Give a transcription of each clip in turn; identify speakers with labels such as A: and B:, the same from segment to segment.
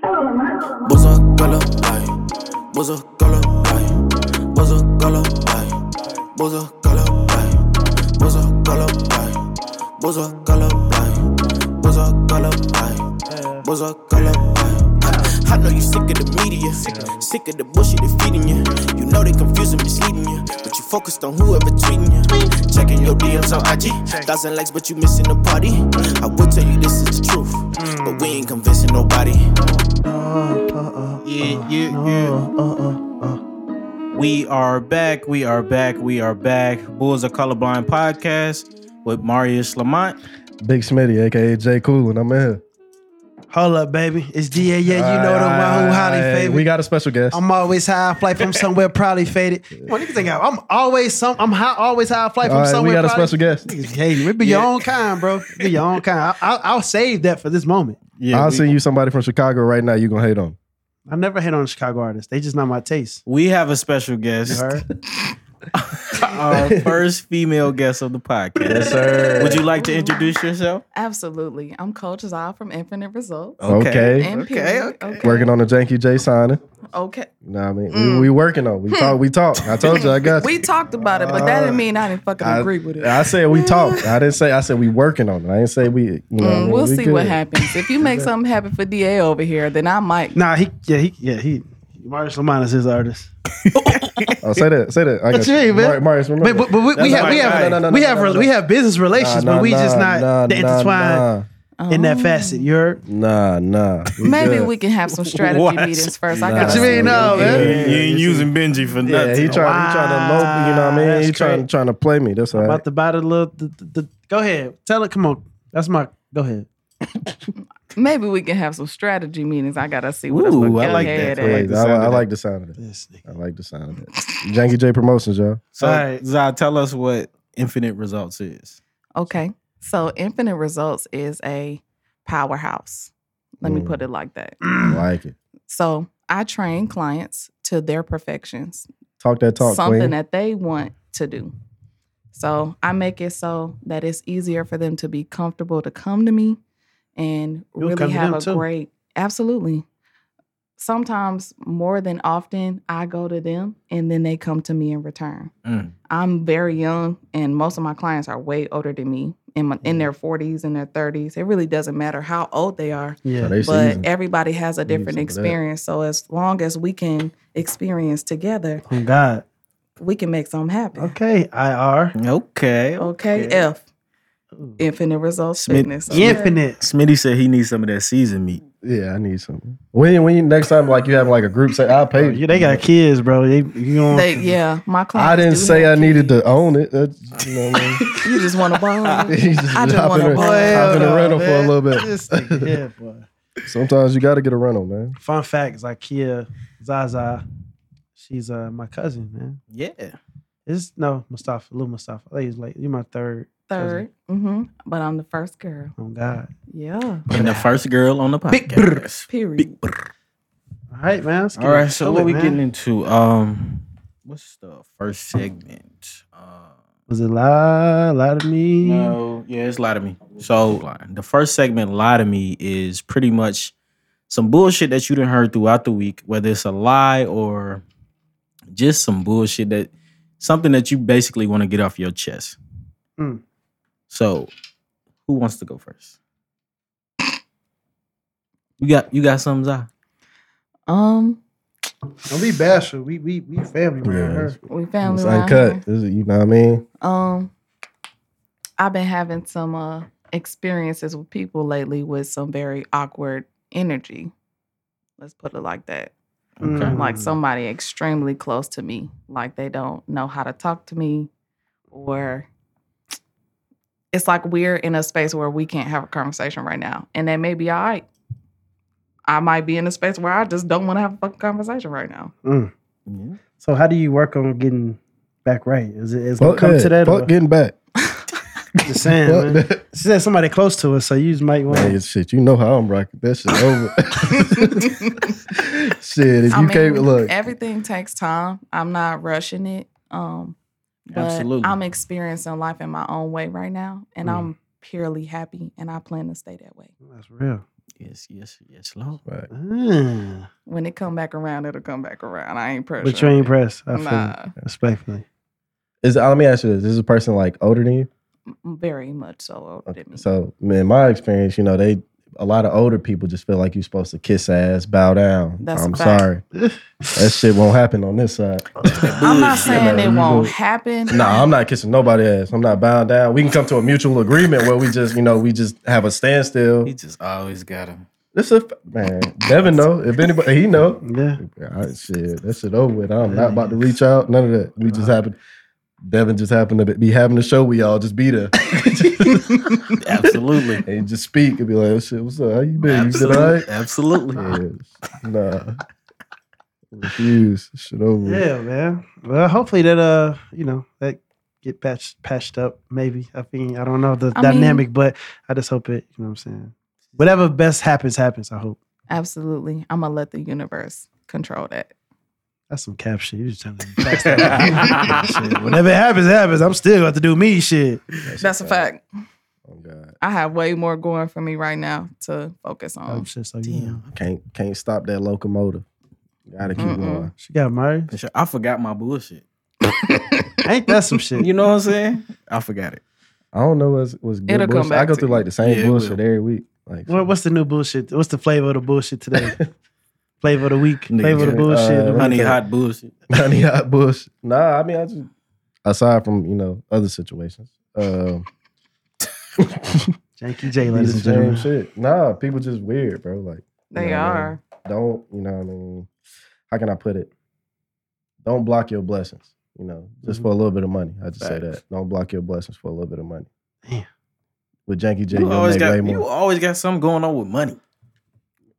A: Buzz a gala, ay. Buzz a gala, ay. Buzz a gala, ay. Buzz a gala, ay. Buzz a gala, ay. Buzz a gala, ay. Buzz a gala, ay. Buzz a gala, ay. I know you sick of the media, sick of the bullshit they feeding you. You know they confusing, misleading you, but you focused on whoever tweeting you. Checking your DMs on IG, thousand likes, but you missing the party. I will tell you this is the truth, but we ain't convincing nobody.
B: Yeah, yeah, yeah. We are back. We are back. We are back. Bulls are colorblind podcast with Marius Lamont.
C: Big Smitty, aka Jay Coolin. I'm in here.
D: Hold up, baby. It's DA. Yeah, you know the one who highly
C: Hey,
D: favored.
C: We got a special guest.
D: I'm always high I flight from somewhere probably faded. Well, niggas think I- I'm always some. I'm high, always high I flight from
C: All right, we
D: somewhere.
C: got a
D: probably-
C: special guest.
D: Niggas hating. It be your own kind, bro. It be your own kind. I, I, I'll save that for this moment.
B: Yeah,
C: I'll
B: we,
C: send you somebody from Chicago right now. You gonna hate on?
D: I never hate on Chicago artists. They just not my taste.
B: we have a special
D: You
B: guest,
D: heard?
B: our first female guest of the podcast.
C: Yes, sir.
B: Would you like to introduce yourself?
E: Absolutely. I'm Coach Zal from Infinite Results.
C: Okay.
B: Okay.
E: And period. okay.
C: Working on the janky J signing.
E: Okay.
C: You know what I mean? We,
E: Mm.
C: we working on. it. We
E: Hmm.
C: talk. We talk. I told you. I got.
E: We
C: you.
E: talked about it, but that didn't mean I didn't fucking
C: I,
E: agree with it.
C: I said we talk. I didn't say. I said we working on it. I didn't say we. You know what I
E: Mm,
C: mean?
E: we'll
C: We
E: see what
C: good.
E: happens. If you make something happen for DA over here, then I might.
D: Nah, he, yeah, he, yeah, he. Marius Lamont is his artist.
C: Oh, say that. Say that. I
D: That's
C: got
D: right, man.
C: Mar- Marius, remember.
D: But, but, but we, we
C: That's
D: have,
C: my
D: we
C: guy.
D: have,
C: No, no, no,
D: we
C: no,
D: have,
C: no,
D: re-
C: no.
D: we have business relations,
C: Nah,
D: but we
C: nah,
D: just not
C: nah,
D: the
C: nah,
D: intertwined in that facet. You're
C: Nah, nah. We
E: Maybe
C: good.
E: we can have some strategy
B: What?
E: meetings first. I
C: Nah.
E: got
C: What you
D: mean, no,
C: man?
B: You
C: Yeah,
B: ain't- you ain't
C: yeah,
B: using Benji for
C: Yeah,
B: nothing.
C: he trying. He trying to lope. You know what I mean?
D: Wow,
C: he
D: that's
C: trying
D: great.
C: trying to play me. That's all right.
D: about to buy the little. The, the, the, go ahead, tell it. Come on, that's my. Go ahead.
E: Maybe we can have some strategy meetings. I gotta see what
B: Ooh,
E: the fuck
B: I
E: y'all
B: like
E: had
B: that.
E: at.
B: I like
C: Crazy.
B: the
C: I,
B: sound
C: li-
B: of
C: I
B: that.
C: like the sound of it.
D: This nigga.
C: I like the sound of it. Janky J Promotions, y'all.
B: So,
D: All right.
B: Zai, tell us what Infinite Results is.
E: Okay. So Infinite Results is a powerhouse. Let me
C: Mm.
E: put it like that.
C: I like it.
E: So I train clients to their perfections.
C: Talk that talk,
E: something
C: queen.
E: that they want to do. So I make it so that it's easier for them to be comfortable to come to me and
D: You'll come
E: really
D: to
E: have
D: them
E: a
D: too.
E: great absolutely. Sometimes more than often I go to them and then they come to me in return.
B: Mm.
E: I'm very young and most of my clients are way older than me in my,
D: Mm.
E: in their 40s and their 30s. It really doesn't matter how old they are
C: So
D: Yeah.
C: they
E: but
C: seasoned.
E: everybody has a
C: need some
E: different
C: of that.
E: experience. So as long as we can experience together,
D: Oh God.
E: we can make something happen. Okay,
D: Okay. IR.
B: Okay.
E: F. Infinite results
B: Smith-
E: fitness.
D: Infinite.
B: Smitty said he needs some of that seasoned meat.
C: yeah, I need something. When when you, next time like you have like a group say I'll pay.
D: They got kids, bro. They, you know,
E: They, yeah, my clients.
C: I didn't
E: do
C: say I
E: have
C: needed to own it. That's, you know what I mean?
E: kids. You just want to ball.
C: He's just
E: I just
C: hopping
E: wanna
C: in-
E: ball.
C: hopping in a
D: Hell
C: rental
D: no,
C: for a
D: man.
C: little
D: This nigga,
C: bit.
D: yeah, boy.
C: Sometimes you got to get a rental, man.
D: Fun fact: Zakia Zaza, she's uh my cousin, man.
B: Yeah.
D: It's no Mustafa, little Mustafa. I think he's like you're my third.
E: Third, mm-hmm. but I'm the first girl.
D: Oh God.
E: Yeah.
B: And the first girl on the
D: Big
B: podcast.
E: Period.
D: All right, man. let's get
B: All right,
D: into
B: so what
D: it,
B: we
D: man.
B: getting into? Um, what's the first segment? Uh,
D: Was it lie? Lie to me.
B: no, yeah, it's lie to me. So the first segment, lie to me, is pretty much some bullshit that you didn't heard throughout the week, whether it's a lie or just some bullshit that something that you basically want to get off your chest. Hmm.
D: Mm.
B: So, who wants to go first? You got you got something, Zai?
E: Um,
D: Don't be bashful. We we we family,
C: Yeah,
D: man.
C: it's-
E: we family.
C: it's
E: around
C: uncut.
E: here.
C: This is- you know what I mean?
E: Um, I've been having some uh experiences with people lately with some very awkward energy. Let's put it like that.
D: Mm.
E: like somebody extremely close to me like they don't know how to talk to me or it's like we're in a space where we can't have a conversation right now and that may be all right i might be in a space where i just don't want to have a fucking conversation right now
B: Yeah.
D: So how do you work on getting back right? Is it is it
C: Fuck
D: come
C: that.
D: to that?
C: Fuck
D: or
C: getting back.
D: just saying,
C: Fuck
D: man.
C: that.
D: She said somebody close to us, so you just might want.
C: Hey, shit, you know how I'm rocking. That shit over. shit, if you
E: I
C: can't
E: mean,
C: look,
E: everything takes time i'm not rushing it um but
B: Absolutely.
E: i'm experiencing life
C: Mm.
E: in my own way right now and i'm purely happy and i plan to stay that way
D: That's real.
B: Yes, yes, yes, Lord.
C: Right.
D: Mm.
E: When it come back around, it'll come back around. I ain't pressure.
D: But you ain't pressed. I feel you.
E: Nah,
D: respectfully.
C: Is let me ask you this: Is this person like older than you?
E: m- very much so older
C: Okay,
E: than me.
C: So, in my experience, you know, they a lot of older people just feel like you're supposed to kiss ass, bow down.
E: That's a
C: I'm
E: fact.
C: sorry, that shit won't happen on this side.
E: I'm not
C: Bullshit.
E: saying
C: No,
E: it
C: you
E: won't
C: go-
E: happen.
C: No, I'm not kissing nobody ass. I'm not bowing down. We can come to a mutual agreement where we just, you know, we just have a standstill.
B: He just always got him.
C: This a f- man, Devin know if anybody he know.
D: Yeah.
C: I, shit, that shit over with. I'm not about to reach out. None of that. We just happened. Devin just happened to be having a show. We all just be there
B: Absolutely.
C: and just speak and be like, "Shit, what's up? How you been? You been all right?"
B: Absolutely. Absolutely.
C: Yeah, nah. Refuse. Shit over. with.
D: Yeah, man. Well, hopefully that uh, you know, that get patched patched up, maybe. I mean, I don't know the
E: I mean-
D: dynamic, but I just hope it, you know what I'm saying. Whatever best happens, happens, I hope.
E: Absolutely. I'm gonna let the universe control that.
D: That's some cap shit. You just telling me. pass that up. Shit, Whatever happens, happens. I'm still gonna have to do me shit.
E: That's a fact.
C: Oh God.
E: I have way more going for me right now to focus
D: Oh,
E: on.
D: shit, so you know.
B: Damn.
C: Can't can't stop that locomotive. Gotta keep
E: Mm-mm.
C: going.
D: She got married.
B: For sure. I forgot my bullshit.
D: Ain't that some shit?
B: You know what I'm saying? I forgot it.
C: I don't know what's what's good
E: It'll come
C: bullshit. I
E: back
C: go
E: to
C: through
E: you.
C: like the same
B: Yeah, it
C: bullshit
B: will.
C: every week. Like
D: What, what's the new bullshit? What's the flavor of the bullshit today? flavor of the week.
B: Nigga,
D: Flavor of the
B: uh,
D: bullshit.
C: Let me
B: Honey
C: tell you.
B: hot bullshit.
C: honey hot bush? Nah, I mean I just aside from you know other situations. Um,
D: Janky J,
C: be
D: ladies
C: the
D: and gentlemen.
C: same shit. Nah, people just weird, bro. Like
E: They
C: Yeah.
E: are.
C: don't you know what I mean? How can I put it? Don't block your blessings. You know, just for a little bit of money. I just say that.
B: Facts.
C: Don't block your blessings for a little bit of money.
D: Damn.
C: With Janky J,
B: You
C: you'll
B: always
C: make way
B: got you
C: more.
B: always got something going on with money.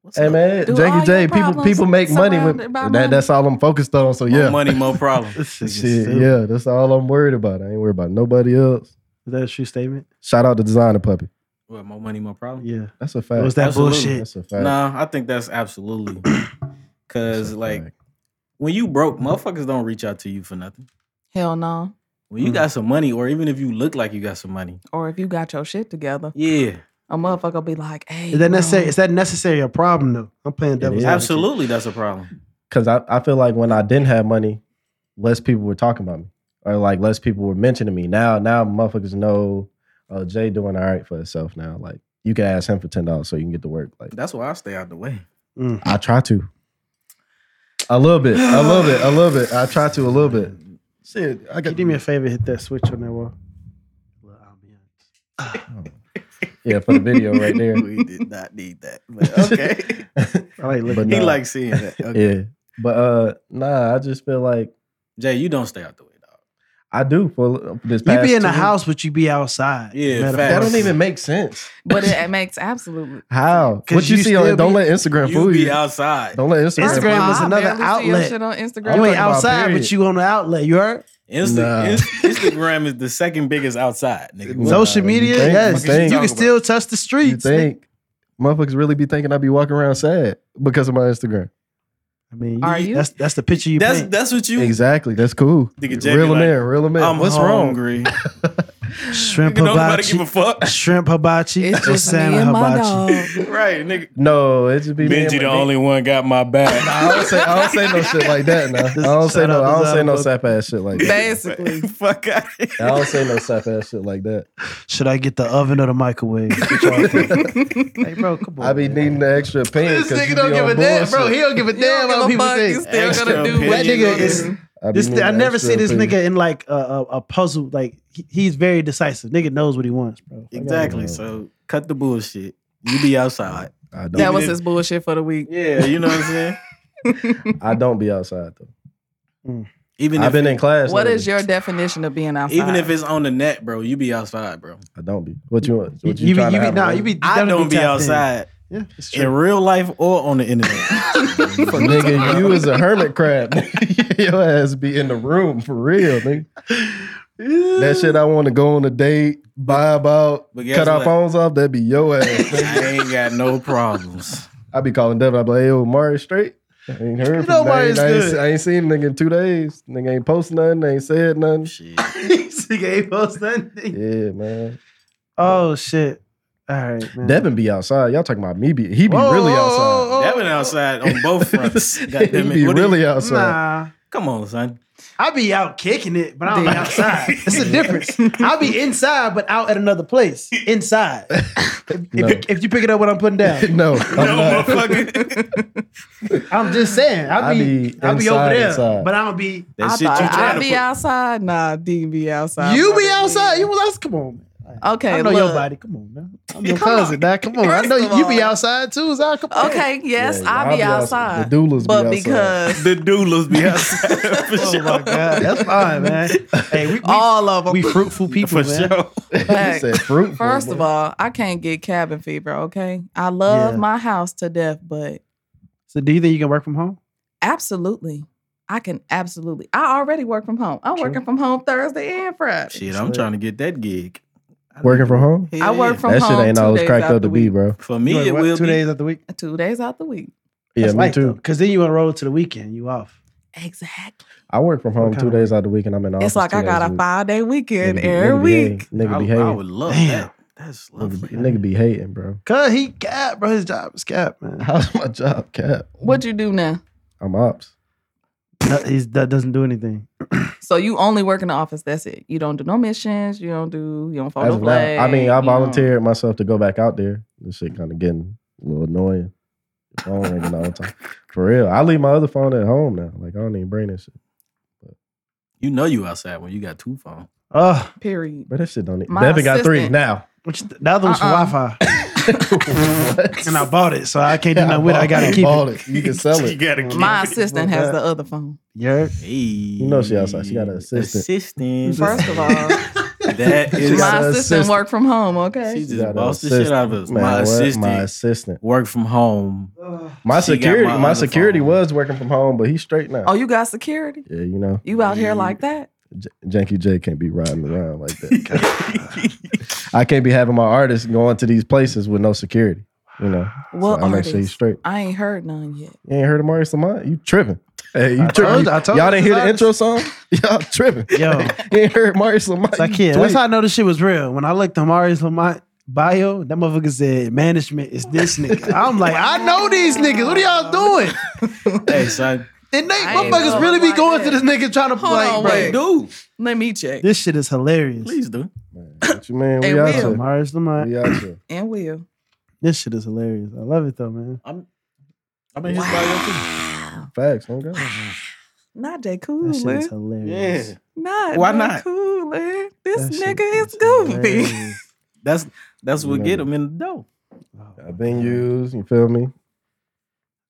B: What's
C: Hey
B: up?
C: man,
E: Do all
C: Janky J,
E: your
C: people
E: problems
C: people make money with
E: surrounded by
C: that.
E: money?
C: That's all I'm focused on. So
B: More
C: yeah,
B: money, more problem.
D: This is
C: Shit,
D: stupid.
C: yeah, that's all I'm worried about. I ain't worried about nobody else.
D: Is that a true statement?
C: Shout out to Designer Puppy.
B: what, more money, more problem?
D: Yeah.
C: That's a fact.
D: It was that
B: Absolutely.
D: bullshit.
C: That's a fact.
B: Nah, I think that's absolutely.
C: That's
B: Cause
C: a
B: like
C: fact.
B: when you broke, motherfuckers don't reach out to you for nothing.
E: Hell no.
B: When you
C: Mm.
B: got some money, or even if you look like you got some money,
E: Or if you got your shit together,
B: yeah,
E: a motherfucker be like, "Hey,
D: Is that
E: bro,
D: necessary? Is that necessary a problem though? I'm playing devil's
C: is.
D: advocate.
B: absolutely, that's a problem.
C: because I, I feel like when I didn't have money, less people were talking about me, or like less people were mentioning me. Now, now motherfuckers know, oh Jay doing all right for himself now. Like you can ask him for ten dollars so you can get to work. Like
B: That's why I stay out the way.
D: Mm.
C: I try to, a little bit, a little bit, a little bit. I try to a little bit. Shit, I
D: Can you
C: got
D: do me a favor? Hit that switch on that wall. Well, I'll be honest.
C: yeah for the video right there.
B: we did not need that, but okay.
D: I like looking.
C: But
B: he
C: nah.
B: likes seeing that. Okay.
C: Yeah, but uh, nah, I just feel like
B: Jay, you don't stay out the way, dog.
C: I do for this.
D: You
C: past
D: be in the
C: two-
D: house, but you be outside.
B: Yeah,
D: Matter of
B: facts.
C: That
D: fact.
C: don't even make sense.
E: But it, it makes absolutely.
C: How?
D: 'Cause
C: What you,
D: you
C: see on?
D: still
C: Don't
D: be-
C: let Instagram
B: You
C: fool
B: be
C: you.
B: outside.
C: Don't let Instagram.
D: Instagram
E: Well,
D: is
E: I
D: another
E: barely see your
D: outlet.
E: shit on Instagram.
D: You
C: I'm
D: ain't
C: talking about
D: outside,
C: period.
D: but you on the outlet. You heard?
B: Insta-
C: Nah.
B: Inst- Instagram is the second biggest outside, nigga.
C: Nah,
D: Social
C: you
D: media,
C: think-
D: yes.
B: Fuck is you
D: You
B: talking
D: can still touch the
C: You
D: streets.
C: think motherfuckers really be thinking I be walking around sad because of my Instagram?
D: I mean,
E: Are you?
D: That's that's the picture you
B: That's
D: paint.
B: that's what you.
C: Exactly. That's cool.
B: Nigga, Jay be
C: Real in
B: like,
C: there. Real in there.
B: I'm
C: What's wrong?
B: hungry.
D: Shrimp
B: Nigga, nobody give
D: hibachi,
B: a fuck.
D: shrimp hibachi,
E: It's
D: or
E: just me
D: salmon
E: and my
D: hibachi.
E: dog.
B: right, nigga.
C: No, it just be me and
B: Benji,
C: my
B: the
C: bitch.
B: only one got my back.
C: I don't say I don't say no shit like that. No, I don't say
D: Shout
C: no.
D: out
C: I
D: to
C: don't say no
D: Zara.
C: sap ass shit like that.
E: Basically,
B: Fuck out
C: I don't say no sap ass shit like that.
D: Should I get the oven or the microwave? What y'all think? hey, bro, come on.
C: I be
D: man.
C: needing the extra opinion.
D: This nigga don't give a damn, bro. He don't give a
E: You don't
D: damn
E: give
D: what
E: a
D: people
E: fuck, you
D: think.
E: still
B: Extra
E: gonna do what
D: That
E: you
D: nigga
E: gonna
D: is-
E: do.
D: This I never see this nigga in like a, a, a puzzle. Like he, he's very decisive. Nigga knows what he wants, bro.
B: Exactly. So cut the bullshit. You be outside.
C: I
E: That
C: don't.
E: was his bullshit for the week.
B: Yeah, you know what I'm saying.
C: I don't be outside though.
B: Even
C: I've
B: if
C: been in class.
E: What
C: lately.
E: is your definition of being outside?
B: even if it's on the net, bro, you be outside, bro.
C: I don't be. What you want?
D: You,
C: What you,
D: you be,
C: trying to
D: you be,
C: have
D: nah,
C: on?
D: you be.
B: I
D: gotta
B: don't be
D: tapped in.
B: outside
D: Yeah, it's
B: in
D: true.
B: real life or on the internet.
C: nigga, you is a hermit crab. your ass be in the room for real, nigga. That shit I want to go on a date, buy about,
B: But guess
C: cut our
B: what?
C: phones off, that'd be your ass. nigga.
B: I ain't got no problems.
C: I be calling Devin, I be like, hey, yo, Mario straight. I ain't heard from
D: know
C: him. I ain't,
D: Mario's
C: I ain't,
D: good.
C: I ain't seen nigga in two days. Nigga ain't post nothing, ain't said nothing.
B: Shit.
D: This nigga ain't post nothing.
C: Yeah, man.
D: Oh shit. All right, man.
C: Devin be outside. Y'all talking about me? Be he be really outside?
B: That been outside on both fronts.
C: he
B: Goddamn it.
C: be
B: What do you-
C: really outside.
D: Nah,
B: Come on, son.
D: I be out kicking it, but I don't be
E: Damn.
D: outside. It's a difference. I'll be inside, but out at another place. Inside. If, if
C: No.
D: you, if you pick it up what I'm putting down,
C: no, I'm not.
B: motherfucker.
D: I'm just saying. I'll
C: I
D: be,
C: be
D: I'll be
C: inside,
D: over there,
C: inside.
D: but I don't be.
B: That
E: I
B: shit you
E: thought
B: trying
E: I'd
B: to
E: be
B: put-
E: outside. Nah, D be outside.
D: You
E: more
D: be
E: than me.
D: outside. You well, that's come on. Man.
E: Okay,
D: I know
E: look.
D: your body. Come on, man. I'm your
E: Come on.
D: cousin. Now, come on. I
E: First
D: know
E: of
D: you, you be
E: all-
D: outside too. Zach. Come on.
E: Okay, yes,
C: Yeah,
E: I'll, be, outside.
C: The doulas be
E: but
C: outside.
E: because
B: The doulas be outside for
D: Oh
B: sure.
D: my god, that's fine, man. Hey, we, we,
E: all of them.
D: we fruitful people,
B: for
D: man.
B: sure.
C: He said fruitful,
E: First
C: boy.
E: of all, I can't get cabin fever, okay? I love
D: Yeah.
E: my house to death, but
D: So, do you think you can work from home?
E: absolutely. I can absolutely. I already work from home. I'm
D: True.
E: working from home Thursday and Friday.
B: Shit, I'm
D: Swear.
B: trying to get that gig. I
C: working from home.
B: think-
E: I work
B: Yeah.
E: from
C: that
E: home.
C: shit ain't
E: two
C: always
E: days
C: cracked
E: out
C: up to
E: the
C: be,
E: week.
C: bro.
B: For me,
D: You work,
B: it
D: what,
B: will
D: two
B: be.
D: days at the week.
E: Two days out the week.
C: Yeah,
D: That's
C: me
D: light,
C: too.
D: Because then you on the road to the weekend. You off.
E: Exactly.
C: I work from home
D: What
C: two
D: kinda-
C: days out of the week, and I'm in the office.
E: it's like
C: two
E: I
C: days
E: got
C: a
E: a
C: week.
E: five day weekend
C: Nigga be-
E: every
C: nigga be hating.
E: week.
B: I,
C: Nigga be
B: I
C: hating.
B: would love
D: Damn.
B: that. That's
C: Nigga be-
B: lovely.
C: Nigga be hating, bro.
D: Cause he cap, bro. His job is cap, man.
C: How's my job, Cap?
E: What you do now?
C: I'm ops.
D: He's, that doesn't do anything.
E: So you only work in the office. That's it. You don't do no missions. You don't do. You don't
C: As
E: photo
C: of now,
E: play.
C: I mean,
E: you
C: I
E: don't-
C: volunteered myself to go back out there. This shit kind of getting a little annoying. The phone ringing all the time. For real, I leave my other phone at home now. Like I don't even bring this shit.
B: You know you outside when you got two phones.
D: Oh,
E: Period.
C: But that shit don't. Need-
E: My
C: Devin got three
E: assistant-
C: now.
D: which, the other one's
E: Uh-uh.
D: for Wi Fi.
C: What?
D: And I bought it, so I can't do
C: Yeah,
D: nothing with it. I gotta
C: bought
D: keep
C: bought
D: it.
C: You can sell
B: You
C: it.
B: gotta keep
E: My
B: it.
E: assistant has the other phone.
D: Yeah.
B: Hey.
C: know she outside. She got an assistant.
B: Assistant.
E: First of all,
B: that
C: She
B: is.
E: my
C: got an
E: assistant,
C: assistant.
E: work from home. Okay.
B: She just
C: got an
B: bossed the shit
C: assistant.
B: out of us.
C: Man,
B: my
C: what?
B: assistant
C: My assistant.
B: worked from home.
C: My
B: She got
C: security.
B: my
C: My,
B: other
C: security
B: phone.
C: was working from home, but he's straight now.
E: oh, you got security.
C: Yeah, you know,
E: You out here like that?
C: J- Janky J can't be riding around like that. I can't be having my artists going to these places with no security. You know,
E: What
C: I make
E: artist?
C: sure he's straight.
E: I ain't heard none yet.
C: You ain't heard of Marius Lamont? You tripping? Hey, you
D: I
C: tripping?
D: told you- I told
C: Y'all didn't
D: you this
C: hear the
D: artist.
C: intro song? Y'all tripping?
D: Yo.
C: you ain't heard Marius Lamont?
D: It's like,
C: You
D: yeah, that's
C: tweak.
D: how I know this shit was real. When I looked at Marius Lamont bio, that motherfucker said, management is this nigga. I'm like, I know these niggas. What are y'all doing?
B: Hey, son.
D: And they
E: I ain't
D: motherfuckers
E: know
D: really be
E: about
D: going to
E: that.
D: this nigga trying to
E: Hold
D: play.
E: on,
D: bro.
E: wait.
B: Do.
E: Let me check.
D: This shit is hilarious.
B: Please do.
C: Man, what you mean?
E: Hey,
C: We out
E: Will.
C: here.
D: Marius Lamont.
C: We out here.
E: And will.
D: This shit is hilarious. I love it though, man.
B: I'm. I'm in his bio
C: Facts. Okay.
E: Not Jay
D: That shit
E: Cooley.
D: is hilarious.
B: too.
E: Not
B: Why
E: Jay
B: not?
E: Cooley. This
D: That shit
E: nigga is goofy.
D: hilarious.
B: That's that's what
C: Yeah.
B: get him in the dough.
D: Oh,
C: I've been used. You feel me?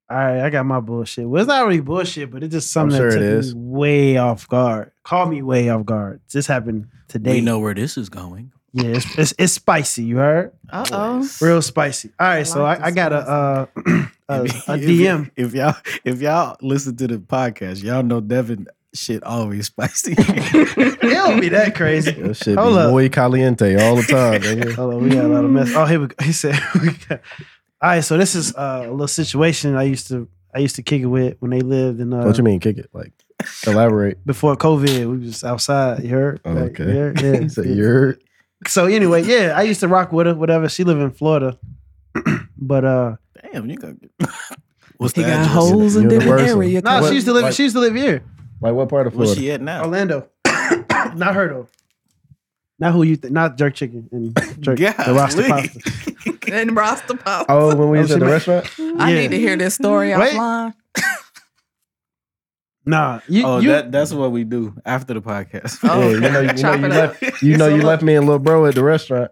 D: All right, I got my bullshit. Well, it's not really bullshit, but it's just something
C: sure
D: that
C: it
D: took
C: is.
D: me way off guard. Call me way off guard. This happened today.
B: They know where this is going.
D: Yeah, it's, it's, it's spicy. You heard?
E: Uh oh.
D: Real spicy. All right,
E: I
D: so
E: like
D: I, I
E: this
D: got a uh, a, a DM.
B: If, y'all if y'all listen to the podcast, y'all know Devin shit always spicy.
D: It'll be that crazy.
C: That shit
D: Hold
C: be
D: up.
C: muy caliente all the time. nigga.
D: Hold on, we got a lot of mess. Oh, here we go. He said, we got- "All right, so this is uh, a little situation I used to I used to kick it with when they lived in uh,
C: what you mean? Kick it? Like elaborate?
D: before COVID. We was outside. You heard?
C: Oh,
D: Like,
C: okay.
D: you heard? Yeah,
C: He said,
D: yeah.
C: you heard?
D: so anyway, yeah, I used to rock with her, whatever. She live in Florida. but uh
B: Damn, you got. What's
E: He
B: the
E: got
B: address?
E: holes in different
C: Universal.
E: area.
D: no,
C: What-
D: she used to live
C: like-
D: she used to live here.
C: Like what part of
B: Where's
C: Florida?
B: she at now?
D: Orlando. not her though. Not who you think not jerk chicken and jerk the roster
B: Golly.
D: pasta.
E: and Rasta Pop.
C: Oh, when we
D: Oh,
C: was
D: she
C: at the
D: ma-
C: restaurant?
E: I
D: Yeah.
E: need to hear this story
D: Wait.
E: offline.
D: Nah. You,
B: Oh,
D: you
B: that, that's what we do after the podcast.
E: Oh,
C: yeah, you know, you, know
E: Chop
C: you
E: it up.
C: left. You know
D: So
C: you
D: look-
C: left me and little bro at the restaurant.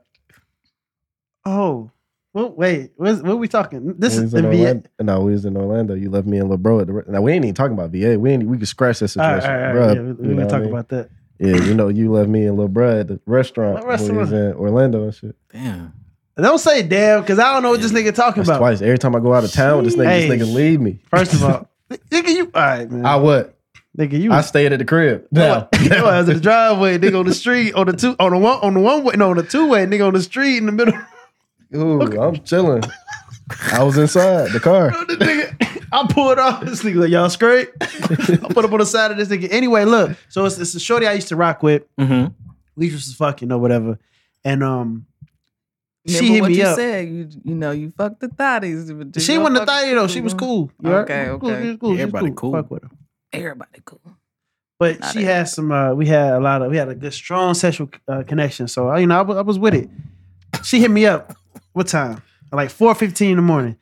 D: oh. Well, wait, what's, what are we talking? This
C: When
D: is
C: we was in
D: in VA.
C: Orlando. No, we was in Orlando. You left me and little bro at the. re- Now we ain't even talking about VA. We ain't. We could scratch that
D: All right,
C: situation,
D: all right,
C: bro.
D: all right. Yeah,
C: you
D: we- we
C: know
D: gonna
C: what I
D: talk
C: mean?
D: about that.
C: Yeah, you know, you left me and little bro at the restaurant
D: What
C: when we was
D: restaurant?
C: in Orlando and shit.
B: Damn.
D: Don't say damn, because I don't know what this nigga talking
C: That's
D: about.
C: twice. Every time I go out of town with this nigga,
D: Sheesh.
C: this nigga leave me.
D: First of all, nigga, you all right, man.
C: I what?
D: nigga, you
C: I stayed at the crib. Now,
D: Yo, I was in the driveway, nigga on the street, on the two, on the one, on the one way, no, on the two way, nigga on the street in the middle.
C: ooh, I'm chilling. I was inside the car.
D: This nigga, I pulled off. This nigga like, y'all straight. I put up on the side of this nigga. Anyway, look, so it's, it's a shorty I used to rock with.
B: Mm-hmm.
D: We used to fucking or whatever, and um,
E: Remember
D: She hit
E: what
D: me
E: you
D: up.
E: said. You you know you fucked the thotties. but did
D: She
E: y'all
D: wasn't a
E: fuck-
D: thotty though. She was
E: Mhm.
D: cool.
E: Okay,
D: Cool,
E: okay.
D: She was cool. She was
B: Everybody cool.
D: Fuck with her.
E: Everybody cool.
D: But
E: Not
D: she had some. Uh, we had a lot of. We had a good, strong sexual uh, connection. So uh, you know, I wa- I was with it. She hit me up. What time? At Like four fifteen in the morning.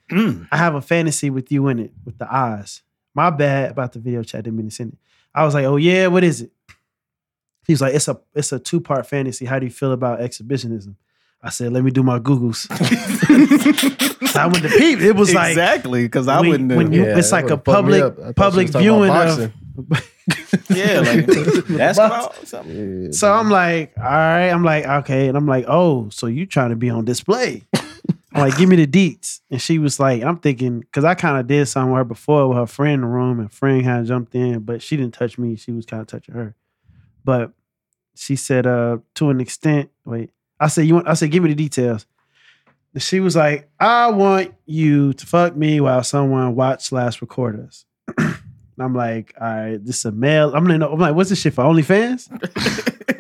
D: I have a fantasy with you in it with the eyes. My bad about the video chat. Didn't mean to send it. I was like, oh yeah, what is it? He's like, it's a it's a two part fantasy. How do you feel about exhibitionism? I said, let me do my googles. I went to peep. It was like
B: exactly because I
D: when-
B: wouldn't.
D: when
B: When
D: you- it's like a public- public viewing of-
B: yeah, like basketball. or something.
D: So I'm like, all right. I'm like, okay. And I'm like, oh, so you trying to be on display? I'm like, give me the deets. And she was like, I'm thinking, because I kind of did something with her before with her friend in the room, and friend kind of jumped in, but she didn't touch me. She was kind of touching her. But she said, uh, to an extent, wait. I said, you want I said, give me the details. And she was like, I want you to fuck me while someone watch slash record us. And I'm like, all right, this is a male. I'm like, no, I'm like, what's this shit for OnlyFans?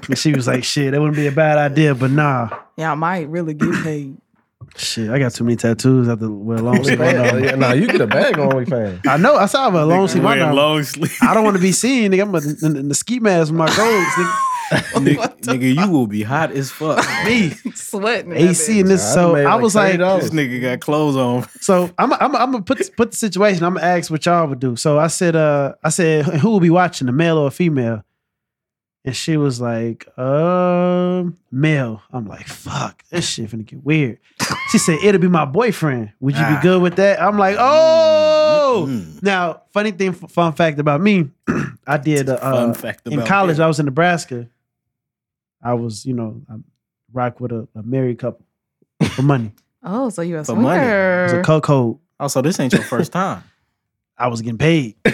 D: and she was like, shit, that wouldn't be a bad idea, but nah.
E: Y'all might really get paid.
D: Shit, I got too many tattoos after wear long sleeve. underarm.
C: Nah, you get a bag on OnlyFans.
D: I know. I saw I wear long sleeve.
F: Wearing
D: underarm.
F: long sleeve.
D: I don't want to be seen. Nigga, I'm a, in, in the ski mask with my goals. Nigga.
B: Nigga, nigga, you will be hot as fuck.
D: Me,
E: Sweating. in that
D: AC, and
E: bitch.
D: this. So
C: made
D: I was like,
C: $30.
B: this nigga got clothes on.
D: So I'm I'm I'm gonna put put the situation. I'm gonna ask what y'all would do. So I said, uh, I said, who will be watching, a male or a female? And she was like, um, male. I'm like, fuck, this shit finna get weird. She said, it'll be my boyfriend. Would you be
B: Ah.
D: good with that? I'm like, oh.
B: Mm.
D: Now, funny thing, fun fact about me, I did. Uh,
B: Fun fact about
D: in college,
B: him.
D: I was in Nebraska. I was, you know, I rock with a, a married couple for money.
E: Oh, so you a
B: For money.
D: It was a
E: swinger?
D: cuckold.
B: Also, Oh, this ain't your first time.
D: I was getting paid. I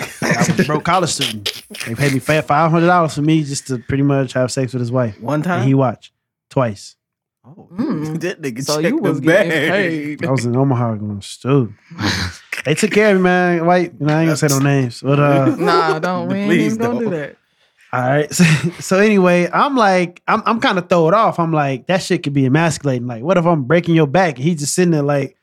D: was a broke college student. They paid me five hundred dollars for me just to pretty much have sex with his wife,
B: One time.
D: and he watched twice.
B: oh,
E: Mm.
B: that nigga
E: So
B: checked
E: you was
B: the
E: getting
B: bag.
E: paid.
D: I was in Omaha going stupid. They took care of me, man. White, you know, I ain't gonna say no names, but uh,
E: Nah, don't. We ain't
B: Please
E: even gonna do
B: don't.
E: that.
D: all right. So, so anyway, I'm like, I'm I'm kind of thrown off. I'm like, that shit could be emasculating. Like, what if I'm breaking your back and he's just sitting there like.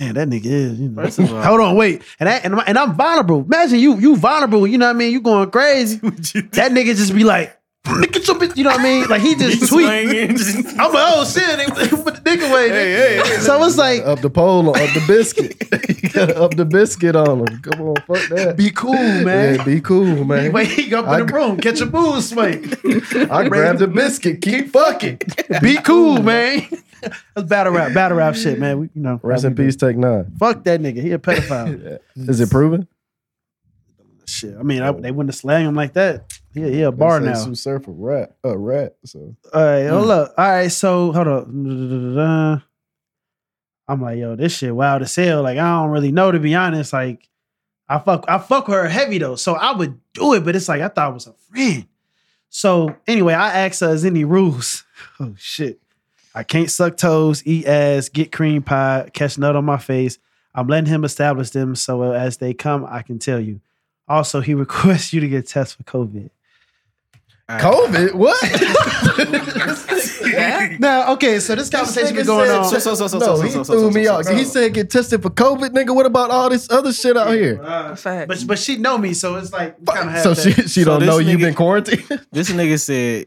D: Man, that nigga is. You know.
B: First of all-
D: Hold on, wait, and I, and, I'm- and I'm vulnerable. Imagine you, you vulnerable. You know what I mean? You going crazy. that nigga just be like, look at your bitch. You know what I mean? Like he just tweet.
B: Swinging.
D: I'm like, oh shit, they they put the dick away.
B: Hey, hey, hey.
D: So it's like,
C: Up the pole, up the biscuit. You gotta up the biscuit on him. Come on, fuck that.
D: be cool, man.
C: Yeah, be cool, man.
D: Wait, he go up
C: I-
D: in the room, catch a booze swing.
C: I grabbed the biscuit. Keep fucking.
D: Be cool, man. That's battle rap, battle rap shit, man. We, you know,
C: Rest in peace, Tech Nine.
D: Fuck that nigga. He a pedophile.
C: Is it proven?
D: shit. I mean, I, they wouldn't have slang him like that. Yeah, he a bar
C: They say
D: now.
C: Sue Surfer, rat, a rat. So
D: All right, hold up. All right, so hold up. I'm like, yo, this shit wild as hell. Like, I don't really know to be honest. Like, I fuck, I fuck with her heavy though, so I would do it. But it's like I thought it was a friend. So anyway, I asked her, "Is any rules?" Oh shit, I can't suck toes, eat ass, get cream pie, catch nut on my face. I'm letting him establish them, so as they come, I can tell you. Also, he requests you to get tests for COVID.
C: COVID, what?
E: Yeah.
D: Now, okay, so this conversation been going on.
B: So, so, so, so,
C: no,
B: so,
C: he
B: so, so,
C: threw
B: so,
C: me
B: so,
C: out.
B: so.
C: He said get tested for COVID, nigga. What about all this other shit out here?
E: Fact.
D: But but she know me, so it's like we kinda have
C: So
D: that.
C: she she
B: So
C: don't
B: this
C: know you've
B: nigga-
C: been quarantined.
B: This nigga said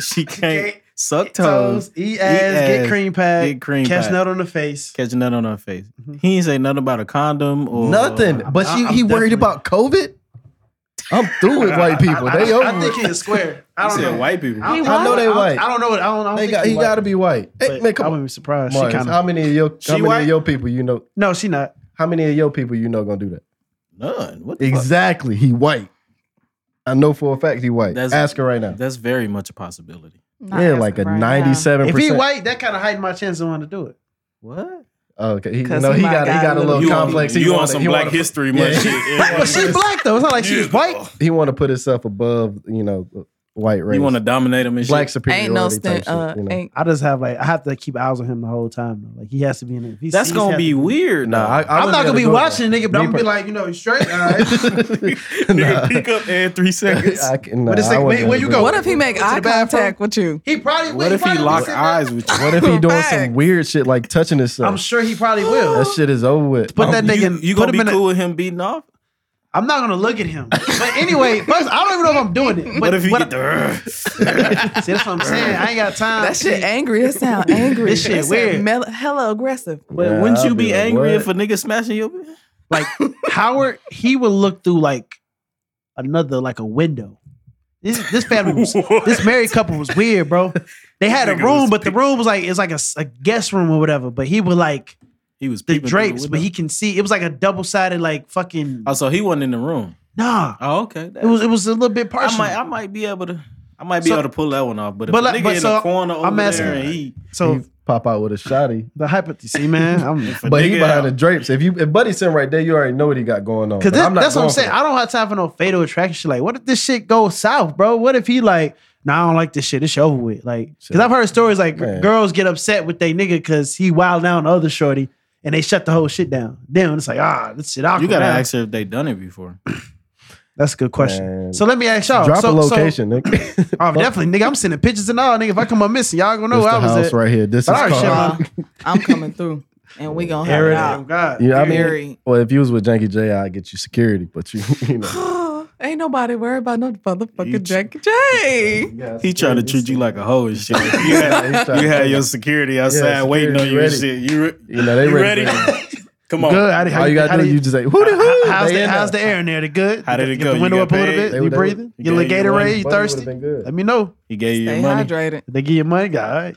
B: she can't
D: Can't
B: suck
D: toes,
B: toes,
D: eat ass, get
B: ass,
D: cream pad,
B: get cream
D: catch
B: pie.
D: nut on the face.
B: catch a nut on her face. He ain't say nothing about a condom or
C: Nothing. But
D: I'm-
C: she,
D: I'm
C: he worried
D: definitely-
C: about COVID. I'm through with white people.
D: I,
C: They
D: I,
C: over.
D: I think
C: it.
D: he is square. I
B: He
D: don't
B: said
D: know.
B: white people.
D: I, don't-
C: I know they
D: I don't-
C: white.
D: I don't know. I don't. I don't
C: They
D: think
C: got,
D: he
C: he
D: white,
C: got to be white. Hey,
D: but
C: man,
D: I
C: come on.
D: wouldn't be surprised.
C: Marcus,
D: she kind
C: how
D: of.
C: many of your
B: She
C: how many
B: white?
C: of your people you know?
D: No, she not.
C: How many of your people you know gonna do that?
B: None. What the fuck?
C: Exactly. He white. I know for a fact he white.
B: That's-
C: Ask her right now.
B: That's very much a possibility.
E: Not
C: Yeah,
E: asking
C: like a
E: right now.
C: ninety-seven
D: If he
C: percent.
D: white, that kind of heightened my chance of wanting to do it.
B: What?
C: Oh, Okay, he,
E: 'Cause
C: no,
E: he
C: he
E: might
C: got he
E: got
C: got a
E: a little-
C: little
B: You on,
C: complex. he
B: you on
C: wanna-
B: some
C: he
B: Black
C: wanna-
B: History
C: yeah,
B: Month shit.
D: But she black though. It's not like she was white.
C: He want to put himself above, you know, uh, white race.
B: You want to dominate them and
C: black
B: shit.
C: superiority
E: ain't no
C: type
E: stint.
C: shit,
E: Uh,
C: you know?
E: ain't,
D: I just have like I have to keep eyes on him the whole time. Though. Like he has to be in it. If he
B: That's
D: sees
B: gonna
D: him-
B: be weird.
C: Nah,
B: though.
C: I, I wouldn't
D: I'm not
C: be able
D: gonna
C: to
D: be
C: do it.
D: watching nigga, but
C: Me
D: I'm gonna be
C: per-
D: like, you know, you straight. All right.
C: Nah.
B: Nigga, peek up in three seconds.
C: I can, nah,
D: But it's like,
C: I wouldn't
D: wait,
C: be able
D: where
C: to
D: you
C: do
D: go?
C: it.
E: what if he
D: Went
E: make
D: to
E: eye
D: the bathroom?
E: contact with you?
D: he probably.
B: what if he
D: probably
B: lock
D: was-
B: eyes with you?
C: What if he doing some
E: Facts.
C: weird shit like touching himself?
D: I'm sure he probably will.
C: that shit is over with.
D: But that
B: you,
D: nigga,
B: Um, you
D: put
B: gonna
D: him
B: be
D: in a-
B: cool with him beating off?
D: I'm not gonna look at him. But anyway, first, I don't even know if I'm doing it. But
B: What if you
D: what
B: get the?
D: I- See, that's what I'm saying. I ain't got time.
E: That shit angry. That sound angry.
D: This shit
E: That sound
D: weird.
E: mel- hella aggressive.
B: But
C: Yeah,
B: wouldn't
C: I'll
B: you be,
C: like,
B: angry
C: what?
B: if a nigga smashing your?
D: Like Howard, he would look through like another like a window. This this family was this married couple was weird, bro. They had a
B: Nigga was
D: room, but the room was like it's like a, s- a guest room or whatever. But he would like
B: He was
D: the
B: peeping through
D: drapes, but
B: window.
D: he can see. It was like a double sided like fucking
B: Oh, so he wasn't in the room.
D: nah.
B: Oh, okay.
D: It was it was a little bit
B: I
D: partial.
B: might, I might be able to. I might be
D: So-
B: able to pull that one off, but if
D: But
B: a
D: like-
B: nigga
D: but
B: in
D: so,
B: a corner over
D: I'm asking-
B: there and he,
D: so
C: he pop out with a shotty.
D: the hypo, you see, man, I'm
B: if a
C: But he
B: nigga
C: behind
B: out-
C: the drapes. If you if Buddy sitting right there, you already know what he got going on.
D: Cause
C: But
D: this,
C: I'm not
D: that's what
C: going
D: I'm
C: for
D: saying.
C: that.
D: I don't have time for no fatal attraction shit. Like, what if this shit goes south, bro? What if he like, nah, I don't like this shit. This shit over with. Like, cause
C: Shit.
D: I've heard stories like
C: Man.
D: girls get upset with they nigga cause he wild down the other shorty and they shut the whole shit down. Then it's like, ah, this shit awkward.
B: You gotta
D: now.
B: ask her if they done it before.
D: That's a good question.
C: Man.
D: So let me ask y'all.
C: Drop
D: so,
C: a
D: so-
C: location, nigga.
D: oh, definitely, nigga. I'm sending pictures and all, nigga. If I come up missing, y'all gonna know
C: This
D: where
C: the
D: I was
C: house
D: at.
C: right here. This is
D: But I already
C: called-
D: shit
E: Nah, I'm coming through, and we gonna have
D: Aaron,
E: it
D: oh,
E: out.
D: God.
C: You know what I mean?
E: Period.
C: Well, if you was with Janky J, I'd get you security, but you, you know.
E: Ain't nobody worried about no
B: You-
E: motherfucking Jackie J.
B: He trying to treat you like a hoe and shit. You had,
C: trying
B: you had
C: to-
B: your security outside
C: Yeah,
B: waiting on
C: security
B: you and
C: ready.
B: shit. You, re-
C: You know, they
B: you
C: ready.
B: ready? Come on.
D: Good. How,
C: All you gotta do, you just say, who the who?
D: How's
C: They
D: the
C: in
D: how's the
C: there.
D: air in there? The good.
B: How did it
D: Get
B: go?
D: The
B: You
D: window
B: got
D: up a little
B: paid?
D: bit.
C: They
D: You
C: were- they
D: breathing?
B: were-
D: Your little
B: Yeah, you
D: Gatorade.
B: were-
C: Buddy
D: You
C: would've
D: thirsty?
C: been good.
D: Let me know.
B: He gave you
E: Stay
B: your money.
E: hydrated.
D: They give you money, guy. All right,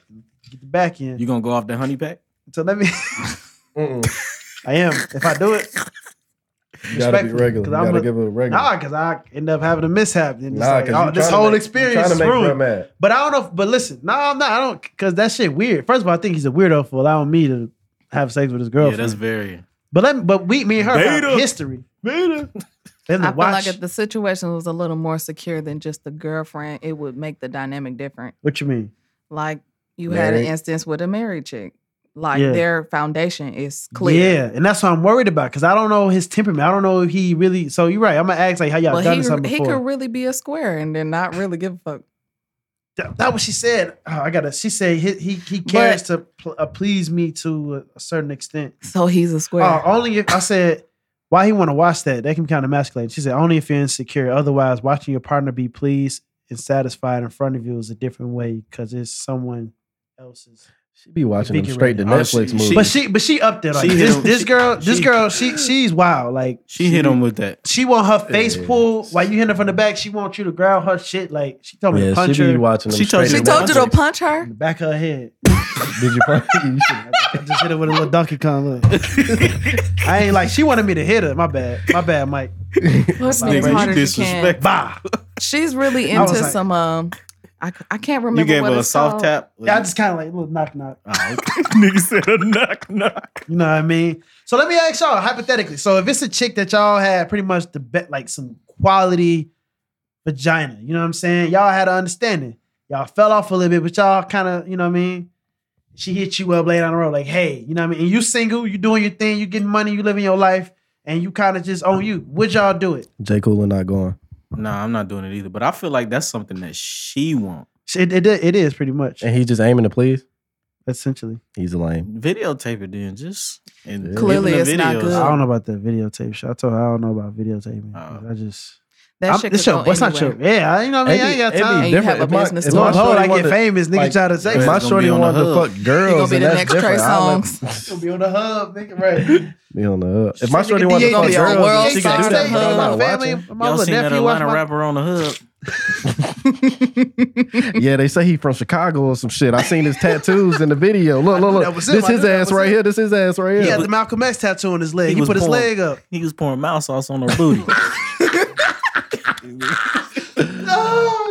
D: get the back end.
B: You gonna go off that honey pack?
D: so let me.
C: Mm-mm.
D: I am. If I do it,
C: You gotta be
D: Respectfully,
C: regular.
D: 'cause
C: You
D: I'm
C: gotta
D: a-
C: give it a regular.
D: nah, because I end up having a mishap. And it's like,
C: 'cause
D: oh,
C: you
D: this
C: tryna
D: whole
C: make- you
D: experience
C: tryna
D: is
C: make bro
D: ruined.
C: mad.
D: But I don't know. If, but listen, no, I'm not. I don't. Because that shit weird. First of all, I think he's a weirdo for allowing me to have sex with his
B: Yeah,
D: girlfriend.
B: that's very.
D: but let me, but we, me and her have
B: Beta.
D: history. And
E: I
D: the
E: feel like
D: watch.
E: if the situation was a little more secure than just the girlfriend, it would make the dynamic different.
D: what you mean?
E: Like you had an
C: Married.
E: instance with a married chick. Like
D: Yeah.
E: their foundation is clear.
D: Yeah, and that's what I'm worried about because I don't know his temperament. I don't know if he really. So you're right. I'm gonna ask like how y'all
E: But
D: done
E: he,
D: something
E: he
D: before.
E: could really be a square and then not really give a fuck.
D: that, that what she said. Oh, I gotta. She said he he, he cares to pl- uh, please me to a, a certain extent.
E: So he's a square.
D: Oh, only if I said why he want to watch that. That can kind of masculine. She said only if you're insecure. Otherwise, watching your partner be pleased and satisfied in front of you is a different way because it's someone else's.
C: She be watching them
D: Vicky
C: straight to
B: Ray. Oh,
C: Netflix
B: she- she-
C: movies.
D: But she but she up there like
B: She hit
D: this.
B: him-
D: This
B: she-
D: girl this
B: she-
D: girl she she's wild like
B: She hit him with that.
D: She want her face
C: Yeah.
D: pulled while you hitting her from the back. She want you to grab her shit. Like she told me to
C: yeah,
D: punch
C: she
D: her
C: be watching them
B: She told
D: oh,
C: straight
E: she
B: you
C: to
E: told you to
C: Netflix.
E: punch her.
D: in the back of her head.
C: Did you punch? You should-
D: I just hit her with a little Donkey Kong look. I ain't like she wanted me to hit her. My bad. My bad, Mike.
E: Push me
B: Nigga,
E: as hard
B: you
E: as you can.
B: disrespect.
D: Bah.
E: She's really
D: I was
E: into
D: like-
E: some um I, c- I can't remember
B: You gave
E: what
B: her a
E: it's
B: soft
E: called.
B: tap.
D: Yeah, I just kind of like a little knock knock.
B: Oh, okay. Nigga said a knock knock.
D: You know what I mean? So let me ask y'all hypothetically. So if it's a chick that y'all had pretty much the bet like some quality vagina, you know what I'm saying? Y'all had an understanding. Y'all fell off a little bit, but y'all kind of, you know what I mean? She hit you up late on the road, like, hey, you know what I mean? And you single, you doing your thing, you getting money, you living your life, and you kind of just on you. Would y'all do it?
C: J. Cole and not going.
B: Nah, I'm not doing it either. But I feel like that's something that she want.
D: It, it, it is pretty much,
C: And he's just aiming to please.
D: essentially.
C: He's a lame.
B: Videotape it then, just and
C: Yeah.
E: Clearly
B: give them the
E: it's not
B: videos.
E: good.
D: I don't know about that videotape shit. I told her I don't know about videotaping.
B: Oh.
D: I just,
E: That
D: I'm-
E: shit
D: this
E: could
D: your,
E: go
D: it's not your,
E: anywhere.
D: yeah, I- you know what I mean? I ain't got time.
E: And you have a business to
D: Long
E: My
D: hold, I get famous. Niggas
C: like,
D: try to say
B: Yeah.
C: If my
B: It's gonna be
C: shorty
B: on the
C: wanted to
B: hub.
C: fuck girls,
E: be
C: and
E: the
C: that's
E: next
C: different.
E: Trey
C: I
E: Songs.
D: gonna be on the hub, nigga. Right.
C: would- be on the hub. If my
D: Nigga,
C: shorty wanted
D: DA
C: to fuck
E: gonna be on
C: girls,
E: World
C: she could do
E: Star
C: that. but I'm not
E: Hub.
C: watching.
D: My
B: Y'all
D: little
B: seen that
D: nephew watch
B: Atlanta
D: my.
B: rapper on the hood?
C: Yeah, they say he from Chicago or some shit. I seen his tattoos in the video. Look, look,
D: that
C: look.
D: was
C: This
D: him. I knew
C: his
D: that
C: ass
D: was
C: right
D: him.
C: here. This his ass right
D: He
C: here.
D: had the Malcolm X tattoo on his
B: He
D: leg. He,
B: was
D: put his
B: born-
D: leg up.
B: He was pouring mouth sauce on her booty.
D: No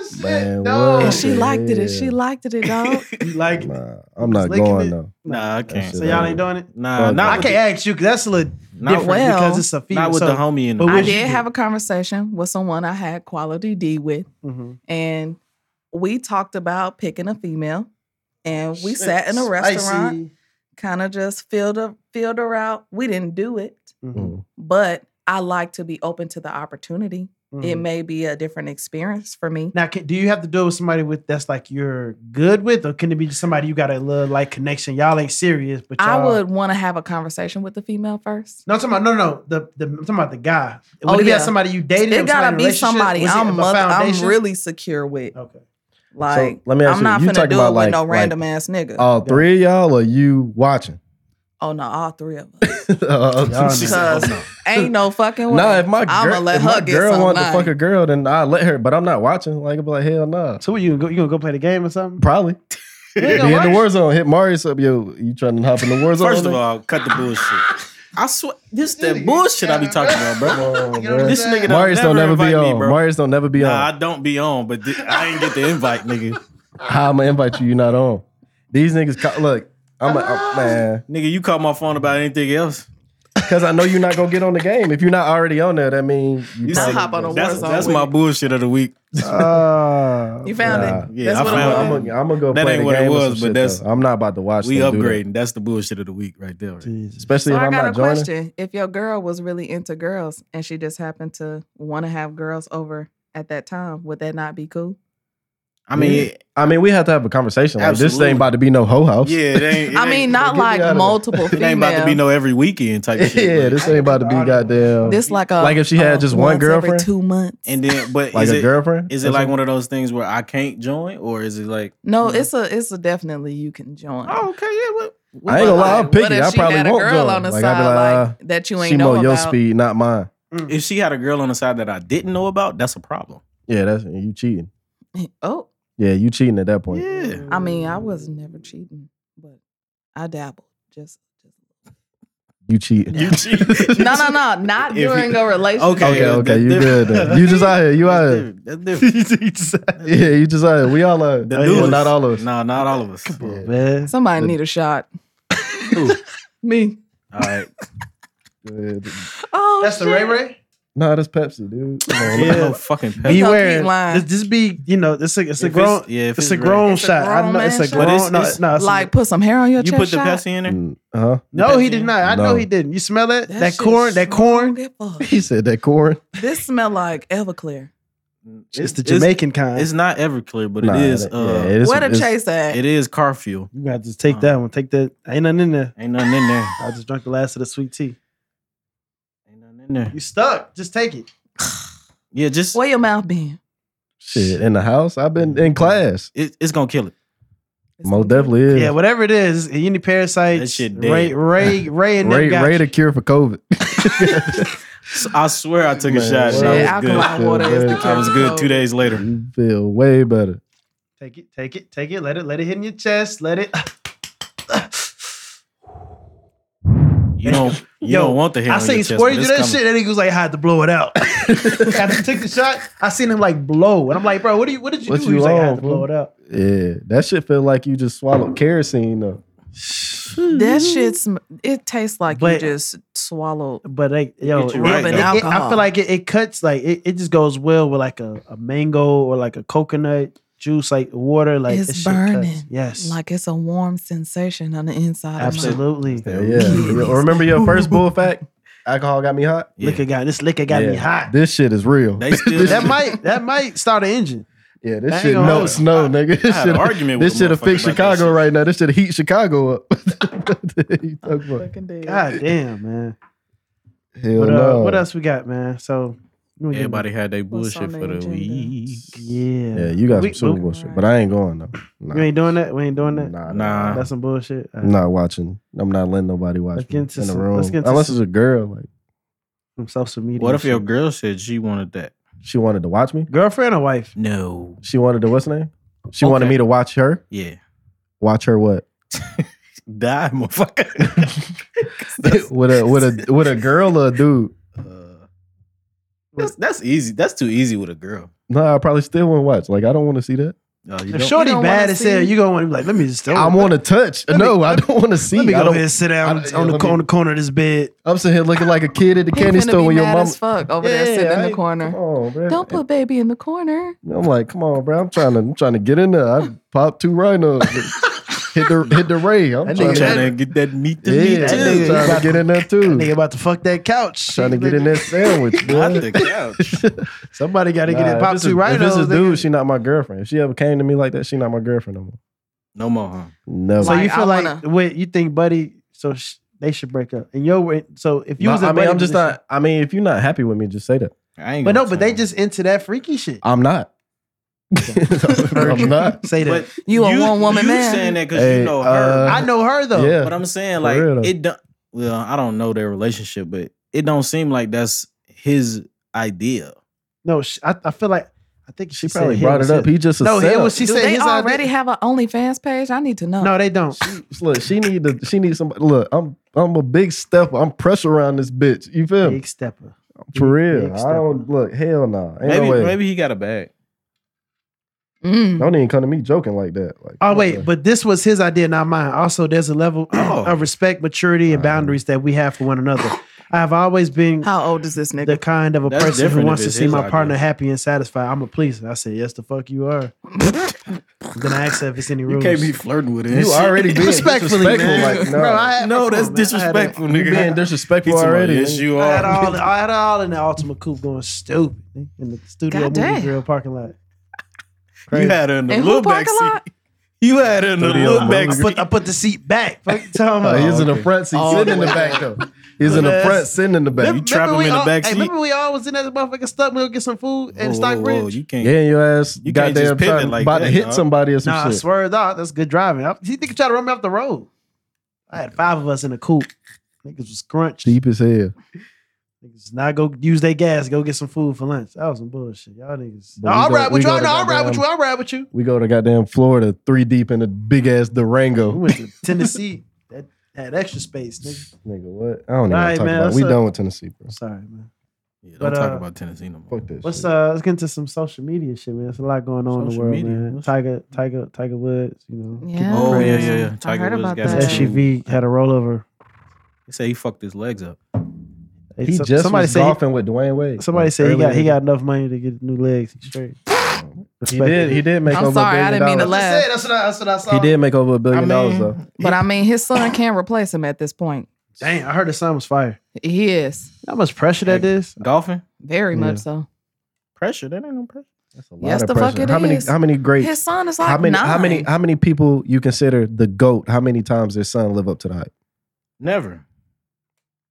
D: shit.
C: Man,
D: no.
C: what?
E: And she liked it. And she
C: Yeah.
E: liked it, dog.
D: You like it.
C: Nah, I'm not
D: Just licking
C: going
D: it.
C: though.
B: nah, I can't.
C: shit.
D: So y'all ain't doing it.
B: Nah,
C: Fuck
B: not
D: I
B: with
D: can't ask you because that's a little
B: the- not
D: different
B: with-
E: well,
D: because it's a female.
B: Not with
D: so,
B: the homie in
D: but
B: the
E: I
D: would you
E: did
D: do?
E: have a conversation with someone I had quality D with,
D: Mhm.
E: and we talked about picking a female, and we sat in a restaurant, kind of just filled a filled her out. We didn't do it,
D: Mhm,
C: Mm.
E: but I like to be open to the opportunity. It
D: mhm.
E: may be a different experience for me.
D: Now, can, do you have to do it with somebody with that's like you're good with, or can it be just somebody you got a little like connection? Y'all ain't serious, but y'all,
E: I would want to have a conversation with the female first.
D: No, I'm talking about no, no. The, the I'm talking about the guy. Would
E: Oh,
D: it be
E: yeah.
D: like somebody you dated?
E: it
D: was in
E: gotta
D: a
E: be
D: relationship?
E: somebody
D: Was it
E: I'm
D: a
E: mother, I'm
D: foundation?
E: really secure with.
D: okay.
E: Like,
C: let me ask
E: I'm
C: you,
E: not
C: you
E: finna
C: talking
E: do
C: about
E: it with
C: like- uh,
E: no
C: like-
E: random ass nigga.
C: All three of y'all or you watching?
E: oh no, all three of us.
C: Uh,
D: Y'all
C: she
D: niggas.
C: said-
E: Because ain't no fucking way.
C: Nah, if my
E: I'ma
C: girl,
E: let
C: if
E: her
C: my
E: get
C: girl
E: some
C: want to
E: night.
C: fuck a girl, then I let her. But I'm not watching. Like I'm like hell no.
D: So what you gonna go? You gonna go play the game or something?
C: Probably be in the war zone. Hit Marius up, yo. You trying to hop in the war zone?
B: First of all, cut the bullshit. I swear, this that bullshit I be talking about, bro.
C: Come on,
D: You know what
C: bruh.
D: I'm
B: This
D: saying?
B: nigga
C: Marius
B: don't
C: don't
B: never
C: never be
B: invite me,
C: on.
B: bro.
C: Marius don't never be
B: Nah, I
C: on.
B: don't be on, but thi- I ain't get the invite, nigga.
C: How I'ma invite you? You not on. These niggas, ca- look. I'm, a, I'm man,
B: Nigga, you call my phone about anything else.
C: because I know you're not gonna get on the game. If you're not already on there, that means you,
B: You
E: Now
B: said-
E: hop on a
B: that's,
E: Warzone
B: that's
E: with
B: my
E: it.
B: bullshit of the week.
D: Uh,
E: you found
C: Ah, Nah.
E: it.
B: Yeah, I
E: that's what
B: found
E: it
B: it.
C: I'm
E: was.
C: gonna I'm gonna go
B: That
C: play
B: ain't
C: the
B: what it
C: game. or
B: was,
C: some
B: but
C: shit,
B: that's-
C: though. I'm not about to watch.
B: We
C: them do that.
B: upgrading. That's the bullshit of the week right there. right?
D: Jesus.
C: especially
E: So
C: if
E: I
C: I'm
E: got a
C: not joining.
E: question. If your girl was really into girls and she just happened to want to have girls over at that time, would that not be cool?
B: I mean,
C: Yeah. I mean, we have to have a conversation. Like, this
B: Absolutely.
C: ain't about to be no hoe house.
B: yeah, it ain't. it
E: I
B: ain't-
E: mean,
C: get
E: not
C: me
E: like
C: outta there.
E: multiple
B: It
E: females.
B: ain't about to be no every weekend type
C: yeah,
B: shit. like-
C: this ain't about to be goddamn.
E: This like a
C: Like if she had
E: a
C: just one
E: once every
C: girlfriend?
E: two months.
B: and then, but
C: like
B: is
C: a
B: it
C: girlfriend.
B: is it like one of those things where I can't join, or is it like
E: no, it's a it's a definitely you can join.
B: oh okay yeah what
C: I ain't gonna lie, I'm
E: Like, what
C: picky.
E: if
C: I
E: she
C: probably
E: had a
C: won't
E: girl
C: join.
E: on the
C: Like, I'd be
E: side
C: like,
E: like, that you ain't
C: she
E: know
C: more
E: about.
C: your speed, not mine.
D: Mm.
B: if she had a girl on the side that I didn't know about? That's a problem.
C: Yeah, that's you cheating.
E: Oh,
C: Yeah, you cheating at that point.
B: Yeah,
E: I mean, I was never cheating, but I dabbled. Just, just
C: You cheating.
B: you cheat.
E: no, no, no, not
B: If you-
E: during a relationship.
B: Okay,
C: Okay, okay,
B: that's
C: you
B: different.
C: good. Then. You just out here. You out
B: That's
C: here.
B: different. That's different.
C: You just out here. yeah, you just out here. We all are.
B: The
C: Well,
B: dudes-
C: not all of us.
B: Nah, not all of us.
C: Yeah.
D: Man.
E: Somebody
C: The-
E: need a shot.
B: Ooh,
E: Me.
B: all right.
C: Yeah.
E: Oh,
D: That's the
E: shit.
D: Ray Ray.
C: Nah, that's Pepsi, dude. Come on,
B: Yeah,
C: look.
B: no fucking.
E: He gonna
D: Beware.
E: keep lying.
D: This, this be you know it's a it's a
B: If it's-
D: grown
B: yeah, if
D: it's,
B: it's
D: a
B: Ray.
D: grown
E: It's a
D: shot. I
E: grown
D: know it's
E: man
D: a
E: shot?
D: grown.
B: But it's-
D: no,
B: it's
D: no, it's a-
E: Like, put some hair on your
B: You
E: chest.
B: put the
E: shot?
B: Pepsi in there.
C: Mm, Huh?
D: no, he
B: Pepsi
D: did
B: in?
D: not. I
C: No.
D: know he didn't. You smell it? That,
E: shit
D: corn. That corn.
E: strong as fuck.
C: He said that corn.
E: This smell like Everclear.
D: It's, the Jamaican kind.
B: It's, not Everclear, but
C: Nah,
B: it is.
C: that-
B: uh,
C: yeah, it is-
E: Where the
C: it's-
E: chase at?
B: It is car fuel.
D: you gotta just take that one. Take that. Ain't nothing in there.
B: Ain't nothing in there.
D: I just drank the last of the sweet tea.
B: Ain't nothing in there.
D: You stuck. Just take it.
B: Yeah, just
E: Where your mouth been?
C: Shit, in the house. I've been
B: Mm-hmm.
C: in class.
B: it, it's gonna kill it.
E: It's
C: Most
E: gonna
C: definitely is.
D: Yeah, whatever it is, any parasites.
B: That shit dead.
D: Ray, Ray, Ray, and
C: Ray,
D: them got
C: Ray the
D: you.
C: cure for COVID.
B: S- I swear I took a
C: Man,
B: shot.
E: kill
B: and
E: you.
C: Shit,
E: Shit,
B: I was
E: alkaline
B: good.
C: alcohol.
E: water is the
C: I
B: I was good
E: cure.
B: two days later.
C: you feel way better.
D: Take it. Take it. Take it. Let it. Let it hit in your chest. Let it.
B: You don't. You
D: Yo,
B: don't want the hair.
D: I
B: on your
D: seen
B: chest, but
D: Squirty do
B: it's
D: that
B: coming.
D: shit, and he was like, "I had to blow it out." After he took the shot, I seen him like blow, and I'm like, "Bro, what do you? What did you
C: What
D: do?"
C: you
D: He was like, "I
C: on,
D: had to blow
C: fool?"
D: it out."
C: Yeah, that shit feel like you just swallowed kerosene though.
E: That shit, sm- it tastes like you
D: But-
E: just swallowed.
D: But like, yo,
B: Get
D: it,
B: you right,
D: it-
B: though.
D: it- I
E: Alcohol.
D: feel like it, it cuts like it, it just goes well with like a, a mango or like a coconut juice, like water, like
E: It's
D: that shit cuts.
E: burning.
D: Yes,
E: Like it's a warm sensation on the inside of my
D: absolutely.
C: Yeah, yeah. Remember your first bull fact? Alcohol got me hot.
B: Yeah.
D: Liquor got this liquor got me
C: Yeah.
D: hot.
C: This shit is real.
B: They still.
D: that might that might start an engine.
C: yeah,
D: I
C: this
D: ain't
C: shit
D: gonna
C: melts
B: hold
C: snow,
B: you.
C: nigga.
B: I
C: This
B: had an
C: shit,
B: argument with
C: this shit
B: a
C: have fixed
B: motherfucker about that
C: Chicago
B: shit.
C: right now. This shit heat Chicago up. You talking about?
E: fucking dead.
D: God damn, man.
C: Hell
D: But uh,
C: no.
D: what else we got, man? So we gonna get-
B: Everybody had their
E: What's
B: bullshit
E: on
B: for
E: the
B: the
E: agenda?
B: week.
D: Yeah.
C: Yeah, you got
D: We-
C: some super
D: we-
C: bullshit, but I ain't going though. Nah.
D: You ain't doing that. We ain't doing that.
C: Nah,
B: Nah.
D: That's some bullshit. Uh,
C: I'm not watching. I'm not letting nobody watch
D: Let's
C: me
D: get into
C: in the
D: some-
C: room.
D: let's get into
C: Unless
D: some-
C: it's a girl, like
D: From social media.
B: What if your
D: shit.
B: girl said she wanted that?
C: she wanted to watch me.
D: girlfriend or wife?
B: No.
C: She wanted to what's her name? She wanted
B: Okay.
C: me to watch her.
B: Yeah.
C: Watch her what?
B: Die, motherfucker.
C: with a with a with a girl or a dude?
B: Uh, that's, that's easy. That's too easy with a girl.
C: No, I probably still wouldn't watch. Like I don't want to see that.
B: Uh, you
D: If
B: don't-
D: Shorty
E: don't
D: bad
E: wanna
D: as hell,
E: see-
D: you gonna want to be like, let me just.
C: I want to touch. No, I don't want to see.
D: Let me
C: I
D: go
C: don't-
D: ahead and sit down
C: I
D: on
C: don't-
D: the,
C: yeah, let me-
D: corner, corner of this bed.
C: I'm sitting here looking like a kid at the candy
E: He's finna
C: store
E: be
C: when your
E: mad
C: mom.
E: as fuck over there sitting in the
C: Come
E: corner.
C: on, bro.
E: Don't put baby in the corner.
C: I'm like, come on, bro. I'm trying to. I'm trying to get in there. I popped two rhinos. hit the hit the ray. I'm
D: That
C: trying
B: I'm
C: to.
D: nigga-
B: trying to get that meat to
C: Yeah,
B: me
C: that
D: too.
C: nigga
B: too.
C: trying to get in there too.
D: Nigga about to fuck that couch.
C: trying to Hmm. get in that sandwich. boy.
B: Not the couch.
D: Somebody got to
C: Nah,
D: get it
C: if
D: pop
C: it's a-
D: two right
C: If it's a dude, she not my girlfriend. If she ever came to me like that, she not my girlfriend no more.
B: No more, huh?
C: No.
D: So you
E: Like,
D: feel
E: I
D: like
E: wanna-
D: wait, you think buddy? So sh- they should break up. And yo, so if you
C: No,
D: was, in
C: I mean,
D: buddy
C: I'm just
D: position-
C: not. I mean, if you're not happy with me, just say that.
B: I ain't
D: But
B: gonna
D: no, but they
B: tell
D: just into that freaky shit.
C: I'm not. I'm not.
D: Say that.
B: But
E: You a one woman
B: you
E: man.
B: saying that because
C: Hey,
B: you know her.
C: uh,
D: I know her though.
C: Yeah.
B: but I'm saying
C: for
B: like
C: real though.
B: it. Don't, well, I don't know their relationship, but it don't seem like that's his idea.
D: No, sh I, I feel like I think
C: She
D: she,
C: probably
D: said
C: brought
D: hit
C: it up.
D: was
C: He just a
D: No, hit
C: setup.
D: was- she
E: Do
D: said
E: they
D: his
E: already
D: idea-
E: have an OnlyFans page? I need to know.
D: No, they don't.
C: Look, she need to. She needs somebody. Look, I'm. I'm a big stepper. I'm pressure around this bitch. You feel me?
D: Big stepper.
C: For
D: big
C: real. I
D: stepper.
C: don't look. Hell no. Ain't
B: maybe
C: no way.
B: maybe he got a bag.
E: Mm.
C: Don't even come to me joking like that. Like,
D: Oh
C: what
D: wait,
C: the-
D: but this was his idea, not mine. Also, there's a level
B: Oh.
D: of respect, maturity, and
C: Uh.
D: boundaries that we have for one another. I have always been
E: How old is this nigga?
D: the kind of a
B: That's
D: person who
B: different if
D: wants to
B: it's
D: see
B: his
D: my
B: idea.
D: partner happy and satisfied. I'm a pleaser. I said, yes, the fuck you are. then I asked her if it's any
B: You
D: rules.
B: can't be flirting with him.
C: you already being
D: Respectfully,
C: disrespectful.
D: man.
C: Like, no,
D: Bro, I-
B: no, that's
D: Come on, man. I had a-
B: disrespectful,
C: you
B: nigga.
C: being
B: He
C: disrespectful
B: talking about,
C: already.
B: Yes, you
D: I had
B: are.
D: all, I had all in the Ultima Coupe going stupid in the studio movie
E: Goddamn.
D: grill parking lot.
B: You had her in the
E: And
B: little
E: who
B: back
E: parking
B: seat.
E: lot?
B: You had her in the
C: Studio
B: little
C: Mama.
B: back
D: I put,
B: seat.
D: I put the seat back. Fuck you talking
C: No,
D: about?
C: he was in the
B: Oh, okay.
C: front seat, sitting in the back though. He's in the
D: Yes.
C: front, sitting in the back.
B: You trap him
D: we
B: in the
D: all-
B: back
D: hey,
B: seat.
D: Remember we all was in that motherfucking stuff. We go get some food and
B: Whoa,
D: stock
B: whoa, whoa,
D: bridge.
B: You can't.
C: Yeah, your ass
B: You can't just
C: goddamn
B: pivot
C: trying,
B: like
C: about
B: that,
C: to hit
B: dog.
C: somebody or some
D: Nah, I
C: shit.
D: swear to God, that's good driving. I, he think try to run me off the road. I had five of us in a coupe. Niggas was crunched.
C: Deep as hell.
D: Niggas not go use their gas, go get some food for lunch. That was some bullshit. Y'all niggas.
C: But we
D: I'll
C: go-
D: ride
C: we
D: with you.
C: go
D: I
C: to
D: know I'll ride with
C: goddamn-
D: you. I'll ride with you.
C: We go to goddamn Florida, three deep in a big ass
D: We
C: Durango.
D: went to Tennessee. that had extra space, nigga.
C: Nigga, what? I don't know.
D: Alright,
C: what I'm
D: man,
C: talking about.
D: what's
C: We
D: up?
C: done with Tennessee, bro.
D: Sorry, man.
B: Yeah, don't
D: But,
B: talk
D: uh,
B: about Tennessee no more.
C: Fuck that.
D: What's
C: shit.
D: uh? Let's get into some social media shit, man. There's a lot going on in the
B: Social
D: world,
B: media?
D: man.
B: What's-
D: Tiger, Tiger, Tiger Woods. You know,
E: Yeah.
B: Oh, yeah, yeah,
E: I
B: yeah. Tiger
E: heard
B: Woods
E: about
B: got
E: that.
D: his SUV had a rollover.
B: They say he fucked his legs up.
D: Hey,
C: He
D: so-
C: just
D: somebody
C: was
D: said
C: golfing with Dwayne Wade.
D: somebody
C: Like,
D: said he
C: earlier
D: got he
C: today.
D: got enough money to get new legs. He's straight.
C: He did. He did make
E: I'm
C: over
E: sorry,
C: a
E: I
C: billion
E: didn't mean to
C: dollars.
D: That's
E: laugh.
D: it. That's what I, that's what I saw.
C: He did make over a billion
B: I
C: dollars
B: mean,
C: though.
E: But I mean, his son can't replace him at this point.
D: Dang, I heard the son was fire.
E: He is
D: You know How much pressure that is?
B: Golfing
E: very
D: Yeah.
E: much so.
B: pressure. That ain't no pressure.
C: That's a
E: Yes,
C: lot
E: the
C: of
E: fuck
C: pressure.
E: it
C: How many?
E: is.
C: How many great?
E: His son is like
C: How many?
E: nine.
C: How many? How many people you consider the goat? How many times their son live up to the hype?
B: Never.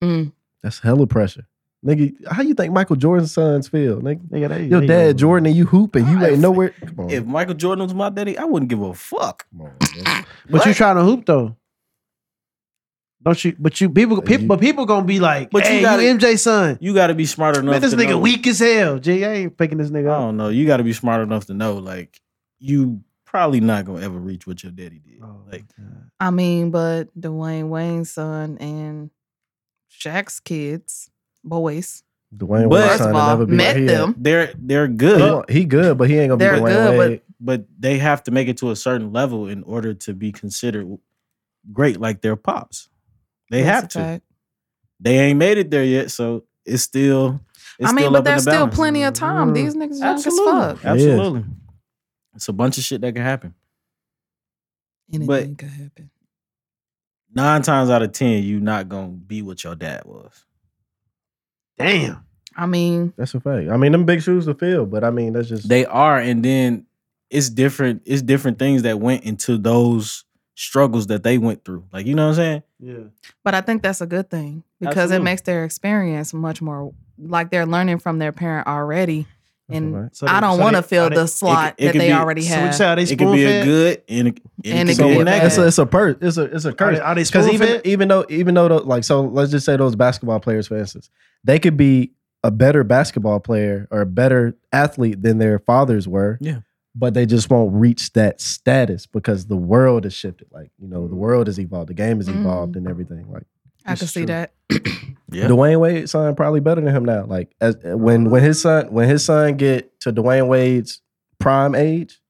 E: Mm.
C: That's hella pressure. Nigga, how you think Michael Jordan's sons feel? Nigga,
D: Nigga, they,
C: your
D: they-
C: dad Jordan and you hooping, you
B: I-
C: ain't nowhere. Come on,
B: If Michael Jordan was my daddy, I wouldn't give a fuck.
C: come on, man.
D: But you
B: What?
D: trying to hoop though. Don't you? But you people,
C: Hey,
D: people
C: you-
D: but people gonna be like,
B: But you
D: hey, you,
B: gotta-
D: MJ son.
B: You got to be smart enough.
D: Man, this
B: to
D: nigga
B: know-
D: weak as hell. G, I ain't picking this
B: I
D: nigga up.
B: don't know. You got to be smart enough to know, like, you probably not gonna ever reach what your daddy did.
D: Oh,
E: Oh.
B: like,
E: I mean, but Dwayne Wayne's son and Shaq's kids, boys.
C: Dwayne
B: But-
C: Wade's
E: First
C: son
E: of
C: will
E: all,
C: never be
E: met
C: like, he a-
E: them.
B: they're they're
C: He,
B: good,
C: won't- he good, but he ain't gonna
E: They're
C: be Dwayne
E: good,
C: Wade.
E: but
B: but they have to make it to a certain level in order to be considered great, like their pops. They
E: That's
B: have
E: a
B: to.
E: fact.
B: They ain't made it there yet, so it's still. It's
E: I mean,
B: still
E: but
B: up in the
E: there's still
B: balance.
E: plenty of time. These niggas young as fuck.
C: It is.
B: Absolutely. It's a bunch of shit that can happen.
E: Anything
B: But-
E: could happen.
B: Nine times out of ten, you not gonna be what your dad was.
D: Damn.
E: I mean,
C: That's a fact. I mean, them big shoes to fill, but I mean, that's just
B: They are, and then it's different. It's different things that went into those struggles that they went through. Like you know what I'm saying?
D: Yeah.
E: but I think that's a good thing because
B: Absolutely.
E: it makes their experience much more like they're learning from their parent already.
C: that's a
E: and
C: fact.
D: So
E: I
D: they-
E: don't
D: so
E: want
D: they-
E: to
D: are
E: fill
D: they-
E: the slot
B: it
E: that
B: could
E: they
B: be-
E: already
D: So we
E: have.
D: say are they
B: It could
D: spoon
B: be a
D: fed?
B: good and it,
E: And it
B: could be
E: could
B: a
E: be bad.
C: It's
B: negative.
C: a, it's a per it's a it's a
D: Are
C: curse.
D: they, are they
C: Because
D: spoon
C: even
D: fed?
C: even though even though though, like so, let's just say those basketball players, for instance, they could be a better basketball player or a better athlete than their fathers were.
B: Yeah.
C: But they just won't reach that status because the world has shifted. Like you know,
D: Mm.
C: the world has evolved, the game has evolved,
E: Mhm.
C: and everything. Like
E: I could
B: It's
E: see
B: true.
E: that.
B: Yeah.
C: Dwayne Wade's son probably better than him now. Like as when when his son when his son get to Dwayne Wade's prime age,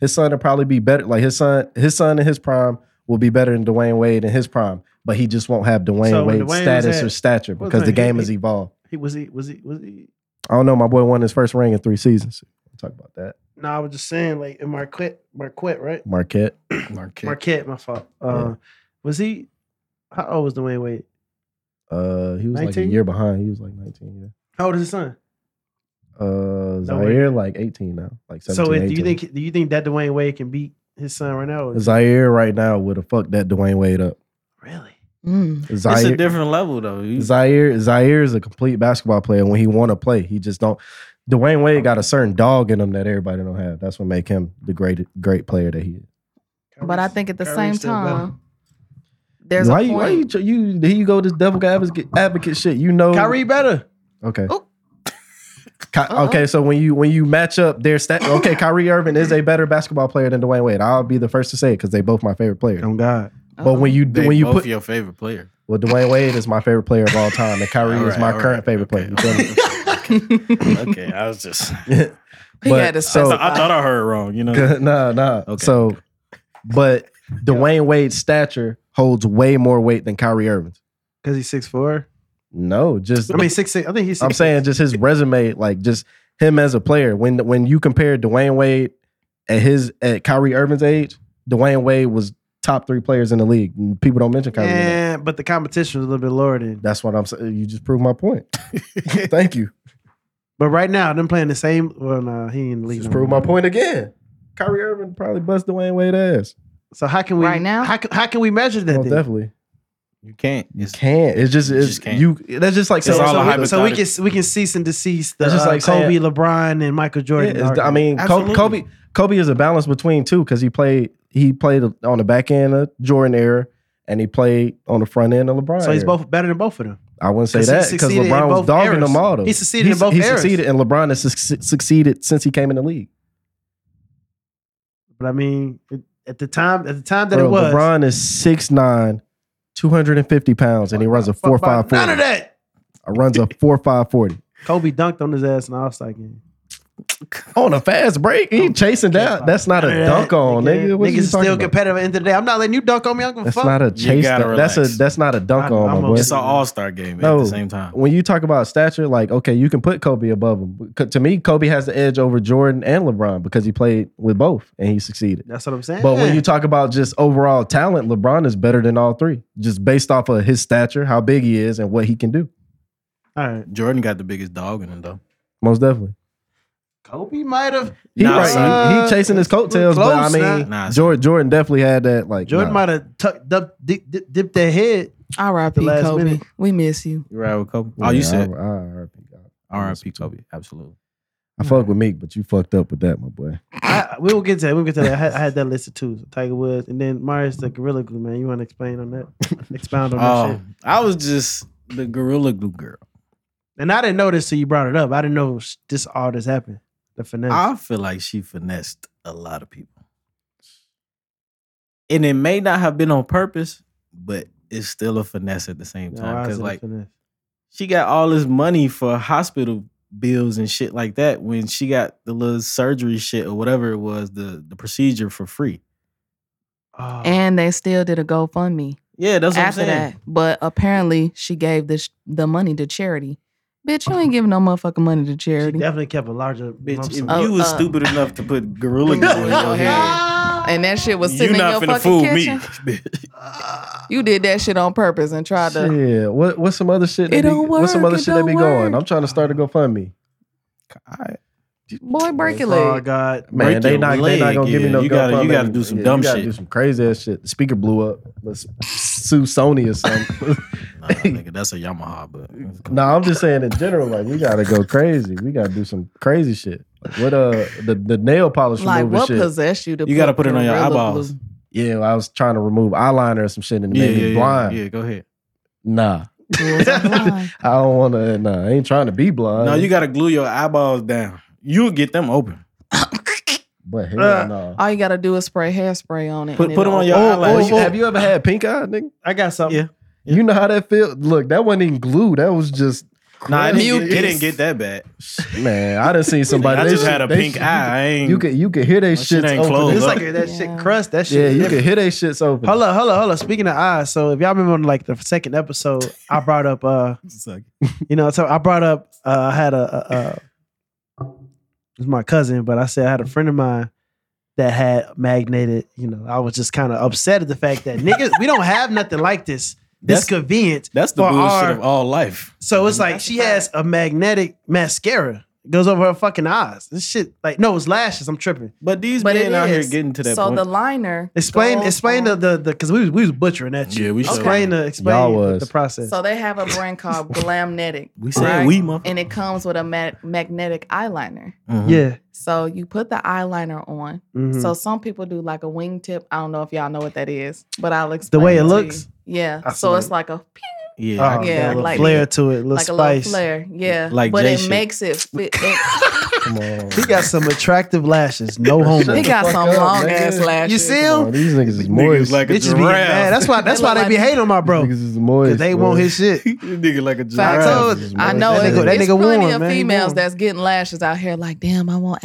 C: His son will probably be better. Like his son, his son in his prime will be better than Dwayne Wade in his prime, but he just won't have Dwayne
D: So when
C: Wade
D: Dwayne was
C: status
D: at-
C: or stature
D: what was
C: because the
D: his name?
C: game
D: He-
C: has evolved.
D: He was he was he was he.
C: I don't know. My boy won his first ring in three seasons. We'll talk about that.
D: No, I was just saying like in Marquette, Marquette, right?
C: Marquette.
B: Marquette.
D: Marquette, my fault. Uh,
C: Yeah.
D: Was he? How old was Dwayne Wade?
C: Uh, he was like a
D: 19?
C: year behind. He was like 19.
D: How old is his son?
C: Yeah. Uh,
D: No way.
C: Zaire like 18 now. Like 17.
D: So, if, do
C: 18.
D: you think do you think that Dwayne Wade can beat his son right now?
C: Zaire right now would have fucked that Dwayne Wade up?
D: Really?
E: Mm.
B: It's a
C: Zaire.
B: different level though.
C: Mm.
B: You-
C: Zaire Zaire is a complete basketball player when he want to play. He just don't. Dwayne Wade got a certain dog in him that everybody don't have. That's what make him the great great player that he is.
E: But I think at the
D: Kyrie's
E: same
D: still going.
E: time, there's
C: why
E: a
C: you,
E: point.
C: why you tr- you here you go this devil advocate advocate shit? You know
D: Kyrie better.
C: Okay.
E: Oh.
C: Ky-
E: Uh-oh.
C: Okay, so when you when you match up their stat, okay, Kyrie Irving is a better basketball player than Dwayne Wade. I'll be the first to say it because they both my favorite players.
D: God.
C: But when you
B: They
C: when you
B: both
C: put
B: your favorite player.
C: well, Dwayne Wade is my favorite player of all time, and Kyrie is
B: Alright,
C: my
B: alright,
C: current favorite
B: okay,
C: player. You feel me?
B: Okay, okay, I was just
E: he
C: but-
E: had to
C: so-
B: I,
E: specify.
B: thought- I thought I heard wrong, you know.
C: no, no.
B: Okay.
C: So, but Dwayne Wade's stature holds way more weight than Kyrie Irving's.
D: Because he's six four.
C: No, just
D: I mean six six. I think he's. 6
C: I'm saying just his resume, like just him as a player. When when you compare Dwayne Wade at his at Kyrie Irving's age, Dwayne Wade was top three players in the league. People don't mention Kyrie. Irving.
D: Yeah, but the competition is a little bit lower than.
C: That's what I'm saying. You just proved my point. Thank you.
D: But right now, them playing the same. Well, no, he ain't leading.
C: Just proved my point again. Kyrie Irving probably bust Dwayne Wade ass.
D: So how can we
E: Right now?
D: How can, how can we measure that?
C: Most
D: then?
C: definitely
B: You can't. It's,
C: can't. It's just
B: You
C: it's
B: just can't.
C: you. That's just like
B: It's
C: saying
B: all a
D: so, we,
B: hypothetical.
D: so we can we can cease and desist the
C: That's just
D: uh,
C: like
D: Kobe,
C: saying-
D: LeBron, and Michael Jordan.
C: Yeah, it's- I
D: argument.
C: mean, Kobe,
B: Absolutely.
C: Kobe Kobe is a balance between two because he played he played on the back end of Jordan era and he played on the front end of LeBron.
D: so he's
C: era.
D: both better than both of them.
C: I wouldn't say
D: 'cause he
C: that because
D: succeeded in
C: LeBron was
D: both
C: dogging
D: eras.
C: them all. though.
D: He succeeded in
C: He's-
D: both
C: He
D: eras.
C: succeeded, and LeBron has suc- succeeded since he came in the league.
D: But I mean, it, at the time at the time that
C: Bro,
D: it was,
C: LeBron is 6'9", 250 pounds, and he runs a
D: fuck
C: four
D: by
C: five
D: none
C: forty.
D: of that.
C: Runs a four five forty
D: Kobe dunked on his ass in the All Star game.
C: on a fast break. He chasing down. That's not
D: None
C: a
D: of
C: dunk
D: that,
C: on nigga. What
D: Niggas
C: you
D: is
C: talking
D: still
C: about?
D: competitive at the end of the day. I'm not letting you dunk on me. I'm gonna
C: That's
D: fuck.
C: not a
B: You
C: chase.
B: gotta
C: dunk. That's a
B: relax.
C: that's not a dunk
D: I'm-
C: on
D: I'm
C: my
D: a-
C: boy.
B: it's an all star game at
C: No.
B: the same time.
C: when you talk about stature, like okay, you can put Kobe above him. Co- To me, Kobe has the edge over Jordan and LeBron because he played with both and he succeeded.
D: That's what I'm saying.
C: But when you talk about just overall talent, LeBron is better than all three, just based off of his stature, how big he is, and what he can do.
D: all right,
B: Jordan got the biggest dog in him though.
C: Most definitely,
D: Kobe might have
C: he
B: Nah,
C: right,
B: son.
C: he- he chasing his coattails, but I
D: Close,
C: mean,
B: Nah, son.
C: Jordan, Jordan definitely had that. Like
D: Jordan
C: nah.
D: might have tucked up, dip, dip, dipped their head.
E: R.I.P.
D: The last
E: Kobe.
D: minute.
E: We miss you.
B: You right with Kobe? oh, you
C: Yeah,
B: said
C: I, I, I-
B: R.I.P. Kobe. Absolutely.
C: I fuck with Meek, but you fucked up with that, my boy.
D: I, we will get to that. We'll get to that. I had, I had that listed too. Tiger Woods, and then Marius the Gorilla Glue man. You want to explain on that? Expound on that shit.
B: Um, I was just the gorilla glue girl.
D: And I didn't know this till you brought it up. I didn't know sh- this all this happened. The finesse.
B: I feel like she finessed a lot of people. And it may not have been on purpose, but it's still a finesse at the same
D: Now,
B: time.
D: why is
B: Because
D: it a
B: like
D: finesse?
B: she got all this money for hospital bills and shit like that when she got the little surgery shit or whatever it was, the, the procedure for free.
D: Oh.
E: And they still did a GoFundMe
B: Yeah, that's what
E: after
B: I'm saying.
E: that. But apparently, she gave this the money to charity. Bitch, you ain't giving no motherfucking money to
D: she
E: charity.
D: definitely kept a larger
B: Bitch,
D: lump
B: if
D: sum.
E: Oh,
B: you was
E: uh,
B: stupid enough to put gorilla glue in your head,
E: And that shit was
B: you
E: sitting in your
B: not finna
E: fucking
B: fool
E: kitchen.
B: me. bitch.
E: You did that shit on purpose and tried to.
C: Yeah, what what's some other shit? That be,
E: It don't
C: What's some
E: work,
C: other
E: it
C: shit that be
E: don't
C: going?
E: work.
C: I'm trying to start a GoFundMe.
E: Boy, break your
D: Oh
E: leg.
D: God!
C: Man,
B: Break
C: they
B: your
C: not they not
B: leg,
C: gonna give me
B: yeah.
C: no
B: You gotta-
C: GoFundMe.
B: you gotta do some
C: Yeah,
B: dumb
C: you gotta
B: shit.
C: Do some crazy ass shit. The speaker blew up. Let's sue Sony or something.
B: Nah, nigga, that's a Yamaha, but
C: no, I'm just saying in general, like we gotta go crazy. We gotta do some crazy shit. Like, what uh the, the nail polish
E: Like,
C: remover
E: what
C: shit.
E: possessed you to
B: You gotta put it on your
E: Gorilla
B: eyeballs.
E: Glue?
C: yeah, I was trying to remove eyeliner or some shit and it made me blind.
B: yeah, go ahead.
C: Nah.
E: Rules are blind.
C: I don't wanna nah, I ain't trying to be blind.
B: No, you gotta glue your eyeballs down. You'll get them open.
C: but hell
B: Ah,
D: Uh,
C: no.
E: All you gotta do is spray hairspray on it.
B: Put-
E: and
B: put 'em
E: it'll-
B: on your
C: Oh,
B: eyelash.
C: oh, oh, have you ever had pink eye, nigga?
D: I got something.
B: Yeah.
C: You know how that feel? Look, that wasn't even glue. That was just
B: Nah, it
C: oh,
B: didn't,
E: Mucus.
B: get, it didn't get that bad.
C: Man, I done seen somebody.
B: I
C: they
B: just
C: shit-
B: had a
C: they
B: pink
C: shit-
B: eye. I ain't,
C: You could you could hear they
B: My shit
C: shits
B: ain't
C: open.
B: closed
D: It's
B: up.
D: like that shit
E: Yeah.
D: crust. That shit.
C: yeah,
D: is
C: you
D: different.
C: could hear they shits open.
D: Hold up, hold up, hold up. Speaking of eyes, so if y'all remember on like the second episode, I brought up uh, you know, so I brought up uh, I had a, a, a it was my cousin, but I said I had a friend of mine that had magneted. You know, I was just kind of upset at the fact that niggas we don't have nothing like this. This
B: That's-
D: convenient.
B: That's the
D: for
B: bullshit
D: our-
B: of all life.
D: So it's like
E: That's
D: she
E: a fact.
D: has a magnetic mascara. It Goes over her fucking eyes. This shit, like, no, it's lashes. I'm tripping.
B: But these
E: But
B: men
E: it
B: out here
E: is.
B: getting to that
E: so
B: point.
E: the liner.
D: Explain,
E: goes
D: explain the
E: on-
D: the because we was, we was butchering that shit.
B: Yeah, we sure
D: explain the explain
C: Y'all
D: the-
C: was.
D: the process.
E: So they have a brand called Glamnetic.
B: we said
E: right?
B: we, motherfucker.
E: And it comes with a ma- magnetic eyeliner.
B: Mhm.
D: yeah.
E: So you put the eyeliner on.
D: Mhm.
E: So some people do like a wingtip. I don't know if y'all know what that is, but I'll explain.
D: the way
E: it
D: it
E: to
D: looks,
E: you. Yeah.
D: I
E: so
D: see
E: it's
D: it.
E: like a
B: Yeah. I
D: oh,
B: can-
E: yeah,
D: yeah, a little
E: like-
D: flair to it, little
E: like a
D: spice.
E: little flare. Yeah.
B: Like
E: but
B: Jay
E: it
B: shit.
E: makes it fit. It,
C: Come on.
D: He got some attractive lashes, no
E: it
D: homo.
E: got
C: fuck
E: some
C: up,
E: long
C: nigga.
E: ass lashes.
D: You see
C: Come on,
D: him?
C: these niggas
B: Niggas
C: is moist.
B: like a
D: Bitches be mad.
B: giraffe.
D: That's why. That's why they be hating on my bro.
C: Niggas
D: Cause
C: is moist.
D: they
C: bro.
D: want his shit.
B: Nigga like a
E: I
B: giraffe.
D: told-
C: Niggas is
E: I
C: moist.
E: know
D: That
E: it,
D: nigga- that
E: it's
D: nigga
E: plenty
D: warm, man. He
E: of
D: warm.
E: females that's getting lashes out here. Like, damn, I want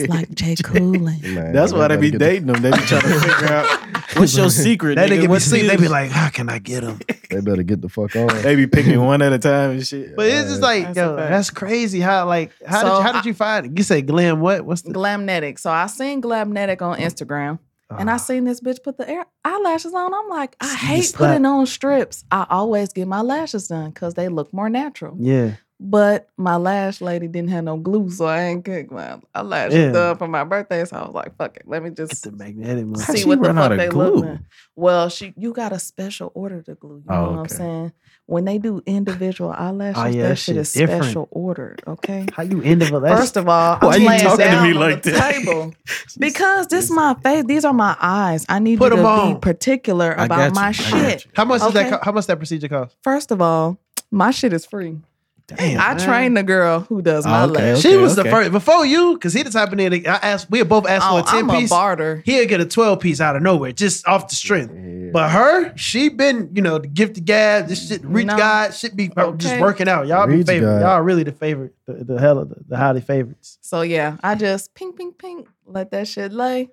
B: Yeah.
E: like Jay Coolin.
C: Man,
B: That's why they
C: gotta
B: be
C: get the-
B: dating them. They be trying to figure out what's your secret.
D: That nigga be
B: What's
D: sleep. They
B: his?
D: be like, how can I get him?
C: They better get the fuck on.
B: They be picking one at a time and shit.
D: But it's just like,
E: That's
D: yo,
E: a fact.
D: that's crazy. How like how did
E: So
D: you, how
E: I-
D: did you find it? You say glam what? What's the
E: Glamnetic. So I seen Glamnetic on Instagram. And
D: Ah.
E: I seen this bitch put the air, eyelashes on. I'm like, I
D: See, you
E: hate
D: slap.
E: putting on strips. I always get my lashes done because they look more natural.
D: yeah.
E: But my lash lady didn't have no glue, so I ain't get my eyelashes
D: Yeah.
E: done for my birthday. So I was like, fuck it, let me
D: Get
E: just
D: the magnetic one.
B: How
E: see
B: she
E: what the
B: run out
E: fuck
B: of
E: they
B: glue?
E: look like. Well, she you got a special order to glue. You
B: Oh,
E: know what I'm
B: okay.
E: saying? When they do individual eyelashes,
D: Oh, yeah,
E: that
D: that
E: shit
D: shit
E: is
D: different.
E: special ordered. Okay.
D: How you end of a
E: First of all,
B: Why
E: I'm
B: you
E: laying
B: talking to
E: down
B: me
E: on
B: like
E: the
B: that?
E: table because this is my face. These are my eyes. I need
D: Put
E: you
D: 'em
E: to
D: on.
E: be particular
B: I
E: about
B: got
E: my
B: you. I got
E: shit.
B: you.
D: How much does
E: Okay.
D: that? Co- how much that procedure cost?
E: First of all, my shit is free.
B: Damn.
E: I
D: man.
E: trained a girl who does my
B: Okay,
E: lash.
B: okay.
D: she was the first before you, because he the type of nigga. that- I asked. We both asked
E: Oh,
D: for a
E: I'm
D: ten
E: a
D: piece.
E: barter.
D: He'll get a twelve piece out of nowhere, just off the strength.
C: Yeah.
D: But her, she been, you know, the gift of gab, this shit, reach
E: No.
D: God, shit be uh, just
E: Okay.
D: working out. Y'all be
C: Reach God.
D: favorite. Y'all really the favorite, the, the hell of the, the highly favorites.
E: So yeah, I just ping, ping, ping. Let that shit lay.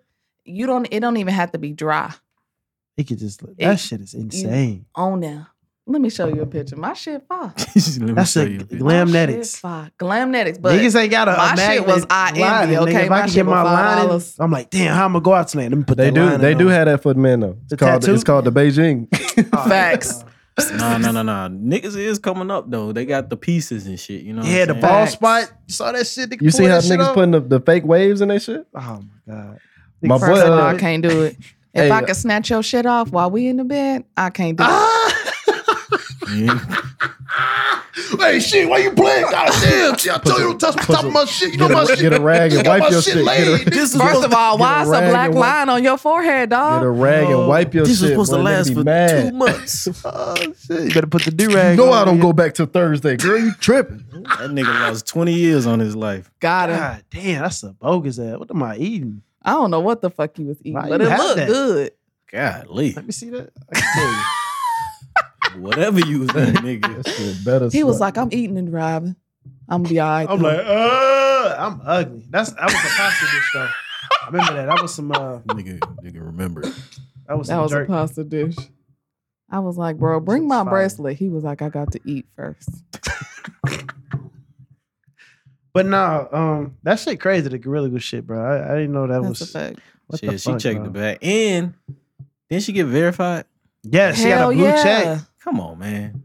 E: You don't. It don't even have to be dry
D: He could just, that
E: It-
D: shit is insane.
E: on there. Let me show you a picture. My shit fire.
B: Let me
D: That's
B: show
D: a
B: you a picture.
E: My Oh, shit
D: glamnetics.
E: fire. Glamnetics. But
D: Niggas ain't got a, a
E: my shit
D: magnet
E: was I envy,
D: lining, nigga.
E: okay?
D: If
E: My
D: I can
E: shit
D: get
E: was
D: my line, in,
E: $5.
D: I'm like, damn, how I'm gonna go out tonight? Let me put
C: They
D: that
C: do.
D: liner
C: They do
D: on.
C: have that for the men though. It's
D: The
C: called.
D: tattoo?
C: It's called the Beijing.
E: Facts.
B: Nah, nah, nah, nah. Niggas is coming up though. They got the pieces and shit. You know. what
D: yeah,
B: I'm
D: the
B: saying?
D: ball
E: Facts.
D: spot. You saw that shit? They
C: You see
D: pull
C: how
D: that shit
C: niggas
D: up?
C: putting the, the fake waves in their shit?
D: Oh my god.
C: My boy,
E: First of all,
C: uh,
E: I can't do it. If
C: hey,
E: I
C: uh,
E: could snatch your shit off while we in the bed, I can't do it.
D: Ah!
B: Yeah.
D: Hey, shit, why you playing? God damn, shit, I told you to touch the top of my shit. You know
C: Get
D: my
C: a,
D: shit.
C: get a rag and
D: you know
C: wipe
D: my
C: your
D: shit
C: shit. Get a,
D: laid.
C: get
E: First of all,
C: get
E: why
C: a
E: is a
C: rag
E: black
C: and wipe-
E: line on your forehead, dog?
C: a rag and wipe your
B: This was
C: shit.
B: supposed
C: boy.
B: to
C: Niggas
B: last
C: be
B: for
C: mad.
B: two months.
D: Oh, shit. You better put the do rag.
C: No, I don't go back till Thursday, girl. You tripping?
B: That nigga lost twenty years on his life.
E: Got him.
D: God damn, that's a bogus ass. What am I eating?
E: I don't know what the fuck you was eating,
D: Why
E: but
D: you
E: it
D: have
E: looked
D: that?
E: good.
B: Golly,
D: Let me see that. I can tell you.
B: whatever you was doing, nigga.
C: That shit better.
E: He was
C: suck.
E: like, I'm eating and driving. I'm gonna be all right.
D: I'm
E: though."
D: like, uh, I'm ugly. That's that was a pasta dish though. I remember that. That was some. Uh,
B: Nigga, nigga, remember.
D: that was
E: that
D: some
E: was
D: jerk.
E: a pasta dish. I was like, bro, bring my
D: Fire.
E: bracelet. He was like, I got to eat first.
D: But nah, um, that shit crazy. The gorilla glue shit, bro. I, I didn't know that
E: That's a
D: was.
E: fact.
D: What
B: Shit,
D: the
B: she
D: fuck,
B: checked
D: bro?
B: the back. And didn't she get verified?
D: Yes, she got
E: Hell
D: a blue
E: yeah.
D: check.
B: Come on, man.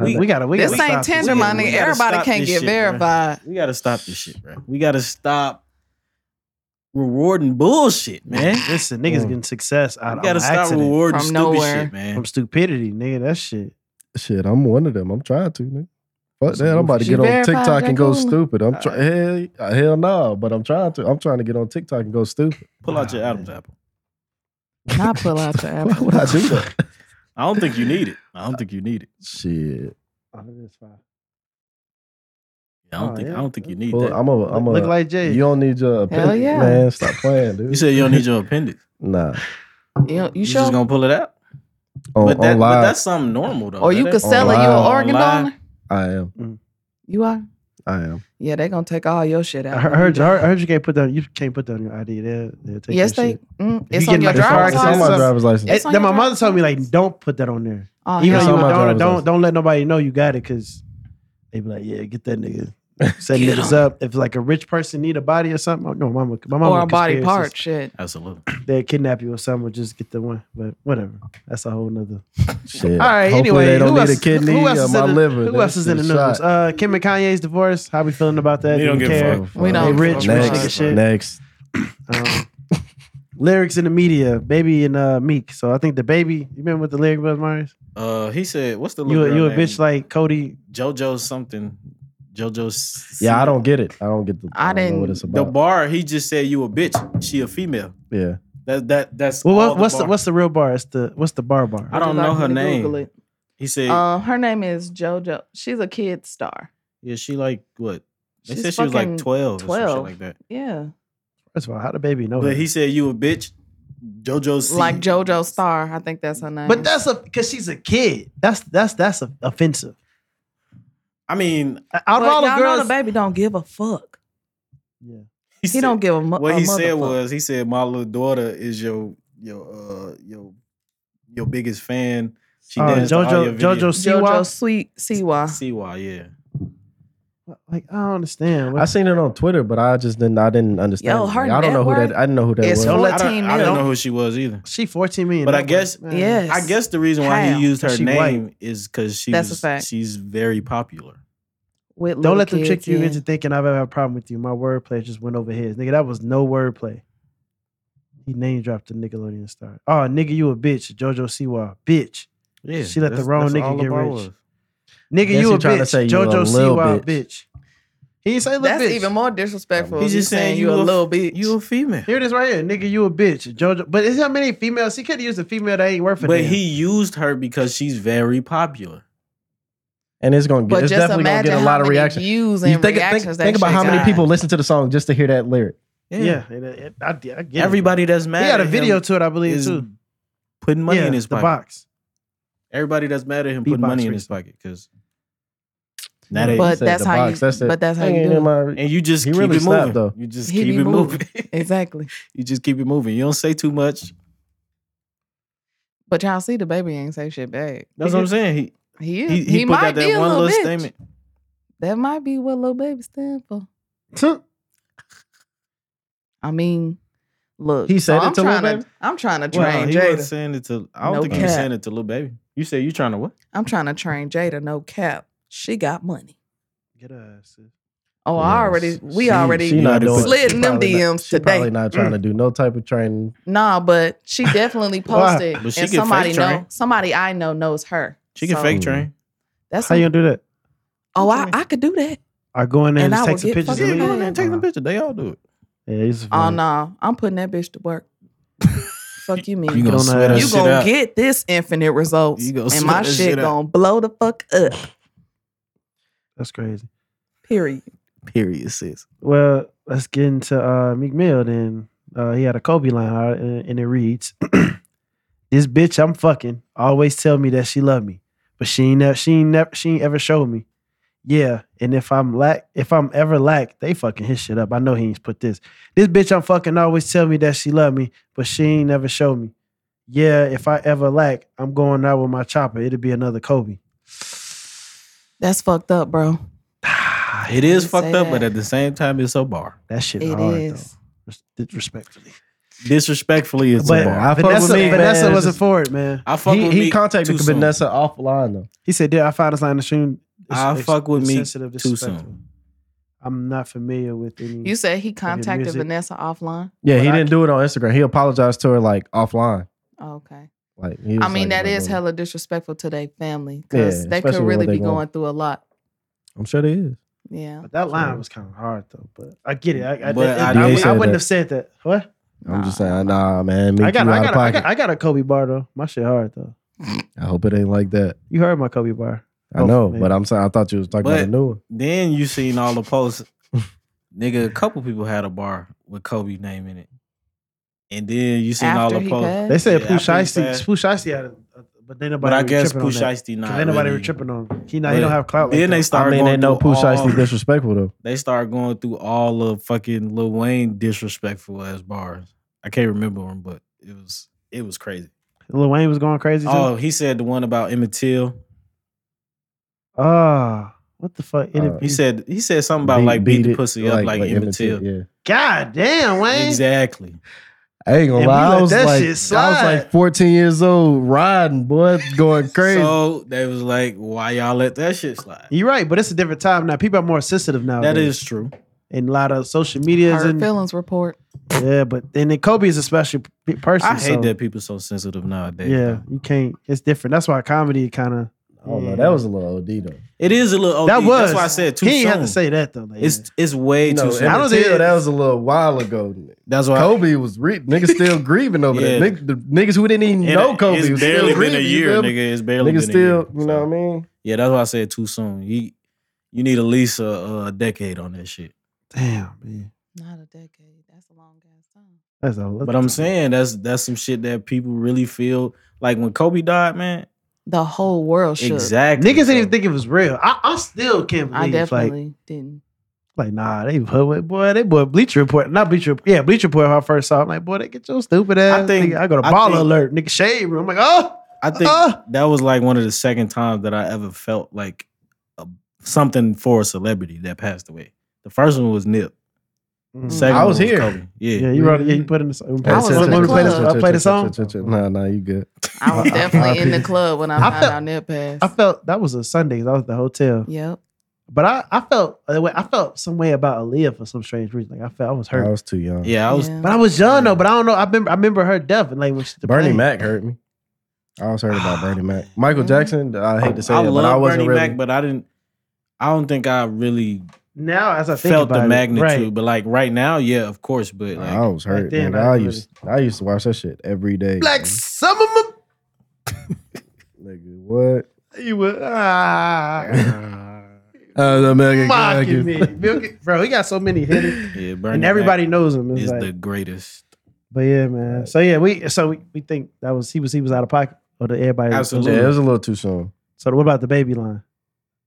D: We,
B: We-
D: gotta. We
E: This
D: gotta
E: ain't
D: stop this.
E: Tinder,
B: We-
E: my
B: we
E: nigga.
B: gotta
E: Everybody
B: stop
E: can't
B: this
E: get
B: shit, bro.
E: verified.
B: We gotta stop this shit, bro. We gotta stop rewarding bullshit, man.
D: Listen, niggas
C: Mm.
D: getting success
B: We
D: out of
B: gotta stop
D: accident
B: rewarding
E: From
B: stupid
E: nowhere.
B: shit, man.
D: from stupidity, nigga. That shit.
C: Shit, I'm one of them. I'm trying to, nigga. Fuck
D: Some
C: that. I'm about to
E: goofy-
C: get
E: You
C: on
E: verified
C: TikTok and go
E: Jack Cooler?
C: stupid. I'm trying. Hell, uh, hell no, but I'm trying to. I'm trying to get on TikTok and go stupid.
B: Pull out your Adam's apple.
E: Not pull out your
C: Why
E: apple.
C: would I do that?
B: I don't think you need it. I don't think you need it.
C: Shit.
B: Oh, I don't
D: Oh,
B: think.
D: yeah.
B: I don't think you need
C: Well,
B: that.
C: I'm a. I'm a.
D: Look like Jay.
C: you don't need your
E: Hell
C: opinion,
E: yeah.
C: man. Stop playing, dude.
B: you said you don't need your appendix.
C: nah.
E: You, you
B: You
E: sure?
B: just gonna pull it out?
C: On,
B: but, that,
C: on
B: but
C: live,
B: that's something normal though.
E: or you
B: That
E: could
B: ain't-
E: sell it. You
C: Online.
E: an organ
B: Online.
E: donor?
C: I am.
E: You are?
C: I am.
E: Yeah, they're gonna take all your shit
D: I
E: out.
D: heard, I heard, you- I heard you can't put down. You can't put down your ID. They'll, they'll take
E: yes,
D: your
E: they.
D: shit.
E: Mm,
D: If
E: it's
D: you
E: on
D: get
E: your
D: in my car,
E: driver's
C: it's on
E: license.
C: my driver's license.
E: It's
D: It-
E: on
D: then
E: your
D: my mother
E: driver's
D: told me
E: license.
D: like, don't put that on there.
E: Oh,
D: Even
C: It's on
D: though you
E: hell no.
C: my
D: don't,
C: driver's
D: don't
C: license.
D: don't let nobody know you got it because they be like, yeah, get that nigga. Set
E: Get
D: niggas up. If like a rich person need a body or something, oh, no, my mama, my mama
E: or a body part.
D: conspiracies.
E: Shit.
B: Absolutely.
D: They'll kidnap you or something. Or just get the one. But whatever, that's a whole nother.
C: Shit.
D: All right.
C: Hopefully
D: anyway,
C: they don't
D: who
C: need
D: else,
C: a kidney
D: who else
C: or
D: is
C: my
D: in the,
C: liver.
D: Who else is in the news? Uh, Kim and Kanye's divorce. How we feeling about that?
F: We
D: Do
F: don't
D: we
F: give a
D: care?
F: fuck.
E: We don't
D: They rich,
E: give a
D: rich
E: fuck.
D: nigga shit.
C: Next.
D: Um, lyrics in the media, baby and uh, Meek. So I think the baby. You remember what the lyric was, Myers?
B: Uh, he said, "What's the
D: You
B: little
D: a,
B: girl
D: you a
B: name?
D: bitch like Cody?
B: JoJo something? JoJo's
C: Yeah, I don't get it. I don't get the.
E: I
C: I, don't know what
E: didn't-
C: it's
B: The
C: about.
B: bar, he just said you a bitch. She a female.
C: yeah.
B: That that that's
D: Well,
B: all
D: what, what's
B: bar.
D: the what's the real bar? It's the what's the bar bar?
B: I don't
E: Would you
B: know
E: like
B: her
E: me to Google
B: name.
E: it?
B: he said
E: Um, her name is JoJo. She's a kid star.
B: yeah, she like what? They
E: She's
B: said she was like
E: fucking
B: twelve, or some
E: 12.
B: shit like that.
E: Yeah,
D: First of all, how the baby know?
B: But
D: her?
B: he said you a bitch. JoJo's
E: like JoJo Star. I think that's her name.
D: but that's a because she's a kid. That's that's that's a, offensive.
B: I mean,
D: Out of
E: But
D: all the
E: y'all know
D: girls,
E: the baby don't give a fuck.
D: yeah.
B: he,
E: He
B: said,
E: don't give a mu-
B: What
E: a
B: he said
E: motherfuck.
B: was, he said my little daughter is your your uh your your biggest fan. She
D: Uh,
B: danced to all your
D: JoJo JoJo
B: videos.
E: JoJo
D: Siwa.
E: Sweet Siwa.
B: CY, yeah.
D: Like I don't understand.
C: I seen it on Twitter, but I just didn't. I didn't understand.
E: Yo,
C: it.
E: her
C: Like, I don't know who that.
E: network
C: I didn't know who that
E: is
C: was.
D: Don't
E: full of
D: let-
B: I don't, I
E: teen
B: don't
E: milk.
B: know who she was either.
D: She 14 million.
B: But I
D: That
B: guess-
D: man.
E: Yes.
B: I guess the reason why
E: How?
B: he used her
D: She white.
B: name is because she
E: That's a
B: was-
E: fact.
B: she's very popular.
E: With
D: Don't
E: little
D: let them trick
E: kids
D: you
E: in.
D: into thinking I've ever had a problem with you. My wordplay just went over his. Nigga, that was no wordplay. He name dropped the Nickelodeon star. Oh, nigga, you a bitch. JoJo Siwa. Bitch.
B: Yeah,
D: She let the wrong nigga get rich. Nigga,
C: Guess
D: you
C: he
D: a
C: tryna
D: bitch.
C: say you a
D: JoJo
C: little
D: Siwa. Bitch.
C: bitch.
D: He ain't say little
E: That's
D: bitch.
E: even more disrespectful.
B: He's just saying you
E: a little
B: bit.
E: bitch.
B: You a female.
D: Here it is right here. Nigga, you a bitch. JoJo. But it's how many females. He could have used a female that ain't worth it.
B: But he used her because she's very popular.
C: and it's gonna. Get,
E: but
C: it's
E: just
C: definitely gonna
E: imagine
C: get a
E: how
C: lot of
E: many
C: reaction.
E: views and
C: You think, think,
E: reactions that
C: think about
E: shit
C: how many
E: got.
C: people listen to the song just to hear that lyric.
D: Yeah. it- it- I, I get it.
B: Everybody that's mad
D: He had a
B: at
D: video
B: him
D: to it, I believe,
B: is
D: too.
B: putting money
D: Yeah,
B: in his
D: the
B: pocket.
D: box.
B: Everybody that's mad at him putting
D: Beatbox
B: money in his
D: reason.
B: pocket because now they
E: But
C: Said
E: that's
C: the
E: how you.
C: box, that's it.
E: but that's how
C: Ain't
E: you
C: in
E: do. it.
C: my-
B: and you just
C: He
B: keep
C: really
B: it
C: slapped,
B: moving.
C: though.
B: You just
E: He
B: keep
E: be
B: it
E: moving.
B: moving.
E: Exactly.
B: you just keep it moving. You don't say too much.
E: But y'all see, the baby ain't say shit back.
B: That's what I'm saying. He
E: He is-
B: he,
E: he,
B: he, put
E: might
B: out
E: be
B: that
E: a
B: one
E: little
B: little
E: bitch.
B: statement.
E: That might be what little baby stand for. I mean, look.
C: He said it
E: I'm
C: to Lil
E: trying
C: Baby?
E: To, I'm trying to
B: Well,
E: train
B: he wasn't
E: Jada.
B: saying it to. I don't
E: No
B: think he was
E: cap.
B: saying it to little baby. You say you trying to what?
E: I'm trying to train Jada. No cap. She got money.
D: Get her ass. sis.
E: Oh,
C: Yes.
E: I already. We
C: She-
E: already.
C: she not doing-
E: slid
C: she
E: in them
C: probably not-
E: DMs
C: she
E: today.
C: Probably not trying to do no type of training.
E: Nah, but she definitely
D: Why?
E: posted,
B: But she
E: and
B: can
E: somebody
B: fake
E: know,
B: train.
E: somebody I know knows her.
B: She can
E: So,
B: fake train.
E: That's
D: How you gonna do that?
E: oh, I, I could do that.
D: Or go in there and,
E: And I
D: just take
E: will
D: some pictures
E: get fucking
D: and
B: Yeah,
D: leave?
E: mad.
B: go in there and take
D: Uh-huh.
B: the picture. They all do it.
D: Yeah, he's
E: Oh
D: funny.
E: no, I'm putting that bitch to work. Fuck you, mean.
B: You gonna
D: don't
B: sweat
D: know.
B: that
E: you
B: shit
E: gonna
B: out.
E: get this infinite results,
B: You gonna
E: and
B: sweat
E: my
B: that
E: shit,
B: shit out.
E: gonna blow the fuck up.
D: That's crazy.
E: Period.
B: period, sis.
D: Well, let's get into uh, Meek Mill then. Uh, he had a Kobe line, uh, and and it reads, "This bitch I'm fucking always tell me that she love me, but she ain't never, she ain't never, she ain't ever showed me. Yeah, and if I'm lack, if I'm ever lack, they fucking his shit up. I know he ain't put this. This bitch I'm fucking always tell me that she love me, but she ain't never showed me. Yeah, if I ever lack, I'm going out with my chopper. It'll be another Kobe.
E: That's fucked up, bro.
B: Ah, It is
E: Say
B: fucked up, but
E: that.
B: at the same time, it's a bar.
D: That shit
E: It
D: hard
E: is.
D: though. Res- Respectfully.
B: Disrespectfully, it's
D: But
B: a bar.
C: I fuck with
D: Vanessa,
C: Meek, man.
D: Vanessa
C: It's
D: wasn't
C: just-
D: for it, man.
B: I fuck
C: he
B: with
C: he
B: Meek
C: contacted
B: too soon.
C: Vanessa offline though.
D: He said, "Dude, I found this line in the stream." It's-
B: I
D: it's
B: fuck with Meek
D: insensitive,
B: too
D: disrespectful.
B: soon.
D: I'm not familiar with any.
E: You said he contacted
D: music.
E: Vanessa offline.
C: Yeah,
D: But
C: he
D: I-
C: didn't do it on Instagram. He apologized to her like offline.
E: Oh, okay.
C: Like he was
E: I
C: like,
E: mean, that
C: "Look,
E: is
C: look,
E: hella disrespectful to their family because
C: Yeah,
E: they could
C: especially
E: really
C: what they
E: be
C: going-
E: going through a lot.
C: I'm sure they is.
E: Yeah.
D: But that line was kind of hard though. But I get it. I, I,
B: But
D: I,
B: I- Yeah,
D: I,
B: he
D: would- I
C: said
D: wouldn't
C: that.
D: have said that. What?
C: I'm just saying, nah, man. Meek,
D: I got,
C: you
D: I
C: out
D: got,
C: of
D: I
C: pocket.
D: got, I got a Kobe bar though. My shit hard though.
C: I hope it ain't like that.
D: You heard my Kobe bar.
C: I
D: Oh,
C: know,
D: man.
C: but I'm saying I thought you was talking about
B: But-
C: a new one.
B: Then you seen all the posts. Nigga, a couple people had a bar with Kobe name in it. And then you seen all
E: After
B: the
E: he
B: posts.
E: passed?
D: They said
B: Yeah,
D: Pooh
B: after he
D: Shiesty,
B: passed.
D: Pooh Shiesty had a, a but then nobody.
B: But I
D: was
B: guess
D: tripping on
B: Push
D: that.
B: Ice D not.
D: 'Cause ain't nobody
B: really-
D: was tripping on him. He not.
B: But
D: He don't have clout.
B: Then
D: like
B: they
D: that.
B: started
C: I mean,
B: going
C: they know
B: through
C: Pooh Shiesty
B: all,
C: disrespectful though.
B: They started going through all of fucking Lil Wayne disrespectful ass bars. I can't remember them, but it was it was crazy.
D: Lil Wayne was going crazy. Too.
B: Oh, he said the one about Emmett Till.
D: Ah, what the fuck?
C: Uh,
B: Oh, He said he said something about
C: Beat-
B: like beat, the
C: it,
B: pussy up like, Emmett Till.
C: Yeah,
D: God damn, Wayne.
B: Exactly.
C: I ain't gonna
D: And we
C: lie. I
D: let
C: was
D: that
C: like,
D: shit
C: I was
D: slide.
C: like 14 years old, riding boy, going crazy.
B: So they was like, why y'all let that shit slide?
D: You're right, but it's a different time now. People are more sensitive now.
B: That is true.
D: and a lot of social medias
E: Hurt
D: and
E: feelings report.
D: yeah, but and then Kobe is a special p- person.
B: I hate
D: so,
B: that people so sensitive nowadays.
D: Yeah,
B: though.
D: you can't. It's different. That's why comedy kind of.
C: I don't know. That was a little OD though.
B: It is a little OD.
D: That was.
B: That's why I said too
D: he ain't
B: soon.
D: have to say that though. Like,
B: it's it's way
C: You know,
B: too soon.
D: I
C: I
D: don't
C: don't
D: think it-
C: that was a little while ago.
B: That's why
C: Kobe was re- niggas still grieving over
B: Yeah.
C: that. Nigg- the niggas who didn't even
B: It-
C: know Kobe
B: It's
C: was still
B: barely been
C: grieving.
B: a
C: you
B: year,
C: feel me?
B: nigga. It's barely
C: Niggas
B: been a year.
C: still, you know
B: So,
C: what I mean?
B: Yeah, that's why I said too soon. You you need at least a, a decade on that shit.
D: damn, man.
E: Not a decade. That's a long ass time.
D: That's a.
B: But I'm saying that's that's some shit that people really feel like when Kobe died, man.
E: The whole world should.
B: Exactly.
D: niggas didn't even
B: So,
D: think it was real. I, I still can't believe.
E: I
D: Like,
E: definitely didn't.
D: like nah, they boy, boy, they boy Bleacher Report, not Bleacher, Report. yeah, Bleacher Report. When I first saw, it, I'm like, boy, they get your stupid ass. I
B: think-
D: think I go to
B: I
D: baller
B: think-
D: alert, nigga shade room. I'm like, oh,
B: I think
D: Ah!
B: that was like one of the second times that I ever felt like a, something for a celebrity that passed away. The first one was Nip.
D: Hmm.
B: The Mm-hmm. second
C: I was
B: one
C: here.
B: Kobe. Yeah.
D: Yeah, you wrote it. Yeah, you put it in the song. I
E: was in the
D: when we play this,
E: club.
D: I play the song.
C: Nah, nah, you good.
E: I was
C: I- I-
E: definitely
C: I-
E: in the club when I,
D: I
E: found
D: felt-
E: out Nip passed.
D: I felt that was a Sunday. 'cause I was at the hotel,
E: yep.
D: but I, I felt uh, I felt some way about Aaliyah for some strange reason. Like I felt I was hurt,
C: I was too young.
B: Yeah, I was
E: yeah.
D: but I was young though. But I don't know. I remember I remember her death and like when she, the
C: Bernie
D: plane.
C: Mac hurt me. I always heard about Bernie Mac. Michael
E: Mhm.
C: Jackson, I hate to say it, but
B: love
C: I wasn't
B: Bernie
C: really.
B: Mac, but I didn't I don't think I really
D: Now as I think
B: felt
D: about
B: the
D: it,
B: magnitude.
D: right.
B: But like right now, yeah, of course. But like,
C: I was
D: Back
C: hurt.
D: then,
C: nigga.
D: I
C: I,
D: didn't
C: used I used to watch that shit every day.
D: Like some of them,
C: nigga, what?
D: you were ah,
C: Uh, the American
D: mocking me, Milky- bro. He got so many hitters,
B: yeah, Bernie
D: and everybody knows him.
B: Mac
D: It's
B: is
D: like-
B: the greatest.
D: but yeah, man. So yeah, we so we, we think that was he was he was out of pocket or the everybody.
B: Absolutely.
C: Yeah, it was a little too soon.
D: So what about the baby line?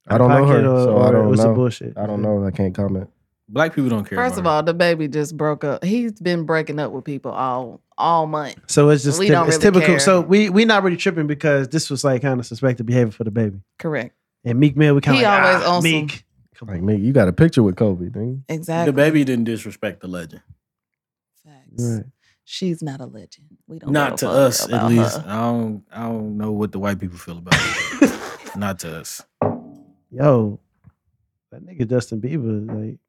C: I don't know her,
D: Pocket
C: so I
D: it
C: don't
D: was some
C: know.
D: bullshit.
C: I don't know. I can't comment.
B: Black people don't care.
E: First of
B: about
E: all, the baby just broke up. He's been breaking up with people all all month.
D: So it's just
E: We
D: typ-
E: don't
D: it's
E: really
D: typical.
E: care.
D: So we we not really tripping because this was like kind of suspected behavior for the baby.
E: Correct.
D: And Meek Mill, we kind of
E: He
D: like,
E: always
D: ah,
E: on some-
D: Meek. Come
C: Like me, you got a picture with Kobe, dude.
B: her. the
E: Exactly.
B: baby didn't disrespect the legend.
E: Facts.
D: Right.
E: She's not a legend. We don't.
B: Not
E: give
B: to
E: a fuck
B: us, at
E: about
B: least.
E: her.
B: I don't. I don't know what the white people feel about it. Not to us.
D: Yo, that nigga Justin Bieber like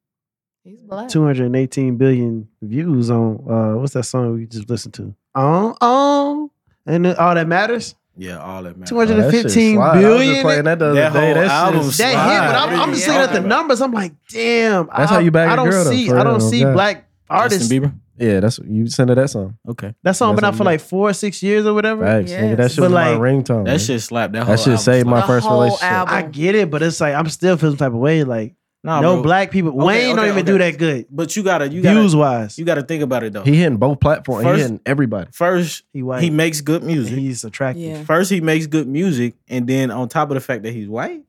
E: He's black.
D: 218 billion views on uh what's that song we just listened to? Oh, oh, and then all that matters.
B: Yeah, all that matters.
D: Two
C: Oh,
D: hundred and
C: that shit
D: fifteen
C: slide. I was just
D: billion.
C: playing
D: That
C: that the other
B: That
C: day.
B: whole
C: That shit
B: album
C: is-
D: hit,
B: slide.
D: but I'm, I'm just looking at the
B: Yeah.
D: numbers. I'm like, damn.
C: That's how you bag
D: I
C: a
D: don't
C: girl, though,
D: see.
C: for
D: I don't
C: real.
D: see
C: Yeah.
D: black artists.
B: Justin Bieber.
C: Yeah, that's you sent her that song.
B: Okay,
D: That song been
C: That's
D: out
C: what
D: for
C: you-
D: like four or six years or whatever.
C: Facts, nigga. That
E: Yes.
C: shit
D: But
C: was my
D: like-
C: ringtone. man.
B: that shit slapped. That,
C: That
B: whole
C: shit
B: Oh, album
C: saved my
B: slapped.
E: The
C: first
E: whole
C: relationship.
E: album.
D: I get it, but it's like I'm still feeling some type of way. Like
B: Nah,
D: no
B: bro.
D: black people.
B: Okay,
D: Wayne don't
B: okay,
D: even
B: okay.
D: do that good.
B: But you gotta. You gotta.
D: Views wise,
B: You gotta think about it though.
C: He hitting both platforms.
B: First-
C: he hitting everybody.
B: First,
D: he white.
B: he makes good
D: and
B: music.
D: he's attractive.
E: Yeah.
B: First, he makes good music, and then on top of the fact that he's white,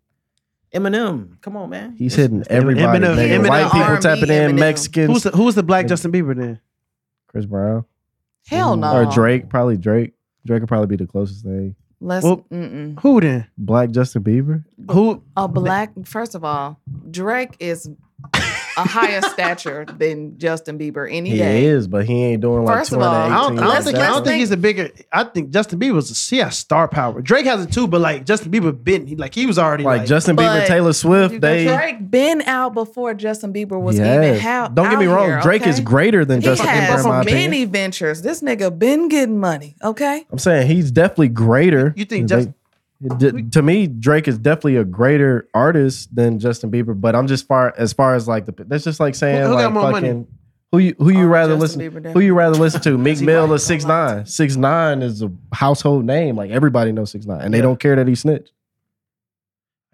B: Eminem, come on, man.
C: He's hitting
D: Eminem-
C: everybody.
D: Eminem-
C: nigga.
D: Eminem
C: White people
E: R&B
C: tapping in,
E: Eminem.
C: Mexicans.
D: Who's the, who was the black Justin Bieber then?
C: Chris Brown
E: Hell no.
C: or Drake? Probably Drake. Drake would probably be the closest thing.
E: Let's.
D: Well-
E: mm-mm.
D: Who then?
C: Black Justin Bieber.
D: Who?
E: A black. First of all, Drake is a higher stature than Justin Bieber any
C: He
E: day.
C: is, but he ain't doing like
E: First of all, I
D: I don't,
C: 218.
D: I don't
E: Let's-
D: think, I
E: let's
D: don't think
E: think-
D: he's the bigger. I think Justin Bieber was a, he has star power. Drake has it too, but like Justin Bieber been he, like he was already like,
C: like Justin Bieber,
E: But
C: Taylor Swift.
E: You
C: They
E: got Drake been out before Justin Bieber was even
C: Yes.
E: out.
C: Don't get me
E: out
C: wrong.
E: here,
C: Drake is
E: okay?
C: greater than
E: He
C: Justin Bieber.
E: has
C: In my
E: many
C: opinion.
E: ventures. This nigga been getting money. Okay.
C: I'm saying he's definitely greater.
D: You think
C: They- d- to me, Drake is definitely a greater artist than Justin Bieber. But I'm just far as far as like the that's just like saying
D: who got
C: like
D: more money?
C: fucking who you who you
E: Oh,
C: rather
E: Justin Bieber
C: listen who
E: definitely.
C: you rather listen to Meek
E: he
C: Mill
E: white,
C: or
E: don't
C: Six
E: lie to
C: Nine. Six Nine is a household name. Like everybody knows Six Nine, and they
D: Yeah.
C: don't care that he snitched.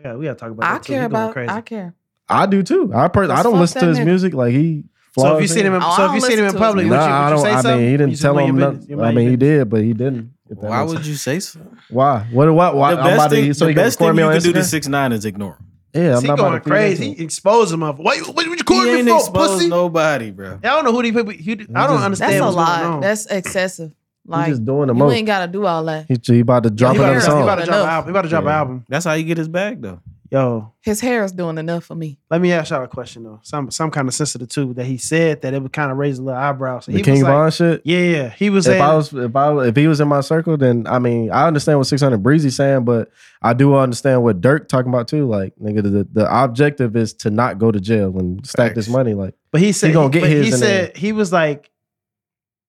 D: Yeah, we gotta talk about.
E: I
D: that too. He
E: care
D: going
E: about.
D: crazy.
E: I care.
C: I do too. I per- I
E: Let's
C: don't
E: fuck
C: listen to
E: that
C: his
E: nigga.
C: music. Like he.
D: So
C: flaws
D: if you
C: in
D: seen
C: it.
D: him, in,
E: Oh, I
D: so if you
E: don't
D: seen him in
E: listen to his
D: public, would you,
E: music.
D: would
C: Nah, I
D: you
C: don't.
D: say
C: I
D: something?
C: mean, he
D: You
C: didn't
D: just
C: tell
D: mind
C: him.
D: your
C: noth-
D: business. You
C: I
D: mind your
C: mean, he
D: business.
C: did, but he didn't. if that
B: Why
C: makes-
B: would you say so?
C: Why? What? What? Why?
B: the
C: I'm about
B: best thing,
C: to, so
B: the
C: you can
B: best thing
C: record me
B: you
C: on
B: can do to
C: Instagram?
B: six nine is ignore him.
C: Yeah, I'm
D: he
C: not about
D: going
C: to feed into
D: crazy.
C: it.
D: He expose him up. What, what would you call
B: He
D: me
B: ain't
D: for,
B: exposed
D: pussy?
B: nobody, bro.
D: I don't know who these people. Who, do- I don't
C: just-
D: understand.
E: That's a
D: what's going on.
E: lot. That's excessive. Like
C: He's just doing the
E: you
C: most.
E: ain't gotta do all that.
C: He, he about to drop
D: he
E: dropping
D: about,
C: another
D: to-
E: a
C: song.
D: he
E: song.
D: about to drop an
E: Enough.
D: album. He about to drop an
C: Yeah.
D: album.
B: That's how you get his bag, though.
D: Yo,
E: His hair is doing enough for me.
D: let me ask y'all a question though. Some some kind of sensitive too that he said that it would kind of raise a little eyebrow. So
C: The
D: he
C: King
D: was like,
C: Von shit.
D: Yeah, he was
C: If
D: saying.
C: I was, if I, was- if he was in my circle, then I mean, I understand what 600 Breezy saying, but I do understand what Dirk talking about too. Like, nigga, the, the objective is to not go to jail and stack this
B: Facts.
C: money. Like,
D: but he said.
C: gonna get
D: but
C: his
D: He
C: in
D: said he was like,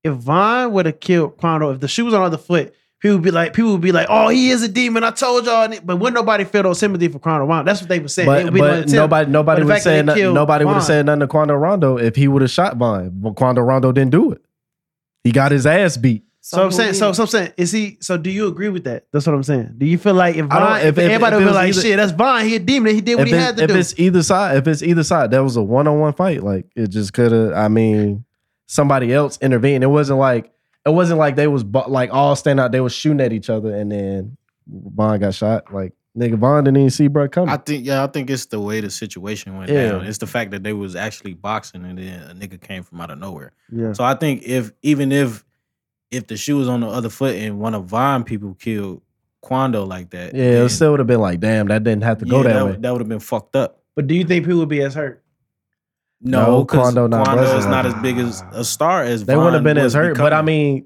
D: if Von would have killed Quando, if the shoe was on the other foot, people would be like, people would be like, oh, he is a demon. I told y'all, but would nobody feel no sympathy for Quando? Wow, that's what they were saying. They
C: but
D: would be like,
C: but
D: "Tim,
C: nobody nobody
D: the
C: would
D: fact that
C: say
D: they killed
C: nobody would have
D: Von.
C: said nothing to Quando Rondo if he would have shot Von. But Quando Rondo didn't do it. He got his ass beat.
D: So, I'm
E: who
D: saying,
E: did
D: so,
E: it?
D: so I'm saying, is he? So do you agree with that? That's what I'm saying. Do you feel like if
C: I don't-
D: Von,
C: if-
D: if,
C: if-
D: everybody
C: if it
D: would be
C: was
D: like,
C: either-
D: shit, that's Von, he a demon, he did what
C: if
D: he
C: it-
D: had to
C: if
D: do.
C: it's either side, if it's either side, that was a one on one fight. Like it just could have. I mean, somebody else intervened. It wasn't like it wasn't like they was bu- like all stand out. They was shooting at each other, and then Bond got shot. Like nigga, Bond didn't even see bro coming.
B: I think, yeah, I think it's the way the situation went
C: Yeah.
B: down. It's the fact that they was actually boxing and then a nigga came from out of nowhere.
D: Yeah.
B: So I think if even if if the shoe was on the other foot and one of Vine people killed Quando like that,
C: yeah,
B: then-
C: it still would have been like, damn, that didn't have to go
B: yeah,
C: that,
B: that,
C: way.
B: That would have been fucked up.
D: But do you think people would be as hurt?
B: No,
C: No,
B: because
C: Quando
B: Quando,
C: not blessed
B: is
C: enough.
B: not as big as a star as
C: they wouldn't have
B: Von
C: been
B: was
C: as hurt. But I
B: becoming.
C: mean,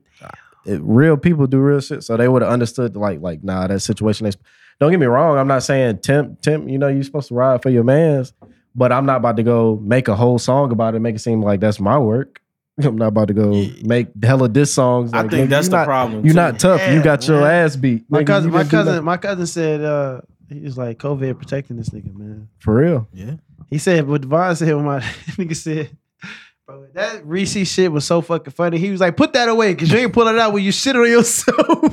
C: it, real people do real shit, so they would have understood. Like, like nah, that situation. Is, don't get me wrong. I'm not saying temp, temp. You know, you're supposed to ride for your man's, but I'm not about to go make a whole song about it, make it seem like that's my work. I'm not about to go
B: Yeah.
C: make hella diss songs.
B: I
C: Like,
B: think
C: nigga,
B: that's
C: you
B: the
C: not,
B: problem.
C: You're
B: too.
C: not tough. you
D: Yeah,
C: got your
D: man.
C: ass beat.
D: My
C: Nigga,
D: cousin,
C: you
D: my
C: didn't do
D: cousin,
C: nothing.
D: my cousin said, uh, he was like, COVID protecting this nigga, man.
C: for real.
B: Yeah.
D: He said, what Von said, when my nigga said, bro, that Reese shit was so fucking funny. He was like, put that away because you ain't pulling it out when you shit on yourself. God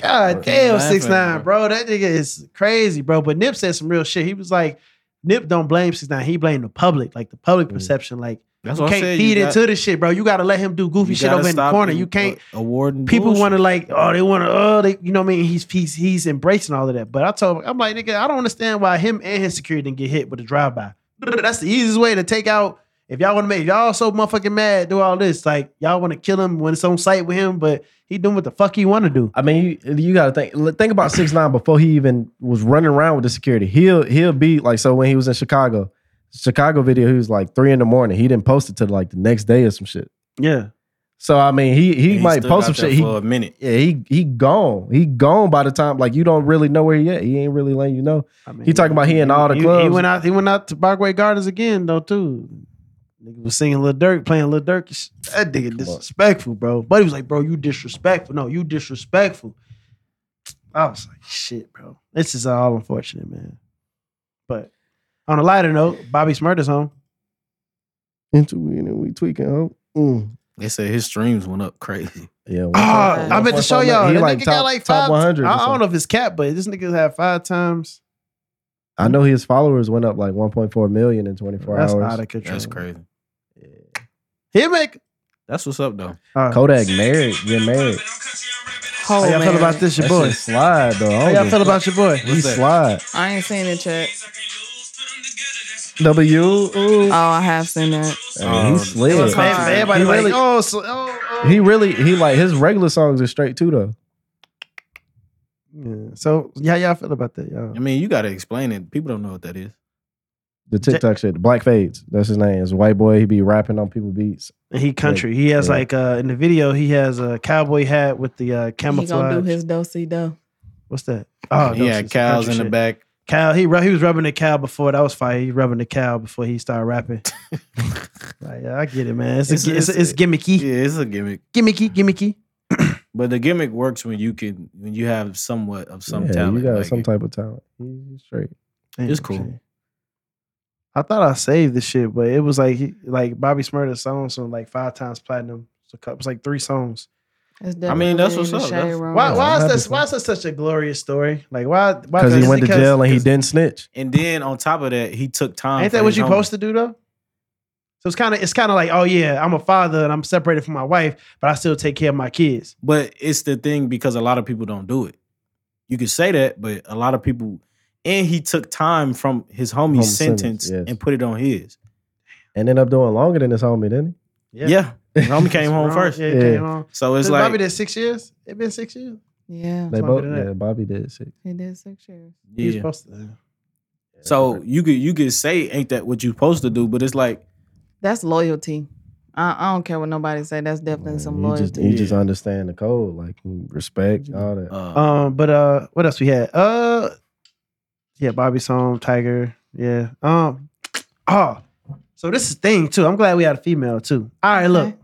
B: Bro,
D: damn,
B: can't laugh
D: six
B: at
D: nine,
B: it,
D: bro. That nigga is crazy, bro. But Nip said some real shit. He was like, Nip don't blame six nine. He blamed the public, like the public
C: Mm.
D: perception. Like
B: That's
D: you
B: what I'm
D: can't
B: saying.
D: feed
B: you got-
D: into this shit, bro. You gotta let him do goofy
B: you
D: shit
B: gotta
D: over in the
B: stop
D: corner.
B: and,
D: You can't
B: uh, awarding
D: people
B: bullshit.
D: want to like, oh, they want to, oh, they, you know what I mean? He's he's he's embracing all of that. But I told him, I'm like, nigga, I don't understand why him and his security didn't get hit with a drive by. That's the easiest way to take out. If y'all want to make y'all so motherfucking mad, do all this. Like y'all want to kill him when it's on site with him, but he doing what the fuck he want to do.
C: I mean, you, you got to think. l- Think about six nine before he even was running around with the security. He'll he'll be like so when he was in Chicago, Chicago video. He was like three in the morning. He didn't post it till like the next day or some shit.
D: Yeah,
C: So I mean, he he,
B: And
C: might
B: stood
C: post some
B: out there
C: shit. He
B: for a minute.
C: yeah, he he gone. He gone by the time like you don't really know where he at. He ain't really letting you know.
D: I mean,
C: He talking about he in all the
D: he, He
C: clubs.
D: went out. He went out to Barkway Gardens again though too. Nigga was singing Lil Durk, playing Lil Durk. That nigga
C: on.
D: disrespectful, bro. But he was like, bro, you disrespectful. No, you disrespectful. I was like, shit, bro. This is all unfortunate, man. But on a lighter note, Bobby Smurt is home.
C: Into we and we tweaking. Oh. Mm.
B: They said his streams went up crazy.
C: Yeah, one
D: Ah,
C: point-
E: I
D: I
C: one
D: meant to
C: point
D: show
C: five
D: y'all.
C: million.
D: That
C: He like
D: nigga
C: top,
D: got like
C: top
D: five.
C: 100. or
D: I, I don't
C: something.
D: know if it's cap, but this nigga's had five times.
C: I know his followers went up like 1.4 million in 24
D: That's
C: hours.
D: out of control.
B: That's crazy.
D: He make.
B: That's what's up though.
D: Uh,
C: Kodak married, get married.
E: Whole
D: how y'all feel
E: Oh, man.
D: about this, your
C: That
D: boy?
C: shit slide though.
D: How
C: I
D: y'all
C: don't
D: feel
C: give a
D: about your boy?
C: fuck. He
B: that?
C: slide.
E: I ain't seen it yet.
C: W. ooh.
E: Oh, I have seen that.
C: Hey, he
B: Um,
E: It
C: slid.
E: was hard.
D: Man, everybody
C: He
D: like,
C: really-
D: oh, so, oh, oh.
C: He really he like his regular songs are straight too though.
D: Yeah. So yeah, y'all feel about that, y'all.
B: I mean, you gotta explain it. People don't know what that is.
C: The
D: J-
C: TikTok shit, Black Fades. That's his name. It's a white boy. He be rapping on people beats.
D: And he country. He has
C: yeah.
D: like uh in the video, he has a cowboy hat with the uh
E: He
D: camouflage.
E: gonna do his do si do.
D: What's that? Oh,
B: he
D: no,
B: had
D: it's country
B: cows in the
D: shit.
B: back.
D: Cow. He ru- he was rubbing the cow before that was fire. He rubbing the cow before he started rapping. like, yeah, I get it, man. It's a-
B: It's-
D: it's, it's,
B: it's-
D: gimmicky,
B: Yeah, it's a gimmick.
D: gimmicky, gimmicky.
B: But the gimmick works when you can when you have somewhat of some
C: yeah,
B: talent.
C: You got
B: like
C: some
B: it.
C: type of talent. He's straight.
D: Damn,
B: It's cool.
D: shit. I thought I saved this shit, but it was like he, like Bobby Smurda's songs on like five times platinum. So it was like three songs.
B: I mean, that's what's up. That's-
E: Why,
D: Why, why
C: I've
D: is
C: had
D: this? Why is this such a glorious story? Like why? Why?
C: Because he
D: is it
C: went to jail and he
D: 'cause-
C: didn't snitch.
B: And then on top of that, he took time.
D: Ain't
B: for
D: that what
B: his
D: you
B: homies.
D: supposed to do though? So it's kind of it's kind of like, oh yeah, I'm a father and I'm separated from my wife, but I still take care of my kids.
B: But it's the thing because a lot of people don't do it. You could say that, but a lot of people, and he took time from his homie's
C: Home sentence,
B: sentence,
C: yes.
B: and put it on his.
C: and end up doing longer than his homie, didn't
B: Yeah, his homie came home first.
D: Yeah,
C: Yeah.
D: came home.
B: So it's
D: It's
B: like
D: Bobby did six years. It been six years.
E: Yeah,
C: he? They
D: That's why I
C: both.
D: did that.
C: Yeah, Bobby did six.
E: he did six years.
D: He was
B: yeah. Uh-huh.
D: supposed to.
B: So you could you could say ain't that what you supposed to do, but it's like
E: That's loyalty. I, I don't care what nobody say. That's definitely
C: Man,
E: some
C: you
E: loyalty.
C: Just, you just
B: Yeah.
C: understand the code, like you respect all that.
B: uh,
D: Um, but uh, what else we had? Uh, yeah, Bobby Song, Tiger. Yeah. Um. Oh, so this is thing too. I'm glad we had a female too. All right, look.
E: Okay.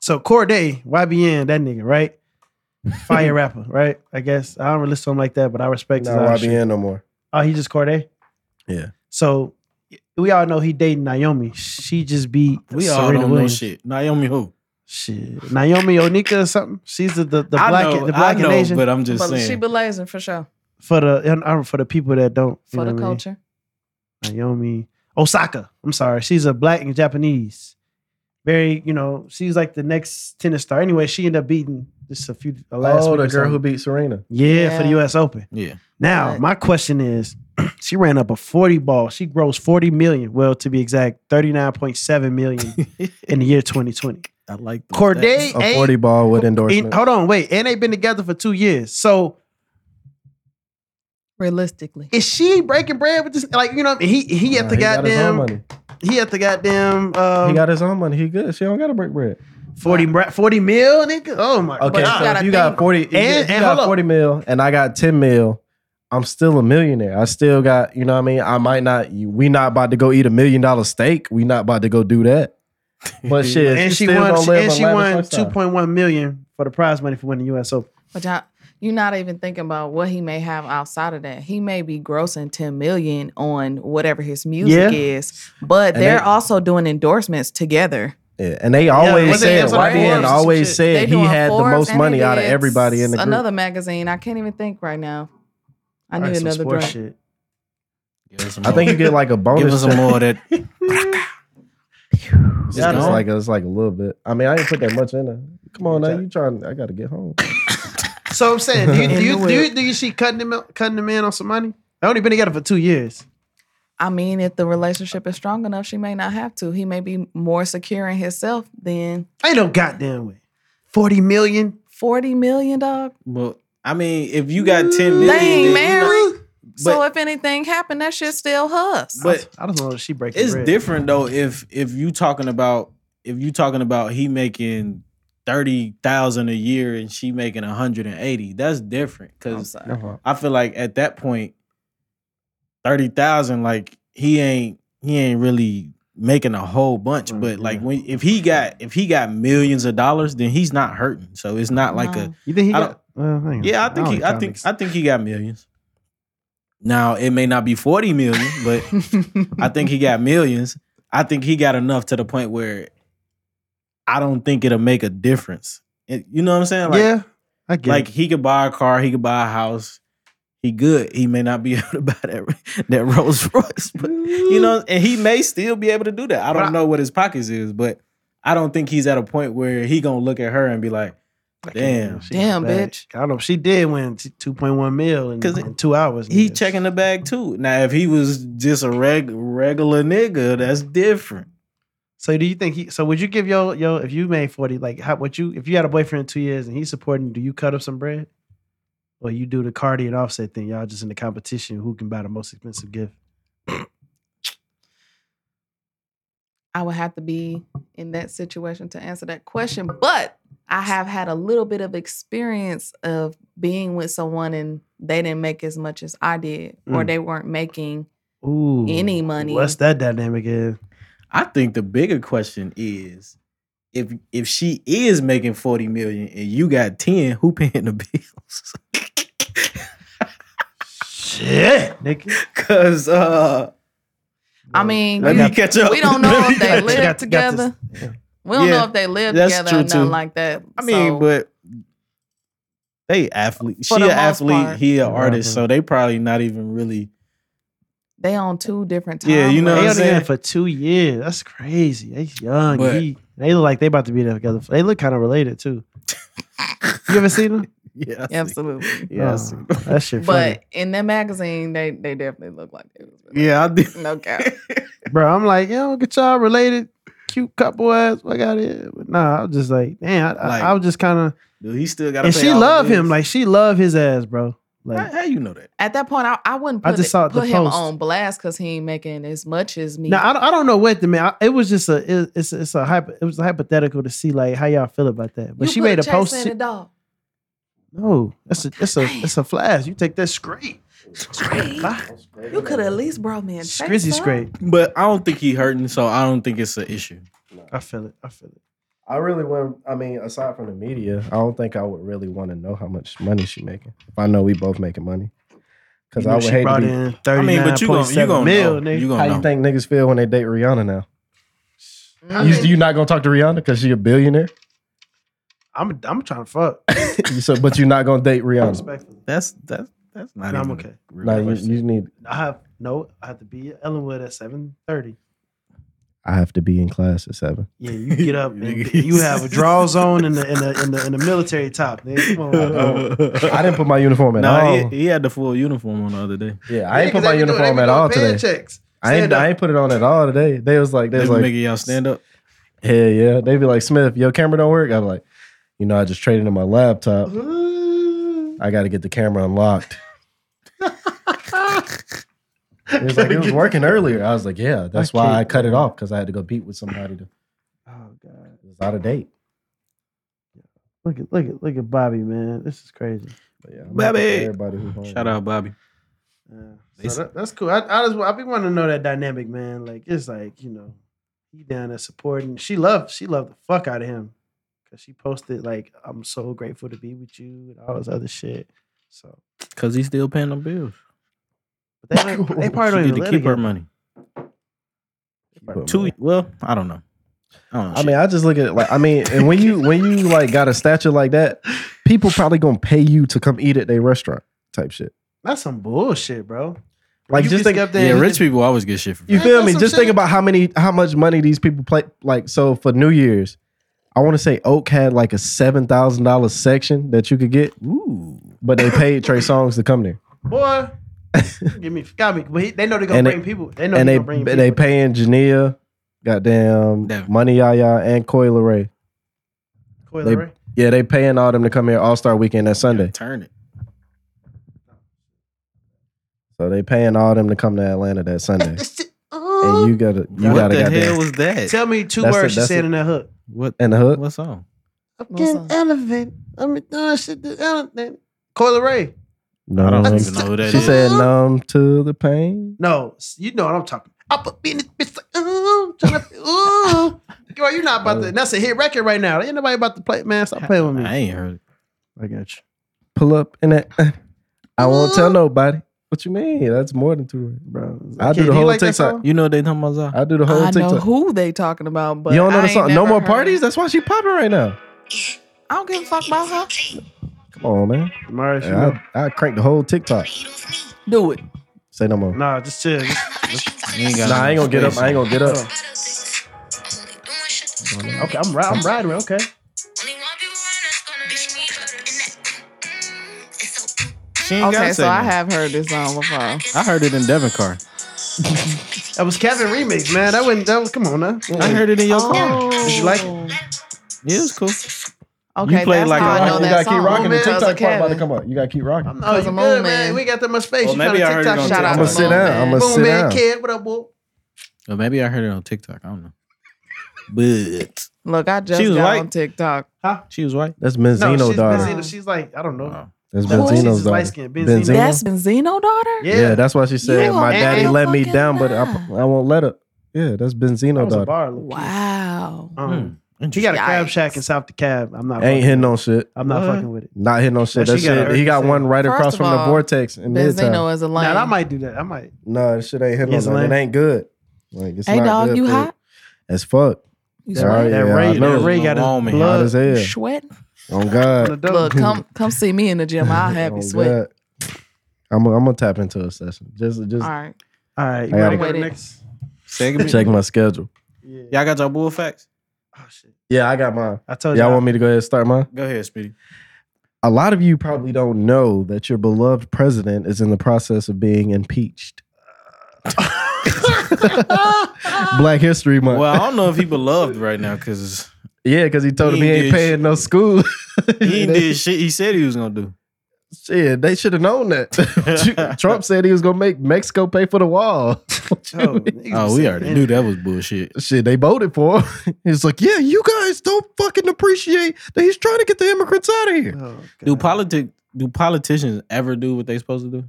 D: So Corday, YBN, that nigga, right? Fire rapper, right? I guess I don't really listen to him like that, but I respect his.
C: Not
D: his.
C: YBN no more.
D: Oh, he just Corday.
C: Yeah.
D: So we all know he dating Naomi. She just beat
B: we all
D: Serena
B: don't know
D: Williams.
B: shit. Naomi who?
D: Shit. Naomi Onika or something. She's the the, the
B: I
D: black
B: know,
D: the black
B: I know,
D: and Asian
B: but I'm just
E: but she
B: saying.
E: blazing for sure
D: for the and, uh, for the people that don't you
E: for
D: know
E: the
D: what I mean?
E: culture.
D: Naomi Osaka. I'm sorry. She's a black and Japanese. Very, you know, she's like the next tennis star. Anyway, she ended up beating just a few uh, last
C: oh,
D: week
C: the
D: or
C: girl who
D: something.
C: beat Serena.
D: yeah, for the
E: Yeah.
D: U.S. Open.
B: yeah,
D: Now,
E: But-
D: my question is, she ran up a 40 ball. She grossed 40 million. Well, to be exact, 39.7 million in the year 2020.
B: I like the
D: Corday
C: A
D: ain't-
C: forty ball with endorsement.
D: And- hold on, wait. And they've been together for two years. So
E: Realistically,
D: is she breaking bread with this? Like, you know, what I mean? he he at
C: Nah,
D: the
C: he got his own
D: goddamn
C: money.
D: he at the goddamn um,
C: He got his own money. He good. She don't gotta break bread.
D: 40, bra- 40 mil, nigga. Oh my
C: Okay,
E: you
D: god.
C: so if
E: gotta
C: you got
E: think-
C: forty, if you
D: And- and hold
C: got
D: up.
C: forty mil, and I got ten mil. I'm still a millionaire. I still got, you know what I mean? I might not, you, we not about to go eat a million dollar steak. We not about to go do that. But shit,
D: and she
C: still
D: won.
C: gonna
D: She,
C: live
D: and
C: a
D: she
C: lavish
D: won
C: lifestyle.
D: two point one million for the prize money for winning the U.S. Open.
E: but y'all, you're not even thinking about what he may have outside of that. He may be grossing 10 million on whatever his music
D: Yeah.
E: is, but
C: And
E: they're
C: they-
E: also doing endorsements together.
C: Yeah, and they
D: Yeah,
C: always
D: wasn't it
C: said
D: something like
C: YBN
D: Forbes or
C: always
D: some
E: They
C: said he
E: doing
C: had the
E: Forbes
C: most
E: and
C: money
E: they
C: out of
E: did
C: everybody in the group.
E: Another magazine. I can't even think right now. I need
D: Alright, some
E: another
D: sports
E: drink.
D: Shit.
C: I think you get like a bonus.
B: give us some
C: check.
B: more of that.
C: It's
B: Yeah, I
C: just
B: know.
C: like it's like a little bit. I mean, I didn't put that much in it. Come on, now
D: Check.
C: you trying? I gotta get home.
D: So I'm saying, do you do you,
E: In the
D: do you,
E: world.
D: do you see cutting them out- cutting them in on some money? They only been together for two years.
E: I mean, if the relationship is strong enough, she may not have to. He may be more secure in himself than
D: Ain't no goddamn way. Forty million.
E: 40 million, dog.
B: Well, I mean, if you got ten million,
E: They ain't
B: then you not-
E: married. so
B: but-
E: if anything happened, that shit's still hers.
B: But
D: I don't know if she breaking
B: it's
D: bread.
B: different though. If if you talking about if you talking about he making thirty thousand a year and she making hundred and eighty, that's different.
E: I'm
B: Because
E: sorry.
C: Uh-huh.
B: I feel like at that point, thirty thousand, like he ain't he ain't really making a whole bunch.
D: Right,
B: But like
D: yeah.
B: when if he got if he got millions of dollars, then he's not hurting. So it's not like a
E: No.
D: You think he
B: I
D: got? Well, hang on.
B: yeah. I think
D: don't
B: he, I
D: kinda
B: think
D: mix-
B: I think he got millions. Now it may not be forty million, but I think he got millions. I think he got enough to the point where I don't think it'll make a difference. It- you know what I'm saying? Like,
D: yeah, I get.
B: like
D: it.
B: he could buy a car, he could buy a house. He good. He may not be able to buy that that Rolls Royce, but you know, and he may still be able to do that. I
D: But
B: don't
D: I-
B: know what his pockets is, but I don't think he's at a point where he gonna look at her and be like,
D: I can't-
B: damn.
D: she
E: Damn,
D: bad.
E: bitch.
D: I don't know. She did win two point one mil in,
B: 'Cause
D: in two hours.
B: he
D: nigga.
B: checking the bag too. Now, if he was just a reg- regular nigga, that's different.
D: So do you think he? So would you give your your if you made forty like how would you if you had a boyfriend in two years and he's supporting? Do you cut up some bread, or you do the Cardi and Offset thing? Y'all just in the competition who can buy the most expensive gift?
E: I would have to be in that situation to answer that question. But I have had a little bit of experience of being with someone and they didn't make as much as I did, or
D: Mm.
E: they weren't making.
D: Ooh,
E: Any money.
D: What's that dynamic is?
B: I think the bigger question is if if she is making 40 million and you got 10, who paying the bills?
D: Shit, nigga.
B: Cause uh
E: I mean,
B: let
E: you-
B: me catch up.
E: we don't know
B: Let me
E: if they
B: catch
E: live
B: up.
D: got- got
E: together.
D: this-
E: We don't
B: Yeah,
E: know if they live
B: that's
E: together
B: true,
E: or nothing
B: too.
E: like that.
B: I mean,
E: So,
B: but they athlete.
E: For
B: She
E: the
B: an
E: most
B: athlete,
E: part.
B: he an
D: Yeah,
B: artist,
D: but-
B: so they probably not even really
E: They on two different time.
B: Yeah, you know
D: They
B: what
D: only
B: I'm
E: frames.
D: together
B: saying?
D: for two years. That's crazy. They young.
B: But-
D: He- they look like they about to be together. They look kind of related too. you ever seen them?
B: Yeah.
E: Absolutely.
B: Yes.
D: Oh, that shit funny,
E: But in that magazine, they they definitely look like they was related.
B: Yeah, I did.
E: No cap.
D: bro. I'm like, yo, get y'all related, cute couple ass. What got it? But nah, I was just like, man, I, I-
B: Like-
D: I was just kind of.
B: Dude, he still got.
D: And she love him, like she love his ass, bro.
B: how,
D: Like,
B: how you know that?
E: At that point, I, I wouldn't
D: I
E: put,
D: just
E: it-
D: saw the
E: put him
D: post.
E: on blast because he ain't making as much as me.
D: now I don't, I don't know what the man. I- It was just a, it, it's it's a hypo, it was hypothetical to see like how y'all feel about that. But
E: You
D: she
E: put
D: made a
E: Chase
D: post.
E: and
D: she-
E: the dog.
D: No, that's a that's a
E: Damn.
D: that's a flash. You take that scrape.
E: Scrape. You could at least brought me a Chase
D: Scrizzy
E: up.
D: scrape.
B: But I don't think he hurting, so I don't think it's an issue.
D: I feel it. I feel it.
C: I really wouldn't. I mean, aside from the media, I don't think I would really want to know how much money she making. If I know we both making money, because
D: You
C: I
D: know
C: would
D: she
C: hate to
D: brought
C: be.
D: in
B: I
D: thirty
B: mean,
D: nine
B: but you
D: point
B: gonna you
D: seven
B: gonna
D: mil.
B: know.
D: nigga.
B: You
C: How
B: gonna
C: you
B: know.
C: think niggas feel when they date Rihanna now?
E: Mm.
C: You, you not gonna talk to Rihanna because she a billionaire.
D: I'm I'm trying to fuck.
C: You so, but you're not gonna date Rihanna.
D: Respectfully.
B: That's that's that's not.
D: No, I'm
B: even
D: okay.
B: a real
C: No, you,
B: question.
C: you need.
D: I have no. I have to be at Ellenwood at seven thirty.
C: I have to be in class at seven.
D: Yeah, you get up. and
B: Nigga.
D: you have a draw zone in the in the in the, in the military top. Nigga. Come on, bro.
C: I didn't put my uniform at all.
B: No, he, he had the full uniform on the other day.
C: yeah, I ain't put my
D: Yeah, 'cause they be doing- they
C: uniform
D: be
C: at
D: doing
C: all
D: pan
C: today.
D: Checks.
C: I ain't,
D: Stand
C: I
D: up.
C: ain't put it on at all today. They was like, they
B: They
C: was
B: was
C: like,
B: making y'all stand up.
C: yeah, yeah. They be like, Smith, your camera don't work. I'm like, you know, I just traded in my laptop.
D: Ooh.
C: I got to get the camera unlocked. it was like it was working earlier. I was like, yeah, that's
D: I
C: why I
D: can't-
C: cut it off because I had to go beat with somebody. To, it
D: Oh god.
C: was out of date.
D: Look at look at look at Bobby, man. This is crazy.
C: But yeah, I'm happy for
B: Baby.
C: everybody who home.
B: Shout out, Bobby.
D: Yeah. So that, that's cool. I, I just I be wanting to know that dynamic, man. Like it's like you know, he down there supporting. She loved she loved the fuck out of him because she posted like I'm so grateful to be with you and all this other shit. So,
B: Cause he's still paying them bills.
D: but they, don't- they probably don't
B: she
D: even
B: need to keep her
D: litigate.
B: money.
C: But,
B: Two.
C: man,
B: Well, I don't know. I don't know.
C: I
B: shit.
C: mean, I just look at it like I mean, and when you when you like got a stature like that, people probably gonna pay you to come eat at their restaurant type shit.
D: That's some bullshit, bro.
C: Like
D: You
C: just
D: can
C: think
D: skip that.
B: yeah,
D: he
B: rich
D: just-
B: people always get shit for free.
C: You
E: Man,
C: feel
E: that's
C: me?
E: some
C: Just think
E: shit.
C: about how many how much money these people play like so for New Year's. I want to say Oak had like a seven thousand dollar section that you could get,
B: Ooh.
C: but they paid Trey Songs to come there,
D: Boy, give me got me. But he, they know they're gonna
C: And they-
D: bring people. They know
C: and
D: they
C: they
D: gonna bring
C: and they
D: people.
C: paying Jania, goddamn
B: Damn.
C: Money Yaya and Coil Ray.
D: Coil
C: they-
D: Ray.
C: Yeah, they paying all them to come here All Star Weekend that Sunday.
B: Turn it.
C: So they paying all them to come to Atlanta that Sunday, and you gotta you
B: what
C: gotta
B: the hell
C: goddamn
B: was that?
D: oh. Tell me two
C: That's
D: words
C: it,
D: she
C: that's
D: said
C: it.
D: in that hook.
B: what
C: in the hook.
B: what song?
D: I'm
E: What's
D: getting
E: up?
D: elevated. I'm doing shit to elevate. Coil Ray.
C: No,
B: I don't
D: Um,
B: even know who that is.
C: she said numb to the pain.
D: No, s- you know what I'm talking. I put me in this bitch like, ooh, tryna ooh. Girl, you're not about to. That's a hit record right now. Ain't nobody about to play, man. Stop playing with me.
B: Oh. I ain't heard it.
D: I got you.
C: Pull up in that. I won't tell nobody. What you mean? That's more than two words.
D: Bro,
C: I do the whole TikTok.
B: You know what they talking about? Zah?
C: I do the whole
E: I
C: TikTok.
E: know who they talking about, but
C: you don't know
E: I
C: the
E: ain't
C: song? No
E: never
C: more
E: heard
C: parties.
E: it.
C: That's why she popping right now.
E: I don't give a fuck about her.
C: Come on, man.
D: Marius, you know-
C: I, I crank the whole TikTok.
E: Do it.
C: Say no more.
D: Nah, just chill. Just-
B: You ain't got
C: Nah, I ain't
B: no
C: gonna get up.
B: space.
C: I ain't gonna get up.
D: Okay, I'm, ri- I'm riding with Okay.
B: She ain't
E: Okay,
B: gotta
E: so
B: say
E: I
B: nothing.
E: have heard this song before.
B: I heard it in Devon car.
D: That was Kevin remix, man. That wasn't. That was. Come on now.
E: Oh,
B: I heard it in your car.
D: Did you like
B: Yeah, it was cool.
E: Okay,
B: You played
E: that's
B: like a
E: how
B: rock-
E: I know
C: you
E: that
C: gotta
E: song.
C: keep rocking. The
D: Because
E: Because of
C: TikTok part about to
E: Kevin.
C: come up. You gotta keep rocking.
D: Oh, you
E: Cause
D: good,
E: I'm
D: man.
E: on, man.
D: We ain't got that much space.
B: Well,
D: you trying
B: maybe
D: to
B: I heard it
D: TikTok
B: on
D: shit.
E: Shout out
C: I'm
E: to
C: gonna sit
E: Moon
C: down.
E: Man.
C: I'm gonna
D: Boom,
C: sit
D: man,
C: down.
D: kid. What up, boy?
B: Or maybe I heard it on TikTok. I don't know. But
E: Look, I just
B: She was
E: got
B: white.
E: on TikTok.
B: she was white.
C: That's Benzino,
D: she's
C: daughter.
D: Benzino. She's like, I don't
C: Oh.
D: know.
B: Wow.
C: That's
D: That's why
C: Benzino's
D: she's
C: daughter.
D: light skinned. Benzino.
C: Benzino?
E: That's Benzino daughter.
D: Yeah.
C: yeah. that's why she said
E: You
C: my
E: a
C: daddy let me
E: motherfucking
C: down, but I,
E: lie.
C: I won't let her. Yeah, that's
D: That
C: Benzino,
D: was a
C: daughter.
D: bar. little kid.
E: Wow.
D: Um, He
B: Hmm, Interesting.
D: got a crab
E: Yikes.
D: shack in South the Cab. I'm not.
C: Ain't
D: fucking,
C: hitting on shit.
D: I'm not
B: What?
D: fucking with it.
C: Not hitting on shit.
D: But
C: That
D: she got
C: shit.
D: a-
C: He got one right
E: First
C: across
E: of
C: from the
E: all,
C: vortex in midtown.
E: Benzino is a lame.
D: Now I might do that. I might.
C: No, that shit ain't hitting
D: Yes,
C: on that. It
D: man.
C: ain't good. Like it's
E: hey
C: not
E: dog,
C: good
E: you
C: for
E: hot?
C: As fuck.
E: You
C: Yeah,
E: sweating?
C: yeah,
D: that
C: I
D: Ray,
C: know.
D: that Ray got his
B: Long man.
C: Hot as
D: blood.
C: hell.
E: Sweating?
C: On
D: on the
C: God.
D: dope.
E: Look, come come see me in the gym. I'll have
C: On
E: you sweat.
C: God. I'm gonna I'm gonna tap into a session. Just just
E: All right.
D: All right, you
C: I gotta-
D: ready for the
E: Waiting.
D: next?
B: Segment.
C: Check my schedule.
D: Yeah.
B: Y'all got your bull facts?
D: Oh shit!
C: Yeah, I got mine.
D: I told you.
C: Y'all want me to go ahead and start mine?
B: Go ahead, Speedy.
C: A lot of you probably don't know that your beloved president is in the process of being impeached. Black History Month.
B: Well, I don't know if he beloved right now because
C: yeah, because he told
B: He
C: him he
B: ain't
C: ain't
B: did
C: paying
B: shit.
C: no school.
B: he ain't
C: They-
B: did shit he said he was gonna do.
C: Shit, they should have known that. Trump said he was gonna make Mexico pay for the wall. What you
D: Oh,
C: mean?
B: Oh,
D: niggas be
B: we
D: saying
B: already
D: that.
B: knew that was bullshit.
C: Shit, they voted for him. He's like, yeah, you guys don't fucking appreciate that he's trying to get the immigrants out of here.
D: Oh,
B: Do
D: God.
B: politic do politicians ever do what they supposed to do?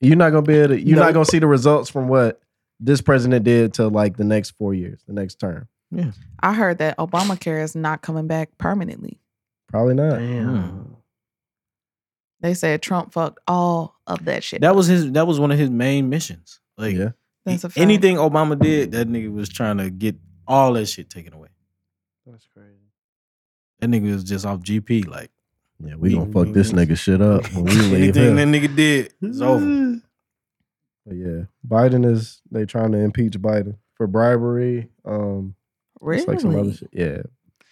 C: You're not gonna be able to, you're
D: Nope.
C: not gonna see the results from what this president did to like the next four years, the next term.
E: I heard that Obamacare is not coming back permanently.
C: Probably not.
B: Hmm.
D: Damn.
E: They said Trump fucked all of that shit.
B: That was his that was one of his main missions. Like
C: yeah.
E: That's a fact.
B: anything Obama did, that nigga was trying to get all that shit taken away.
D: That's crazy.
B: That nigga was just off GP. Like
C: Yeah, we
B: We-
C: gonna fuck this nigga shit up Uh, when we leave
B: anything that
C: here.
B: nigga did, it's over.
C: But yeah, Biden is they trying to impeach Biden for bribery. Um,
E: really?
C: it's like some other shit. Yeah,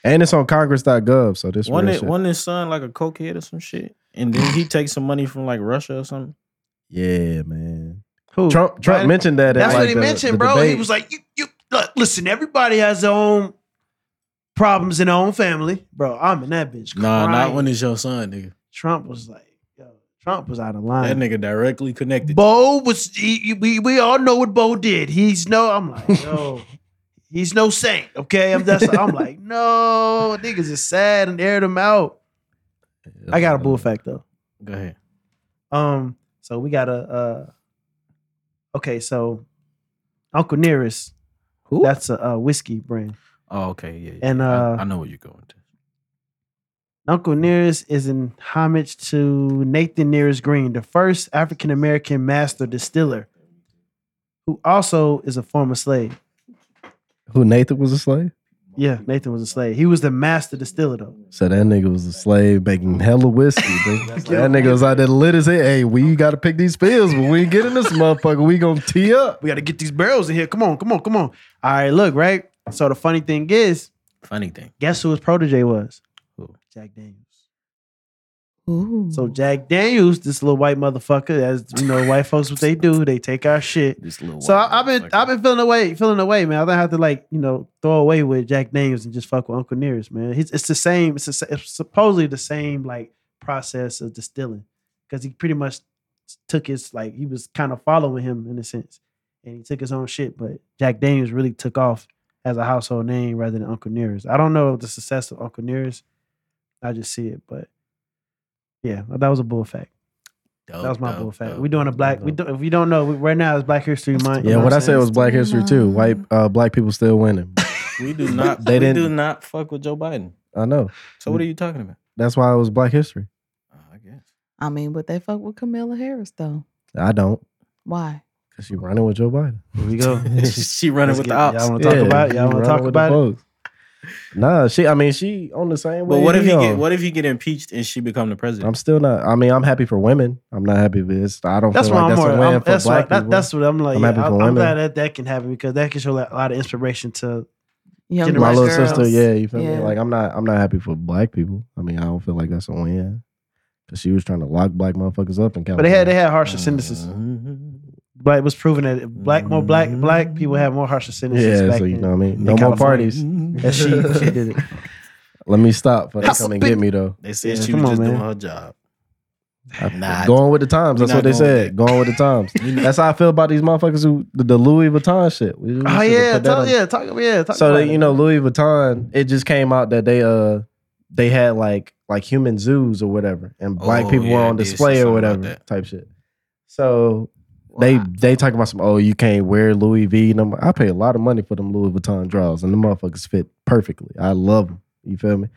C: and it's on Congress.gov. So this
B: One
C: real
B: that
C: shit.
B: one his son like a cokehead or some shit, and then he takes some money from like Russia or something.
C: Yeah, man.
D: Who?
C: Trump Trump
D: Biden-
C: mentioned that. at,
D: That's
C: like,
D: what he
C: the-
D: mentioned,
C: the
D: bro. He
C: debate.
D: was like, you, you look, listen, everybody has their own problems in their own family. Bro, I'm in that bitch.
B: Nah, not
D: crying.
B: when it's your son, nigga.
D: Trump was like, yo, Trump was out of
B: That
D: line.
B: nigga directly connected.
D: Bo was he, we we all know what Bo did. He's no, I'm like, yo, he's no saint. Okay. I'm that's I'm like, no, niggas is sad and aired him out. I got a bull fact though.
B: Go ahead.
D: Um, so we got a uh okay, so Uncle Nearest,
B: Who?
D: that's a, uh whiskey brand.
B: oh, okay, yeah. yeah.
D: And,
B: I-
D: uh,
B: I, know where you're going to.
D: Uncle Nearest is in homage to Nathan Nearest Green, the first African American master distiller, who also is a former slave.
C: Who Nathan was a slave?
D: Yeah, Nathan was a slave. He was the master distiller though.
C: So that nigga was a slave making hella whiskey. nigga. that nigga was out there lit as hell. Hey, we gotta pick these pills. When we get in this motherfucker, we gonna tee up.
D: We got to get these barrels in here. Come on, come on, come on. All right, look, right? So the funny thing is,
B: Funny thing.
D: guess who his protege was?
B: Who?
D: Jack Daniels.
E: Ooh.
D: So Jack Daniels, this little white motherfucker, as you know, white folks what they do, they take our shit.
B: This little
D: So I, I've been I've been feeling away, feeling away, man. I don't have to like you know throw away with Jack Daniels and just fuck with Uncle Nearest, man. He's, it's the same. It's, the sa- it's supposedly the same like process of distilling because he pretty much took his like he was kind of following him in a sense, and he took his own shit. But Jack Daniels really took off as a household name rather than Uncle Nearest. I don't know the success of Uncle Nearest. I just see it, but yeah, that was a bull fact. That was my bull fact. We doing a black. We do, if you don't know, we, right now it's Black History Month.
C: Yeah, what I said was
E: Still
C: Black History too.
E: mine.
C: White uh, black people still winning.
B: We do not.
C: They
B: we do
C: didn't-
B: not fuck with Joe Biden.
C: I know.
B: So
D: Mm.
B: what are you talking about?
C: That's why it was Black History.
B: Uh, I guess.
E: I mean, but they fuck with Camilla Harris though.
C: I don't,
E: Why?
C: cause she running with Joe Biden.
D: Here we go.
B: she running
D: Let's
B: with
D: get-
B: the ops.
D: y'all wanna talk about it? Y'all
C: she
D: wanna
C: running
D: talk
C: with the
D: about it?
C: folks. Nah, she. I mean, she on the same way.
B: But what if he
C: he
B: get
C: on.
B: what if he get impeached and she become the
C: I'm
B: president?
C: still not. I mean, I'm happy for women. I'm not happy for this. I don't.
D: That's
C: feel
D: why
C: like
D: I'm
C: that's
D: more.
C: a win
D: I'm,
C: for
D: that's
C: black
D: why. That,
C: people.
D: that's what I'm like.
C: I'm
D: yeah,
C: happy for
D: I'm, I'm
C: women. Uh-huh.
D: glad that that can happen because that can show like, a lot of inspiration to.
E: Young
D: Getting
C: my
E: black
C: little
E: girls.
C: sister. Yeah, you feel
E: Yeah.
C: me? Like I'm not. I'm not happy for black people. I mean, I don't feel like that's a win. Cause she was trying to lock black motherfuckers up in California.
D: But they had they had harsher sentences.
C: Uh-huh.
D: But it was proven that if black more black black people have more harsher sentences.
C: Mm-hmm. Yeah,
D: back
C: so you
D: then.
C: know what I mean.
D: in
C: No more
D: California.
C: parties.
B: Mm-hmm.
D: And she, she did it.
C: Let me stop. But they
D: That's
C: come
D: a
C: and
D: big-
C: get me though.
B: They said
D: Yeah,
B: she
D: come
B: was
D: on,
B: just
D: man.
B: doing her job. Nah,
C: Going with the times.
B: we
C: That's what
B: not going with
C: they said.
B: that.
C: Going with the times. That's how I feel about these motherfuckers who the, the Louis Vuitton shit. We- we
D: Oh
C: should've
D: yeah,
C: put that
D: talk,
C: on-
D: yeah, talk, yeah, talk
C: So
D: about
C: that
D: it.
C: you know, Louis Vuitton, it just came out that they uh they had like like human zoos or whatever, and black
B: Oh,
C: people were
B: yeah,
C: on
B: I did see
C: display or
B: something about
C: whatever
B: that.
C: type shit. So
E: Well,
C: they
E: I-
C: they talking about some oh you can't wear Louis V. And I'm, I pay a lot of money for them Louis Vuitton draws, and the motherfuckers fit perfectly. I love them. You feel me?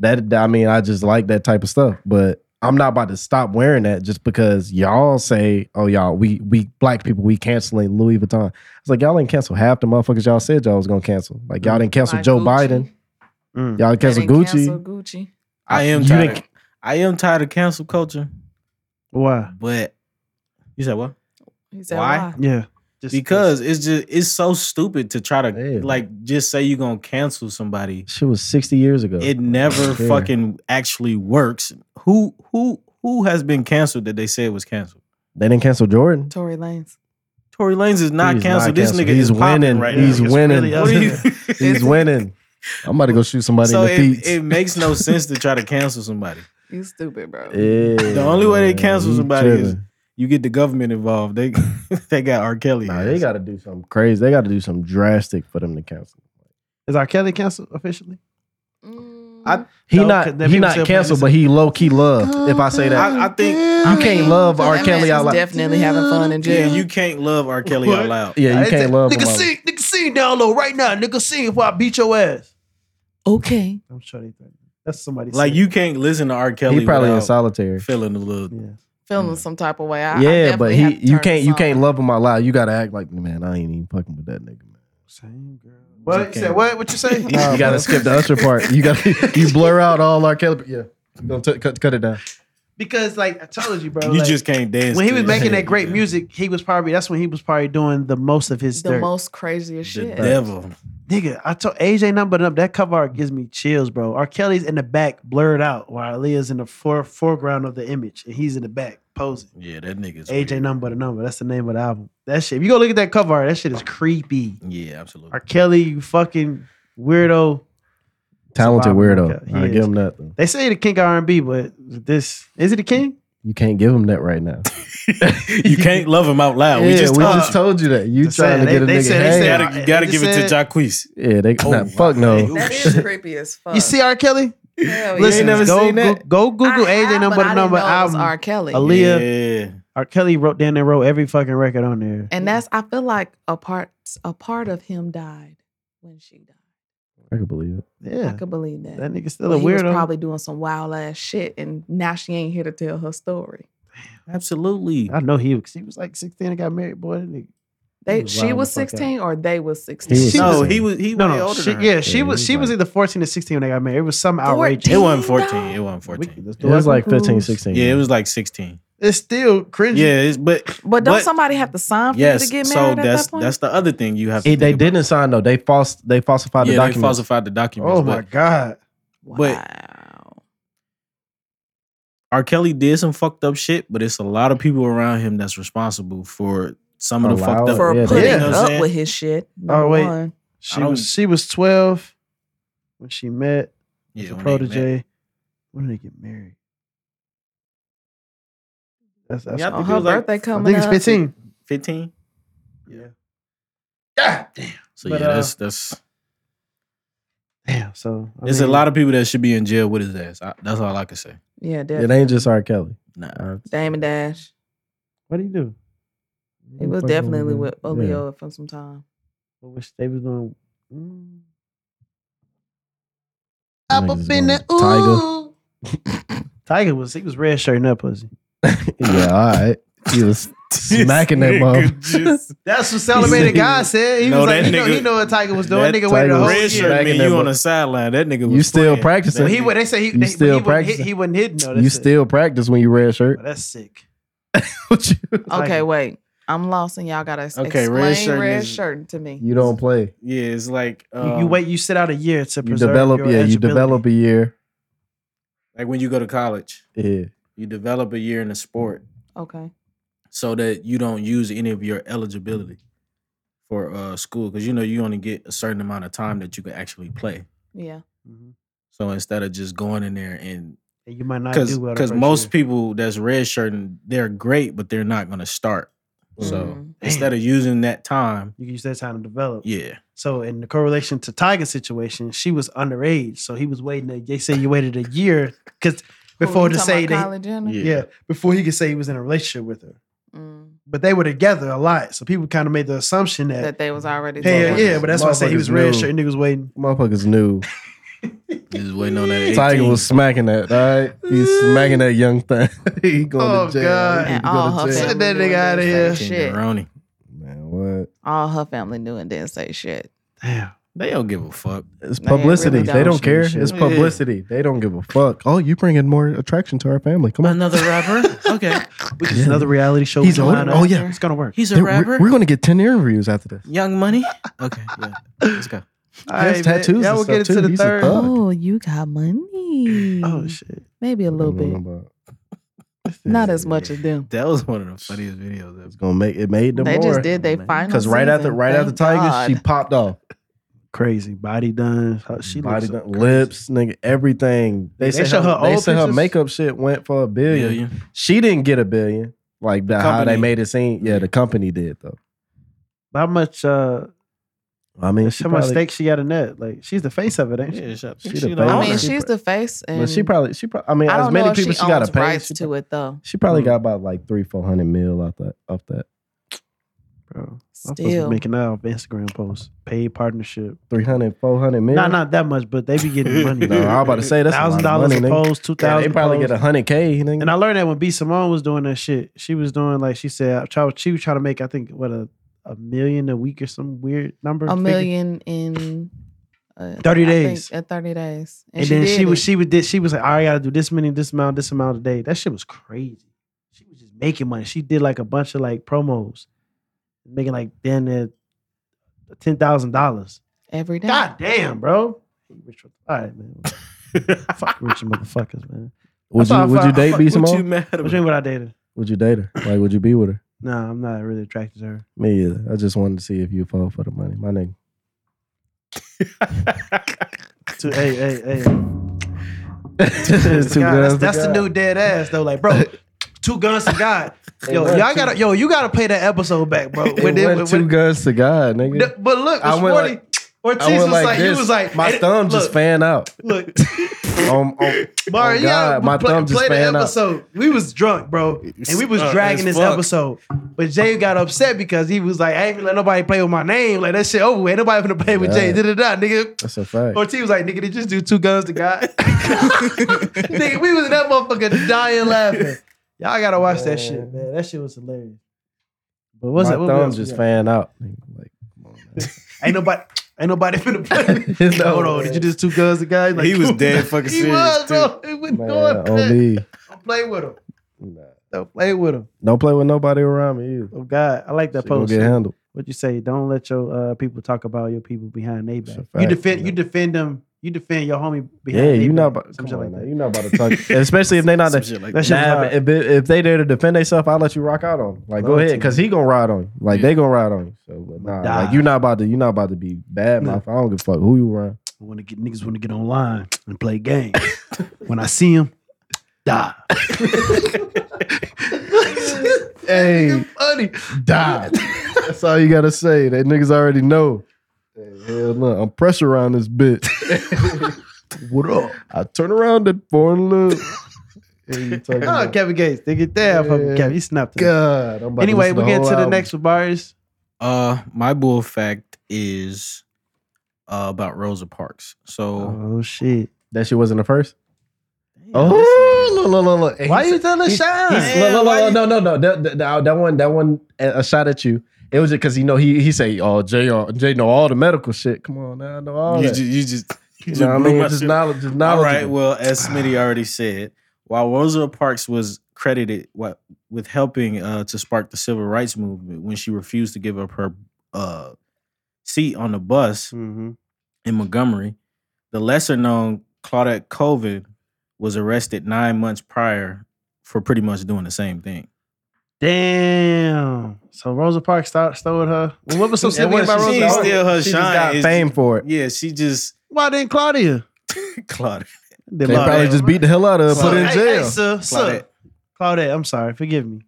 C: That I mean, I just like that type of stuff, but. I'm not about to stop wearing that just because y'all say, "Oh, y'all, we we black people, we canceling Louis Vuitton." It's like y'all didn't cancel half the motherfuckers y'all said y'all was gonna cancel. Like y'all didn't cancel
E: Like
C: Joe
E: Gucci.
C: Biden.
D: Mm.
C: Y'all
E: They
C: cancel
E: didn't
C: Gucci.
E: cancel Gucci.
B: I am
C: You
B: tired.
C: didn't-
B: Of, I am tired of cancel culture.
D: Why?
B: But you said what?
E: He said
B: Why?
E: why?
D: Yeah, Just
B: because it's just it's so stupid to try to
C: Yeah.
B: like just say you're gonna cancel somebody.
C: Shit was 60 years ago.
B: It never
C: Yeah.
B: fucking actually works. Who who who has been canceled that they said was canceled?
C: they didn't cancel Jordan.
E: Tory Lanez.
B: Tory Lanez is not
C: He's
B: canceled. This
C: canceled.
B: nigga is
C: He's
B: popping
C: winning.
B: right
C: He's
B: now.
D: It's
C: winning.
D: really
B: What
D: up
B: are you?
D: there.
C: He's winning. I'm about to go shoot somebody
B: so
C: in the
B: it,
C: feet.
B: it makes no sense to try to cancel somebody.
E: You stupid, bro.
C: the
B: only way they cancel somebody is- You get the government involved. They they got R. Kelly.
C: Nah,
B: ass.
C: they got to do something crazy. They got to do something drastic for them to cancel.
D: Is R. Kelly canceled officially?
E: I,
C: He
D: No, 'cause
C: not
D: then
C: he
D: people
C: not
D: still
C: canceled,
D: playing
C: but he low key loved. If I say that,
B: I, I think
C: you
E: Mm.
C: can't love R. Kelly out
E: out
C: loud.
E: definitely having fun in
B: yeah,
E: jail.
B: you can't love R. Kelly out
D: What?
B: loud.
C: yeah, you can't love him.
D: Nigga
C: all-
D: sing, nigga sing down low right now. Nigga sing before I beat your ass.
E: okay.
D: I'm sure they think that's somebody.
B: Like
D: said.
B: you can't listen to R. Kelly.
C: He probably in
B: without
C: solitary.
B: feeling a little
D: Yeah.
E: Feeling some type of way. I, I
C: Mm. yeah, but
E: definitely
C: he
E: have to
C: you
E: turn
C: can't you
E: this
C: can't
E: on.
C: love him out loud. You got to act like man. I ain't even fucking with that nigga. Man.
D: Same girl. What you said?
B: can't.
D: What? What you say?
B: Nah,
C: you got
B: bro.
C: to skip the Usher part. You got to you blur out all R. Kelly. Yeah, Don't t- cut cut it down.
D: because like I told you, bro.
B: You
D: like,
B: just can't dance.
D: when he
B: to
D: was
B: it.
D: making that great
B: Yeah.
D: music, he was probably that's when he was probably doing the most of his
E: the
D: dirt.
E: most craziest
B: The
E: shit.
B: devil.
D: Nigga, I told AJ not button up. That cover art gives me chills, bro. R. Kelly's in the back, blurred out, while Aaliyah's in the fore, foreground of the image, and he's in the back posing.
B: Yeah, that nigga's
D: AJ
B: weird.
D: number the number. That's the name of the album. That shit. If you go look at that cover art, that shit is creepy.
B: Yeah, absolutely.
D: R. Kelly, you fucking weirdo.
C: Talented
D: Survivor,
C: weirdo.
D: okay.
C: I
D: He
C: give
D: is.
C: him that. though.
D: They say the king R and B, but this is it. The king?
C: You can't give him that right now.
B: you can't love him out loud.
C: yeah,
B: we just told you.
C: told you that. You
D: Just
C: trying
D: saying,
C: to get a
D: they- they
C: nigga.
D: said- they
C: hang.
D: said-
B: You gotta, you gotta
D: It
B: give it
D: just
B: to Jacquees.
C: yeah, they
B: Oh,
C: nah, fuck no.
E: That is creepy as fuck.
D: You see R. Kelly?
E: Hell
D: Listen,
E: yeah.
B: never
D: go,
B: seen that?
D: go, go Google
E: I
D: AJ
E: have,
D: number
E: but I
D: the
E: didn't
D: number
E: know it was
D: album.
E: R. Kelly.
D: A li-
B: Yeah.
D: R. Kelly wrote down and wrote every fucking record on there.
E: and that's I feel like a part a part of him died when she died.
C: I can believe it.
E: I
D: Yeah,
E: could believe that.
D: that nigga's still
E: But
D: a
E: he was
D: weirdo.
E: probably doing some wild ass shit, and now she ain't here to tell her story.
B: Absolutely.
D: I know he was. He was like sixteen and got married. Boy, that nigga.
E: They
D: was
E: she
D: wilding
E: was
D: the fuck out.
E: sixteen or they was
C: He
E: sixteen.
C: was
E: She
B: no,
E: was
C: sixteen.
B: he was he
D: No,
B: way
D: no,
B: older
D: she,
B: than her.
D: yeah, she
C: Yeah,
D: was.
C: he
D: She
C: was
D: was
C: like-
D: either fourteen or sixteen when they got married. It was some outrageous.
B: It wasn't
E: 14,
B: 14. It wasn't
D: We can
B: 14.
D: just
C: It
D: do
C: was
D: it.
C: like 15,
E: Cruise.
C: 16.
B: Yeah, it was like 16.
D: It's still cringy.
B: Yeah, it's, but
E: but don't
B: But-
E: somebody have to sign for
B: yes.
E: you to get
B: so
E: married at
B: that's
E: that point?
B: that's the other thing you have to
C: It- they
B: think about.
C: didn't sign though. They false. They falsified the
B: Yeah, they
C: document.
B: falsified the documents.
D: Oh my
B: but
D: god.
B: but-
E: wow.
B: R. Kelly did some fucked up shit, but it's a lot of people around him that's responsible for some of the
C: Allow
B: fucked
C: it.
B: up.
E: For
C: yeah, they-
E: putting
D: Yeah.
E: up
B: Yeah.
E: with his shit.
D: Oh,
E: number
D: wait.
E: one.
D: She
B: don't-
D: was. She was twelve when she met.
B: Yeah,
D: As a
B: when they met.
D: protege. When did they get married? That's, that's
B: Yeah, I
E: On
B: think it
E: her
B: was like-
E: birthday
D: I
E: coming
D: think it's
E: up.
D: 15.
B: 15.
D: Yeah.
B: So
D: But,
B: yeah,
D: uh,
B: that's that's
D: Damn. So I
B: there's a
D: mean,
B: lot of people that should be in jail with his ass. I, that's all I can say.
E: Yeah,
C: It
E: definitely.
C: ain't just R. Kelly.
B: Nah.
E: Damon Dash.
D: What do you do?
E: He was
C: Fucking
E: definitely
C: nigga.
E: with Olio for some time.
D: I wish they was doing. Mm.
C: Them niggas is going- Tiger.
D: Tiger was he was red shirting up pussy.
C: Yeah, all right. He was smacking that mom.
D: That's what celebrated guy said. He
B: No,
D: was like,
B: that
D: he know, he
B: nigga-
D: know what Tiger was doing.
B: that
D: nigga waited
C: Tiger
D: a whole
C: was
B: Red
D: year.
C: back
B: shirt
C: in
B: mean
C: that
B: you
C: book.
B: on the sideline. That nigga was
C: You still
B: playing.
C: practicing.
B: That
D: Well, he
B: nigga-
D: wa- they say he,
C: You
D: they,
C: still
D: he, wasn't hit,
C: practicing.
D: he wasn't hidden though.
C: You
D: That's it.
C: still practice when you red
D: Oh,
C: shirt.
D: that's sick.
C: What you-
E: Okay,
D: Tiger.
E: wait. I'm lost and y'all gotta s-
B: Okay,
E: explain
B: red
E: red
B: shirting
E: shirt,
B: is-
E: to me.
C: you don't play.
B: Yeah, it's like
D: You- you,
B: um,
D: wait. You sit out a year to
C: You
D: preserve.
C: develop.
D: your
C: Yeah, you
D: eligibility.
C: develop a year.
B: like when you go to college,
C: Yeah.
B: you develop a year in the sport
E: Okay.
B: so that you don't use any of your eligibility for uh, school because you know you only get a certain amount of time that you can actually play.
E: Yeah.
D: Mhm.
B: So instead of just going in there and
D: And you might not
B: because
D: do well the first
B: most
D: year.
B: people that's red shirting, they're great, but they're not gonna start. So
D: Mm-hmm.
E: Mhm.
B: instead of using that time,
D: you can use that time to develop.
B: yeah,
D: So in the correlation to Tiger's situation, she was underage, so he was waiting. A, they say you waited a year because before
E: Who, Oh, you
D: to
E: talking
D: say
E: about
D: that,
E: Kylie Jenner?
B: yeah,
D: yeah. before he could say he was in a relationship with her.
E: Mm,
D: But they were together a lot, so people kind of made the assumption that,
E: that they was already
D: hey,
E: together.
D: yeah, but that's why I say he was red
C: Motherfuckers
D: shirt niggas waiting.
C: Motherfuckers knew.
B: just waiting on that. 18.
C: Tiger was smacking that. All right. He's smacking that young thing. he going
D: Oh,
C: to jail.
D: God.
C: He
E: And
C: go
E: all
C: to jail.
E: her family
D: Send that
E: doing
D: nigga outta
E: this
D: here.
E: same Shit.
B: Macaroni.
C: Man, what?
E: All her family knew and didn't say shit.
D: Damn,
B: They don't give a fuck.
C: It's
E: They ain't
C: publicity.
E: really
C: they
E: don't
C: don't care.
E: shoot
C: It's
B: shit.
C: publicity. They don't give a fuck. Oh, you bringing more attraction to our family. Come on.
B: Another rapper? Okay.
D: Which is
C: Yeah.
D: another reality show.
C: He's
D: we
C: older?
D: line up.
C: Oh, yeah.
D: It's gonna work.
B: He's a
C: Dude,
B: rapper?
C: we're, we're gonna get ten interviews after this.
B: Young Money? Okay. Yeah. Let's go.
D: All
C: has
D: man.
C: tattoos
D: Yeah,
C: and
D: we'll
C: stuff,
D: get
C: too.
D: into the
C: He's a
D: third.
C: thug.
E: Oh, you got money.
D: Oh shit.
E: Maybe a little
C: I don't know
E: bit.
C: about-
E: Not as much as them.
B: That was one of the funniest videos.
C: It's gonna make it made them
E: They
C: more.
E: just did their
B: man.
E: final.
C: Because right after
E: season.
C: right after
E: Thank
C: Tigers, she
E: God.
C: popped off.
D: Crazy body done. Her- She
C: Body
D: looks
C: done-
D: crazy.
C: lips, nigga, everything. They,
D: They
C: said
D: show
C: her,
D: her
C: they
D: old
C: said her
D: pictures?
C: makeup shit went for a billion.
B: Billion.
C: She didn't get a billion. Like the, how they
B: company.
C: made it seem. Yeah, the company did though.
D: How much? Uh,
C: I mean, she
D: how much
C: probably-
D: steak she got in that? Like she's the face of it, ain't she?
B: Yeah, shut-
C: She
B: she
C: the
B: the
C: face.
E: I
B: owner.
E: mean,
C: she
E: she's the face, and
C: But she probably, she probably. I mean,
E: I
C: as
E: don't
C: many
E: know if
C: people
E: she,
C: she, got
E: owns
C: to pay.
E: rights
C: She,
E: to it though.
C: she probably
D: Mm.
C: got about like three, four hundred mil off that, off that
D: Bro, I'm supposed to
E: Still,
D: be making that off Instagram posts. Paid partnership.
C: 300, 400 mil.
D: Nah, not that much, but they be getting money.
C: No, I was about to say that's
D: thousand dollars a post, two
C: Yeah,
D: thousand.
C: they probably get a hundred k. nigga.
D: And I learned that when B Simone was doing that shit, she was doing like she said, try- she was trying to make I think what a a million a week or some weird number.
E: a
D: figure.
E: million in uh,
D: 30
E: I think,
D: days.
E: uh, Thirty days,
D: And, then she
E: did
D: was
E: it.
D: she was did she was like, I gotta do this many, this amount, this amount a day. That shit was crazy. She was just making money. She did like a bunch of like promos, making like then near ten thousand dollars.
E: every day.
D: God damn, bro. Rich- All right, man. Fuck rich motherfuckers, man.
C: would
D: I
C: you
D: thought
C: would
D: if
C: you
D: I-
C: date B
B: What you
C: Simone?
B: mad
D: Which one
B: about?
D: would I date her?
C: Would you date her? Like, would you be with her?
D: No, I'm not really attracted to her.
C: Me either. I just wanted to see if you fall for the money, my nigga.
D: To, hey, hey, hey.
C: It's two
D: God,
C: guns to
D: that's that's the
C: God.
D: new dead ass though. Like, bro, two guns to God. Yo,
C: wasn't
D: y'all gotta yo, you gotta play that episode back, bro.
C: It
D: When they-
C: went two
D: when-
C: guns to God, nigga.
D: the- but look,
C: I
D: it's
C: went
D: Forty.
C: like-
D: Ortiz
C: I went
D: was like, you
C: this.
D: was like,
C: my
D: and-
C: thumb just
D: look,
C: fan out.
D: Look,
C: Um, um,
D: Mario,
C: God, my
D: my play,
C: thumb just
D: play
C: fan
D: the
C: up.
D: episode. We was drunk, bro, and we was
B: Uh,
D: dragging
B: as
D: this
B: fuck.
D: episode. But Jay got upset because he was like, I ain't gonna let nobody play with my name. Like that shit over. with. Ain't nobody gonna play with Jay.
C: Right.
D: Da da da, nigga.
C: that's a fact.
D: Ortiz was like, nigga, they just do two guns to God. nigga, we was in that motherfucker dying laughing. Y'all gotta watch that shit, man. That shit was hilarious. But what's
C: my
D: it? What
C: thumb
D: else we
C: just
D: got?
C: fan out. nigga. Like, come on, man.
D: Ain't nobody, ain't nobody finna play. me.
C: No,
D: Hold
C: man.
D: on, did you just two guns to guys?
B: He was dead fucking
D: He
B: serious,
D: was, bro. He was
C: Man,
D: going
C: on
D: crazy.
C: me.
D: Don't play with him.
C: Nah.
D: Don't play with him.
C: Don't play with nobody around me either.
D: Oh God, I like that
C: She gonna
D: post.
C: get handled.
D: What you say? Don't let your uh, people talk about your people behind their
C: It's
D: back.
C: a
D: You
C: fact,
D: defend,
C: man.
D: you defend them. You defend your homie behind.
C: Yeah,
D: they
C: you
D: back.
C: know about
D: Some
C: come
D: shit
C: on,
D: like
C: now.
D: that.
C: you know about to talk, especially if they not.
B: Some
C: The,
B: shit like that.
D: That shit was
C: nah,
D: hard.
C: if, if if they there to defend themselves, I'll let you rock out on. 'em. Like, go
D: Love
C: ahead,
D: to.
C: because he gonna ride on you. Like they gonna ride on you. So but nah,
D: Nah.
C: like you not about to you not about to be bad mouth. I don't give a fuck who you run.
D: I want to get niggas want to get online and play games. when I see him, die.
C: Hey,
D: Funny.
C: died. That's all you gotta say. That niggas already know. Hey, hell no, I'm pressure around this bitch.
D: What up?
C: I turn around that foreign look. Hey, you talking
D: Oh,
C: about-
D: Kevin Gates. They get
C: Yeah.
D: there. Fucking Kevin. He snapped it.
C: God. I'm about
D: Anyway,
C: listen
D: we get
C: whole
D: to the
C: album.
D: next with Barius.
B: Uh, my bull fact is uh, about Rosa Parks. So
D: Oh shit.
C: That shit wasn't the first.
B: Listen.
C: Oh, look, look, look, look. And
D: Why
C: he
D: you telling
C: he-
D: Shine?
B: he's-
C: said- look, look,
B: why
C: look,
B: you-
C: no, no, no. That, that- that, that one, that one, uh, a a shot at you. It was just because you know he he say, "Oh, Jay, uh, Jay know all the medical shit. Come on, now I know all
B: you,
C: that."
B: ju- you just, you
C: you
B: just
C: know what I
B: blew
C: mean?
B: my
C: Just
B: shit.
C: knowledge, just knowledge.
B: All right. Well, as Smitty already said, while Rosa Parks was credited what with helping uh, to spark the civil rights movement when she refused to give up her uh, seat on the bus
D: Mm-hmm.
B: in Montgomery, the lesser known Claudette Colvin was arrested nine months prior for pretty much doing the same thing.
D: Damn. So Rosa Parks start, stole her. Well, what was so
C: It
D: significant
C: wasn't-
D: about
B: she
D: Rosa
C: wasn't
D: Parks?
B: still
C: stolen.
B: her
C: She
B: shine.
C: just got
B: It's-
C: fame for it.
B: Yeah, she just
D: Why didn't Claudia?
B: Claudette.
C: They probably just beat the hell out of her,
D: So,
C: put her in
D: hey,
C: jail.
D: Hey, sir, sir.
B: Claudette.
D: Claudette, I'm sorry. Forgive me.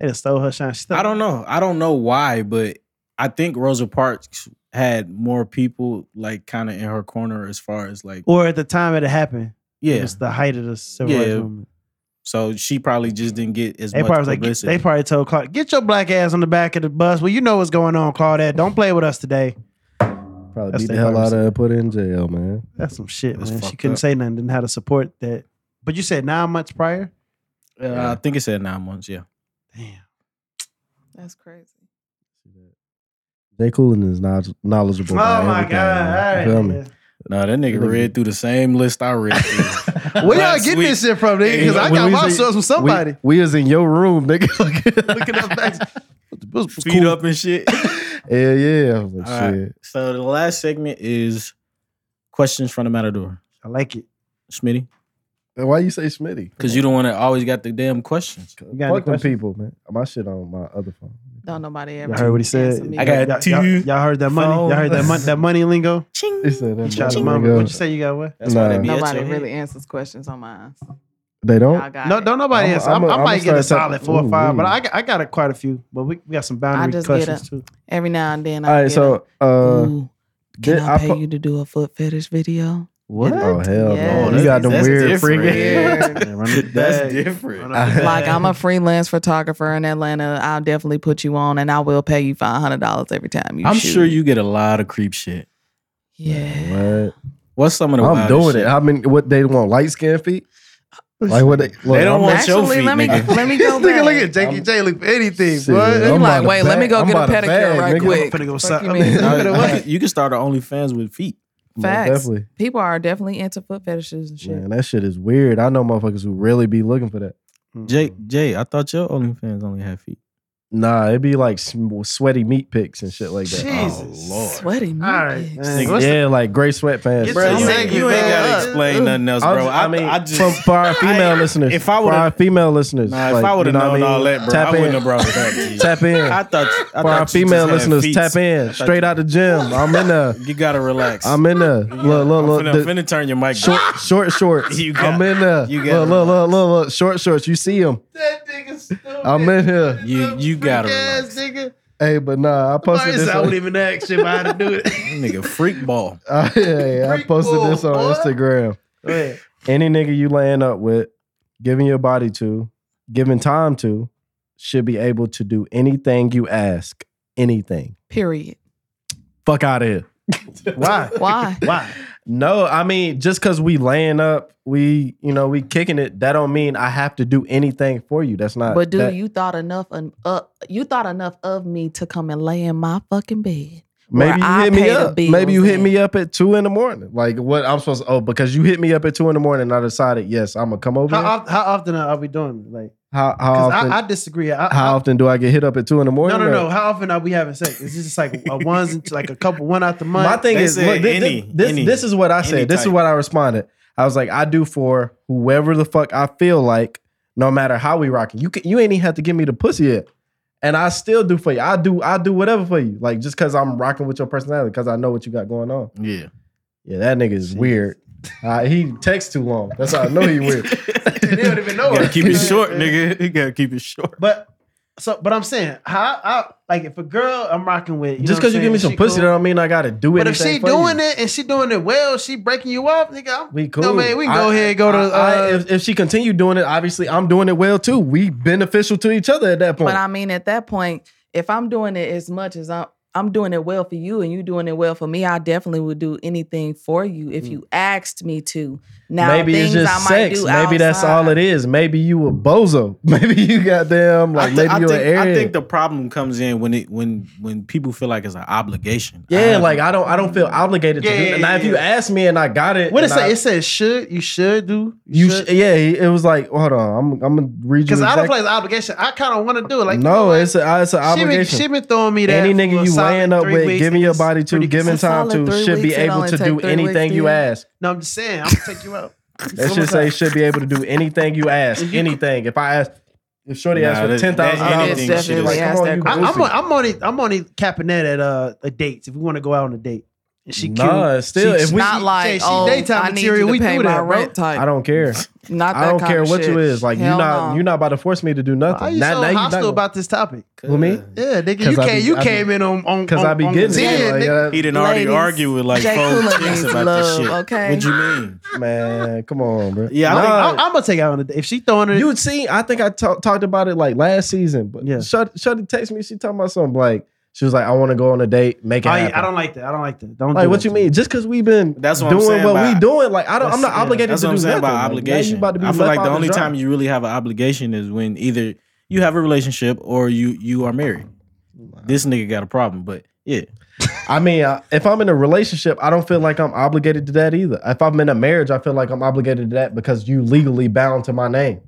D: They done stole her shine. She stole-
B: I don't know. I don't know why, but I think Rosa Parks had more people like kind of in her corner as far as like
D: Or at the time it happened. It
B: yeah.
D: was the height of the civil
B: Yeah.
D: rights movement.
B: So she probably just didn't get as
D: They
B: much
D: probably was like, get-
B: publicity.
D: they probably told Claudette, get your black ass on the back of the bus. Well, you know what's going on, Claudette. Don't play with us today.
C: Probably
D: That's
C: beat the
D: they
C: hell
D: probably
C: out of her, put her in jail, man.
D: That's some shit,
B: That's
D: man. She
B: fucked
D: couldn't
B: up.
D: say nothing, didn't have to support that. But you said nine months prior?
B: Uh, I think it said nine months. Yeah.
D: Damn.
E: That's crazy.
C: Jay Coolin is knowl-
D: Oh
C: knowledgeable. about everything, man. You feel me?
B: No, that nigga
C: Nigga.
B: read through the same list I read through.
D: Where y'all
B: Last
D: getting
B: week-
D: this shit from, nigga?
B: Hey,
D: Because I
B: when
D: got
B: we
D: my
B: say-
D: source from somebody.
C: We, we was in your room, nigga.
D: Looking up facts. What's- what's
B: Feet
D: cool?
B: up and shit.
C: yeah, yeah. I was like,
B: All right.
C: shit.
B: So the last segment is questions from the Matador.
D: I like it.
B: Smitty,
C: Why you say Smitty?
B: because you don't want to always got the damn questions.
D: got any
C: Fuck them
D: questions?
C: people, man. My shit on my other phone.
E: Don't nobody ever.
D: Y'all heard what he said.
E: answer me.
B: I got
D: Y'all-
B: two
D: Y'all, y'all heard that money? Y'all heard that money?
C: phones.
D: That money lingo?
B: Ching.
C: He said
D: You
C: that.
D: tried to
C: boy,
D: mumble.
C: nigga.
D: What you say? You got what?
B: That's why they be at
E: Nobody
B: your
E: really
B: head.
E: answers questions on mine.
C: They don't.
E: Y'all got
D: No,
E: it.
D: don't nobody
C: I'ma-
D: answer. I'm,
C: I'ma-
D: I
C: I'ma
D: might get a
C: start
D: solid
C: that-
D: four or
C: Ooh,
D: five, but
C: wee.
D: I got, I got a, quite a few. But we, we got some boundary
E: just get
D: questions too.
E: Every now and then. I
C: All right,
E: get
C: so
E: a,
C: uh,
E: "Ooh, can
C: did
E: I,
C: I
E: pay
C: pu-
E: you to do a foot fetish video?
C: what? Oh hell
E: Yeah.
C: no! You got them
B: That's
C: weird
B: different.
C: freaking.
E: Weird.
D: Yeah, run up the
B: That's
D: bag.
B: different.
D: Run up the
E: like
D: bag.
E: I'm a freelance photographer in Atlanta. I'll definitely put you on, and I will pay you five hundred dollars every time you.
B: I'm
E: shoot.
B: sure you get a lot of creep shit.
E: Yeah.
C: What?
B: What's some of the
C: I'm
B: wildest
C: doing
B: shit?
C: it. How many? What they want? Light skin feet? Like what? They,
B: They don't want your
E: Actually,
B: feet,
E: let me
B: nigga.
E: let me go
D: Nigga,
E: back.
D: look at Jakey J. Look for anything,
C: Shit,
D: boy.
C: I'm
E: He
C: about
E: like,
C: to
E: wait, let me
C: bag-
E: go
C: I'm
E: get a
C: about to
E: pedicure
C: bag,
E: right
C: nigga.
E: quick.
D: Finna go
E: Fuck
D: suck-
E: you
D: I
E: mean?
D: mean,
B: Now,
D: Look at
B: you
D: what?
B: can- you can start our OnlyFans with feet.
C: Most
E: Facts.
C: Definitely.
E: People are definitely into foot fetishes and shit.
C: Man, that shit is weird. I know motherfuckers who really be looking for that.
B: Jay, Jay, I thought your OnlyFans only had feet.
C: Nah, it'd be like sm- sweaty meat pics and shit like that.
D: Jesus.
B: Oh,
E: Sweaty meat.
D: All right,
E: pics.
D: man.
C: Oh,
D: What's
C: yeah, like gray sweatpants.
D: Get E.
B: Bro,
D: It's
B: you,
D: a
B: ain't, you
D: segment,
B: ain't
D: man.
B: gotta explain
D: Ugh.
B: nothing else,
C: I was-
B: bro. I,
C: I mean,
B: I just,
C: from for our female listeners.
B: if I
C: for our
B: would've-
C: female listeners,
B: nah, if
C: like,
B: I would have
C: you know what
B: known
C: mean?
B: all that, bro,
C: tap
B: I
C: in,
B: wouldn't have brought it up. G.
C: tap in.
B: I thought, I
C: for
B: thought
C: our
B: you
C: female
B: just had
C: listeners,
B: feet.
C: tap in straight out the gym. I'm in there.
B: You gotta relax.
C: I'm in there. Look,
B: I'm
C: look,
B: finna,
C: look. the
B: finna turn your mic.
C: short,
E: Ah!
B: down.
C: short shorts.
B: You got-
C: I'm in there.
B: you
C: Look,
B: got-
C: look, look, look, look. Short shorts. You see them?
D: that nigga stupid?
C: I'm in here.
B: You you gotta
D: Freak
B: relax.
D: ass nigga.
C: Hey, but nah, I posted
D: Sorry,
C: this.
D: I
C: on-
D: wouldn't even ask him how to do it.
B: Nigga, freak ball.
C: Uh, yeah, yeah, I
D: Freak
C: posted this
D: ball,
C: on
D: boy.
C: Instagram.
D: Go ahead.
C: Any nigga you laying up with, giving your body to, giving time to, should be able to do anything you ask. Anything.
E: Period.
C: Fuck out of here.
D: Why?
E: Why?
D: Why?
C: No, I mean, just because we laying up, we, you know, we kicking it, that don't mean I have to do anything for you. That's not.
E: But do
C: that-
E: you thought enough and uh, you thought enough of me to come and lay in my fucking bed? where
C: Maybe you
E: I
C: hit me
E: pay the
C: up. Maybe you
E: bills
C: hit
E: at?
C: me up at two in the morning. Like what I'm supposed to, oh, because you hit me up at two in the morning and I decided, yes, I'm going to come over.
D: How,
C: How,
D: oft- how often are we doing? it? Like,
C: how, how
D: because
C: often?
D: I, I disagree. I,
C: how
D: I,
C: often do I get hit up at two in the
D: no,
C: morning?
D: no,
C: or-
D: no. How often are we having sex? Is this just like a ones, and two- like a couple, one out the month?
C: My thing
B: They
C: is,
B: said
C: look, thi- thi-
B: any-
C: this,
B: any-
C: this is what I said.
B: any
C: This is
B: type.
C: what I responded. I was like, I do for whoever the fuck I feel like, no matter how we rocking. You can, you ain't even have to give me the pussy yet, and I still do for you. I do I do whatever for you, like just because I'm rocking with your personality, because I know what you got going on.
B: Yeah.
C: Yeah, that nigga is weird. Uh, he texts too long. That's how I know he weird.
D: they don't even know.
B: You gotta
D: it.
B: keep it short, nigga. You gotta keep it short.
D: But so, but I'm saying, how? I, like, if a girl I'm rocking with, you
C: just
D: because
C: because you give me some pussy, that don't mean I got to do it.
D: But if she doing it and she doing it well, she breaking you off, nigga. I'm,
C: We cool.
D: No man, we can go
C: I-
D: ahead and go to.
C: I- I-
D: uh,
C: if, if she continue doing it, obviously I'm doing it well too. We beneficial to each other at that point.
E: But I mean, at that point, if I'm doing it as much as I'm, I'm doing it well for you, and you doing it well for me, I definitely would do anything for you if you asked me to. Now,
C: Mm. Maybe it's
E: things
C: just
E: I might
C: sex.
E: do
C: Maybe that's all it is. Maybe you a bozo. Maybe you goddamn
B: I,
C: like
B: thi-
C: maybe
B: I
C: you
B: think,
C: an
B: I
C: area.
B: think the problem comes in when it when when people feel like it's an obligation.
C: yeah,
B: have-
C: like I don't I don't feel obligated
D: Uh-huh. Yeah,
C: to do
D: yeah,
C: that. Now if
D: yeah.
C: you ask me and I got it,
D: what it
C: and I-
D: say? It says should you should do
C: you sh- yeah, he- it was like hold on, I'm I'm gonna read you.
D: because I
C: exact-
D: don't feel like it's an obligation. I kind of want to do it. Like
C: no,
D: you know
C: it's a it's an
D: what? she been,
C: obligation.
D: she been throwing me that
C: Any
D: for
C: nigga
D: a
C: you
D: solid
C: laying up
D: three
C: with,
D: weeks,
C: giving
D: and
C: your
D: it's
C: body to,
D: pretty
C: giving
E: consistent.
C: time
E: Solid
C: to,
E: three
C: should be
E: weeks, it
C: able
E: only
C: to do
E: take three weeks
C: anything
E: to
C: you
E: do.
C: ask.
D: No, I'm just saying. I'm gonna take you out.
C: That should say should be able to do anything you ask. Anything. If I ask, if Shorty
B: Nah,
C: asked for
B: that-
C: ten thousand
B: that
C: dollars,
B: anything shit is-
C: like, come
E: Yeah, it's
C: on,
E: that
C: you
E: quick.
D: I,
C: goofy.
D: I'm on, I'm only I'm only capping that at uh, a date if we want to go out on a date and she
C: Nah,
D: cute.
C: still,
D: she,
C: if
D: she-
C: we-
E: Not
D: she-
E: like
D: she
E: oh,
D: daytime
E: I need
D: material.
E: you to
D: we
E: pay
D: do
E: my
D: that, bro.
E: rent type.
C: I don't care.
E: Not that
C: I don't
E: kind
C: care
E: of
C: what
E: shit.
C: you is. Like you
E: Hell
C: not
E: no.
C: you not about to force me to do nothing.
D: Why are you
C: Now-
D: so
C: now you
D: hostile
C: not-
D: about this topic?
C: Who, me?
D: Yeah, nigga, you
C: 'Cause I
D: came
C: be-
D: you
C: I be-
D: came in on on
C: Because
D: on,
C: I be
D: on
C: getting
D: 10,
C: it.
D: nigga.
C: Like,
B: He
C: uh,
B: didn't already
E: Ladies,
B: argue with like
E: Jay
B: four
E: Cooler
B: chicks
E: needs
B: about this
E: love,
B: shit.
E: okay?
B: What you mean?
C: uh, man, come on, bro.
B: Yeah, I
D: I
B: think-
D: am gonna take out on a date. If she throwing it,
C: You would see, I think I talk, talked about it like last season, but
D: Yeah.
C: yeah. Shut Shorty text me. She talking about something like she was like, I want to go on a date, make
B: Oh,
C: it
D: I,
C: happen.
D: I don't like that. I don't like that. Don't
C: like
D: do
C: what
D: that
C: you
D: to me.
C: mean? Just because we've been
B: That's what I'm
C: doing
B: saying
C: what
B: by-
C: we doing, like I don't, I'm
D: That's-
C: not
D: yeah,
C: obligated
B: That's
C: to
B: what
C: do
B: I'm saying
C: nothing.
B: by
C: Like, now you
B: obligation.
C: about to be
B: I feel
C: left
B: like the
C: out to
B: only
C: dry.
B: time you really have an obligation is when either you have a relationship or you you are married. This nigga got a problem, but Yeah.
C: I mean, I- if I'm in a relationship, I don't feel like I'm obligated to that either. If I'm in a marriage, I feel like I'm obligated to that because you legally bound to my name.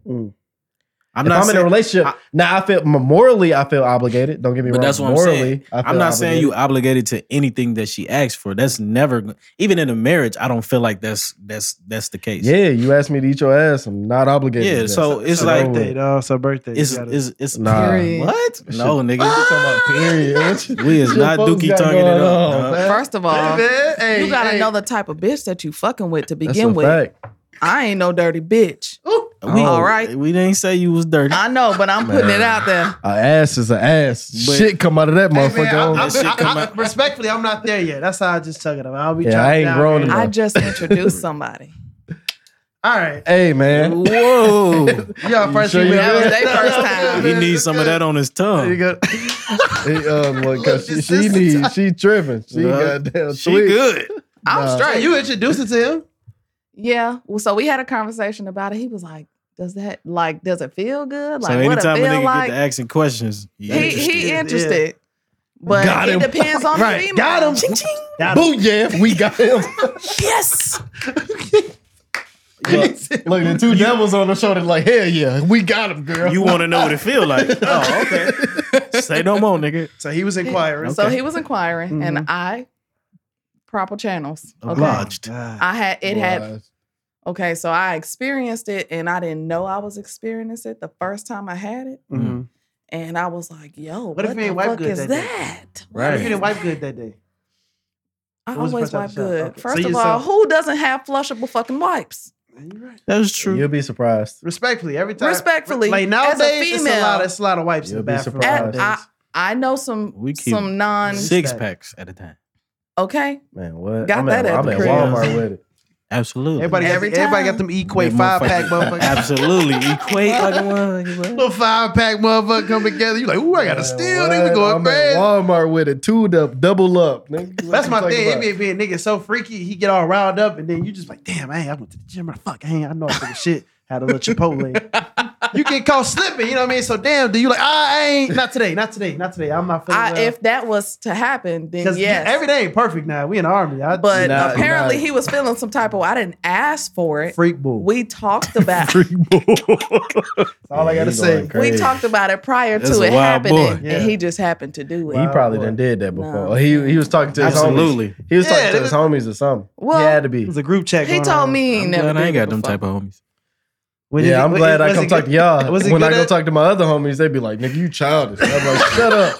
B: I'm
C: if
B: not
C: I'm
B: saying,
C: in a relationship,
B: I-
C: now I feel morally, I feel obligated. Don't get me
B: But
C: wrong.
B: that's what I'm
C: morally,
B: saying.
C: I
B: I'm
C: feel
B: not saying you
C: obligated.
B: obligated to anything that she asks for. That's never go- even in a marriage. I don't feel like that's that's that's the case.
C: Yeah, you asked me to eat your ass. I'm not obligated.
B: Yeah,
C: to that.
B: so it's
D: It's her
B: like-
D: birthday, dog. It's her birthday. You
B: it's
D: gotta-
B: it's it's
C: Nah.
E: Period.
B: what? No,
C: You
B: nigga.
C: talking about period? What you-
B: We is
C: what
B: not
C: folks
B: dookie
C: got
B: tonguing it
C: going
B: up,
C: on,
B: nah.
C: man?
E: First of all,
C: Hey, hey,
E: you gotta
C: hey.
E: know the type of bitch that you fucking with to
C: That's
E: begin
C: a
E: with.
C: fact.
E: I ain't no dirty bitch.
B: We,
E: All right.
B: We didn't say you was dirty.
E: I know, but I'm putting it out there.
C: A ass is an ass.
B: But-
C: Shit come out of Oh, that motherfucker.
B: I-
C: I,
B: shit come out.
D: respectfully, I'm not there yet. That's how I just took it up. I'll be
C: Yeah, I
D: chopped
C: ain't
D: down,
C: grown
D: man.
C: enough.
E: I just introduced somebody.
D: All right.
C: hey
B: Whoa.
C: man,
D: Y'all
C: You
D: first
C: sure you
D: human-
E: That was
C: Yeah.
E: their first time.
B: he needs some of that on his
D: You
B: tongue.
D: go-
C: Hey, um, look,
D: Look,
C: she,
D: this-
C: she
D: this-
C: needs. She tripping. She
B: Look,
C: goddamn.
B: She
C: tweak.
B: good.
E: I'm
D: Hey,
E: straight.
D: you introduced it to him?
E: Yeah. Well, so we had a conversation about it. He was like, "Does that like does it feel good?
B: so
E: Like what it
B: anytime a
E: feel
B: nigga
E: like?"
B: get to asking questions, you
E: he
B: interested.
E: he
D: Yeah.
E: interested, but
C: Got
E: it
C: him.
E: depends on
D: Right.
E: the female.
D: Got him.
E: Ching, ching.
D: Got him.
C: Boo! Yeah, we got him.
E: Yes.
C: look, look, the two devils on the shoulder. Like hell yeah, we got him, girl.
B: you want to know what it feel like. Oh, okay. Say no more, nigga.
D: So he was inquiring.
E: So
B: Okay.
E: he was inquiring, and I proper channels. Okay.
B: Obliged.
E: I had it had
C: Lies.
E: okay. So I experienced it, and I didn't know I was experiencing it the first time I had it,
C: Mm-hmm.
D: Mhm.
E: and I was like, "Yo, what,
D: if you
E: the
D: ain't wipe
E: fuck
D: good
E: is
D: that
E: that?"
D: day?
B: Right.
D: You didn't wipe good that day.
E: I
D: What was the
E: always
D: first time
E: wipe
D: you saw it?
E: good.
D: Okay. So
E: First
D: you
E: of
D: saw-
E: all, who doesn't have flushable fucking wipes?
D: You're right.
B: That's true.
C: You'll be surprised.
D: Respectfully, every time.
E: Respectfully,
D: like
E: as a
D: nowadays, it's a
E: female-
D: lot. It's a lot of wipes in
C: You'll
D: the
C: be
D: bathroom.
C: surprised.
D: nowadays.
E: I, I know some
B: We keep
E: some non
B: Six
D: Respect.
B: packs at a time.
E: okay.
C: Man, what?
E: Got
C: I'm
E: that
C: at,
E: at
C: I'm
E: the
C: at
E: crib.
C: Walmart with it.
B: Absolutely.
D: everybody, got,
E: Every
D: everybody
E: time.
D: got them E equate
B: That
D: five
B: motherfucker-
D: pack motherfucker.
B: Absolutely. Equate like one.
D: Little five pack motherfucker come together. You like, ooh, I got to
C: Man,
D: steal. They was
C: what?
D: going
C: I'm
D: crazy.
C: at Walmart with it. Twoed up, double up. nigga. What
D: That's
C: you
D: my
C: talking
D: thing.
C: about?
D: It be being nigga so freaky, he get all riled up, and then you just like, damn, hey, I went to the gym. Or fuck, I ain't, I know I took a shit. Had a little Chipotle. you get caught slipping, you know what I mean? So damn, do you like, ah, I ain't not today, not today, not today. I'm not feeling
E: I,
D: well.
E: If that was to happen, then
D: Because
E: yes.
D: everything ain't perfect now. We in the army. I,
E: but
C: Nah,
E: apparently
C: nah.
E: he was feeling some type of. I didn't ask for it.
D: freak bull.
E: We talked about
D: That's all I gotta
C: He
D: say.
C: going crazy.
E: we talked about it prior
B: That's
E: to
B: a
E: it
B: wild boy.
E: happening,
D: Yeah.
E: and he just happened to do it.
C: He probably
D: boy.
C: done did that before.
E: No.
C: Or He he was talking to his homies.
B: Absolutely.
C: He was
D: Yeah,
C: talking to
D: they
C: his
D: was-
C: homies or something.
E: Well,
C: he had to be.
D: It was a group check.
E: He
D: going
E: told
D: on.
E: me he
B: I'm
E: never.
B: glad I
E: did
B: ain't
E: it
B: got them
E: before.
B: type of homies.
D: Was
C: Yeah,
D: it-
C: I'm
D: was
C: glad
D: it-
C: I
D: was
C: come
D: it
C: talk to
D: good-
C: y'all.
D: was it
C: When I
D: good
C: go
D: at-
C: talk to my other homies, they be like, "Nigga, you childish." I'm like, "Shut up."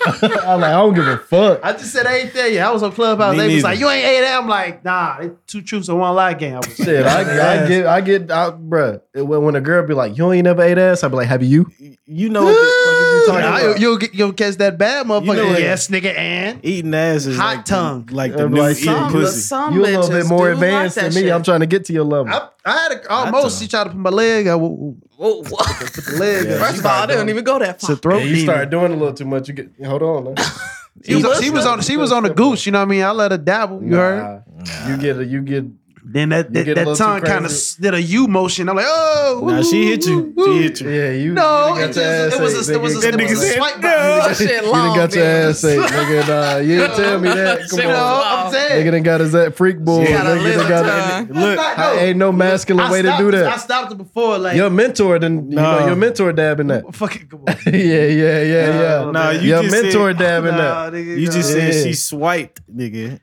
C: I'm like, "I don't give a fuck."
D: I just said I ain't there yet. I was on Clubhouse.
B: Me
D: They was
B: neither.
D: like, you ain't ate that. I'm like, nah, it's two truths and one lie game. I was
C: Shit, I, I get, I get, I, bruh. it- When when a girl be like, "You ain't never ate ass," I be like, "Have you?"
B: You know what the fuck you
D: Nah,
B: talking
D: you-
B: about.
D: you'll, get, you'll catch that bad motherfucker.
B: You know what-
D: yes, nigga, and
B: Eating ass is
D: Hot
B: like
D: tongue.
B: The, like the
C: I'm
B: new
C: like,
B: eating
E: Some,
B: pussy.
E: some
C: You a little
E: bitches
C: bit more
E: do like
C: advanced
E: that
C: than me.
E: shit.
C: I'm trying to get to your level.
D: I, I had a, almost.
B: tongue.
D: She tried to put my leg. I woo- woo,
E: Whoa, whoa.
D: put the leg. up.
E: First
D: She
E: of all, I
D: started
E: didn't even go that
D: doing-
E: far.
D: It's a throat.
C: Yeah, you
D: demon.
C: start doing a little too much. You get hold on. man.
D: She was,
E: You
D: she was on. She was on the goose. You know what I mean? I let her dabble. You heard.
C: Nah. You get a, you get.
D: Then that
C: You
D: that,
C: get a
D: that
C: little too
D: tongue kind of
C: crazy.
D: did a U motion. I'm like, oh.
B: Now
D: woo,
B: she hit you.
D: woo, woo,
B: She
D: woo.
B: hit you.
C: Yeah, you.
D: No,
C: you
D: it,
C: done
D: just,
C: got your
D: it
C: ass
D: was a,
C: ate,
D: it was a,
C: nigga.
D: it
B: That
D: was a
B: nigga said,
D: swipe.
E: "No."
D: by.
E: That shit
C: You done
E: long,
C: got your
E: bitch.
C: ass ate, nigga. Nah, you didn't tell me that. Come
E: Shit
C: on.
E: was
D: No, I'm
E: long.
C: Nigga
D: saying.
C: done got his that freak bull.
E: She got a
C: Nigga done
E: lizard
C: got
E: tongue.
B: Look,
D: That's not-
C: I ain't no masculine
D: I
C: way to
D: stopped
C: do
D: it. I
C: that.
D: stopped it before. Like,
C: Your mentor didn't, you
B: Nah.
C: know, your mentor dabbing that.
D: fucking come on.
C: yeah, yeah, yeah, yeah.
D: Nah,
B: nah, you
C: your
B: just
C: mentor
B: said,
C: dabbing that.
D: Nah, nigga,
B: You
D: nah.
B: just said
C: Yeah.
B: she swiped, nigga.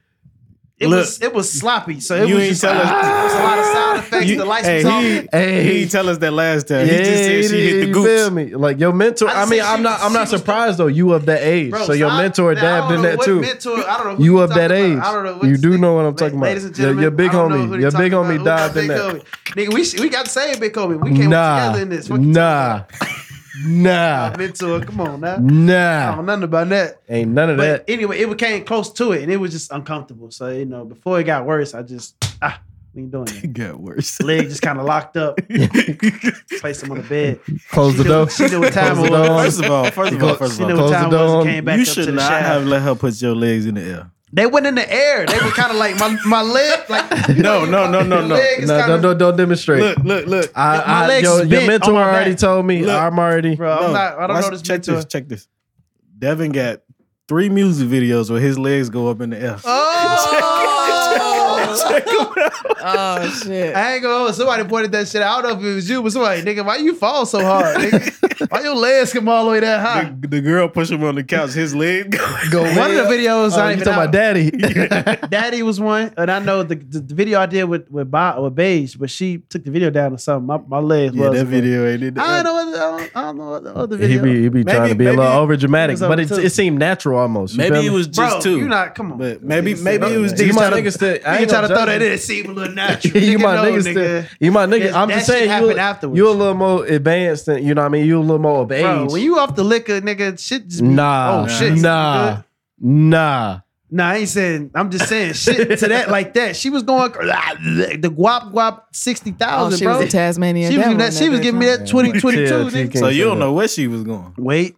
D: It
B: Look.
D: was it was sloppy, so it
B: You
D: was
B: ain't
D: just
B: tell
D: like,
B: us-
D: there was a lot of sound effects.
B: You-
D: the lights
B: hey,
D: was off.
B: he,
C: Hey.
B: he didn't tell us that last time. he
C: Yeah,
B: just said she hit
C: did,
B: the
C: you feel
B: gooch.
C: me? Like your mentor.
D: I
C: I,
D: just
C: mean,
D: said
C: I'm
D: she
C: not.
D: was-
C: I'm not
D: she was-
C: surprised though. You of that age,
D: Bro,
C: so your
D: I-
C: mentor
D: now, I don't
C: dabbed in
D: know
C: that
D: what
C: too.
D: Mentor, I don't know who
C: You
D: you're
C: of that
D: talking
C: age.
D: about. I don't know what
C: You
D: this
C: do
D: nigga-
C: know what I'm talking
D: La-
C: about.
D: Ladies and
C: Your- your
D: gentlemen,
C: big
D: I don't know
C: homie-
D: who they
C: your
D: talking
C: big homie
D: about. Who got
C: dived in
D: big
C: that.
D: homie? Nigga, we sh- we got the same big homie. We came
C: Nah,
D: together in this. What you
C: nah,
D: talking
C: nah,
D: about? mentor. Come on now. I
C: nah.
D: don't know nothing about that.
C: Ain't none of
D: But
C: that.
D: anyway, it came close to it, and it was just uncomfortable. So you know, before it got worse, I just ah, we ain't doing that.
B: It got worse.
D: Leg just kind of locked up. Placed him on the bed.
C: Close
D: She
C: the
D: knew-
C: door.
D: she knew what time
C: Close
D: it
C: the door.
B: First of all, first of all, first
D: She
B: of
D: knew
B: all,
D: what
C: Close
D: time
C: the
D: it was.
C: door.
D: and Came back
B: you
D: up to
B: should
D: the
B: not
D: shower.
B: have let her put your legs in the air.
D: They went in the air. They were kind of like my, my leg. Like you
B: No,
D: know,
B: no, no, no,
D: your
B: no.
D: leg is
C: No,
D: kinda-
C: don't, don't don't demonstrate.
B: Look, look, look.
C: I,
D: my
C: I,
D: legs
C: yo,
D: is
C: your
D: bent on
C: mentor
D: my back.
C: already told me.
B: Look.
C: I'm already.
D: Bro, I'm
B: No,
D: not. I don't
B: watch-
D: know this
B: Check
D: mentor.
B: this. Check this. Devin got three music videos where his legs go up in the air.
E: Oh.
B: Check him out.
E: oh shit.
D: I ain't gonna. Somebody pointed that shit. out. I don't know if it was you, but somebody, nigga, why you fall so hard? Nigga? Why your legs come all the way that high?
B: The, the girl push him on the couch. His leg
C: Go
D: One of the videos
C: Oh,
D: I
C: you
D: even
C: talking about
D: out.
C: daddy?
D: Daddy was one, and I know the, the, the video I did with with, Bob, with Beige, but she took the video down or something. My, my legs
B: Yeah,
D: was
B: that video ain't it.
D: I don't know. What, I, don't, I don't know what the other
C: he
D: video.
C: be he be
B: Maybe-
C: trying to be a
B: maybe
C: little
B: it
C: over dramatic,
D: was over
C: but it,
D: too.
C: it seemed natural almost. You feel
B: Maybe it
C: me?
B: was
D: Bro,
B: just
D: you
B: two.
D: not come on.
B: But maybe
D: Niggas
B: maybe
D: say
B: it was
D: that.
C: You
B: just
C: my
B: two.
C: niggas still. I
D: You
C: ain't
D: trying
C: gonna
D: to throw
C: judge
D: that
C: you.
D: in? It seem a little natural.
C: you
D: Nigga,
C: my
D: no,
C: niggas
D: nigga.
C: still. You my nigga.
D: That-
C: I'm
D: that
C: just
D: shit
C: saying
D: happened
C: you. a-
D: afterwards.
C: You a little more advanced than you know. what I mean, you a little more of age.
D: Bro, when you off the liquor, nigga, shit just be,
C: nah,
D: Oh shit,
C: nah, nah.
D: Nah, I ain't saying. I'm just saying shit to that like that. She was going the guap guap sixty
E: Oh,
D: thousand,
E: she
D: bro.
E: was a Tasmanian.
D: she was giving
E: devil
D: that.
E: in
D: She was giving me
E: bitch,
D: that twenty twenty two.
C: TLT
D: nigga.
C: can't
B: So you
C: say
B: don't
C: that.
B: know where she was going.
D: Wait.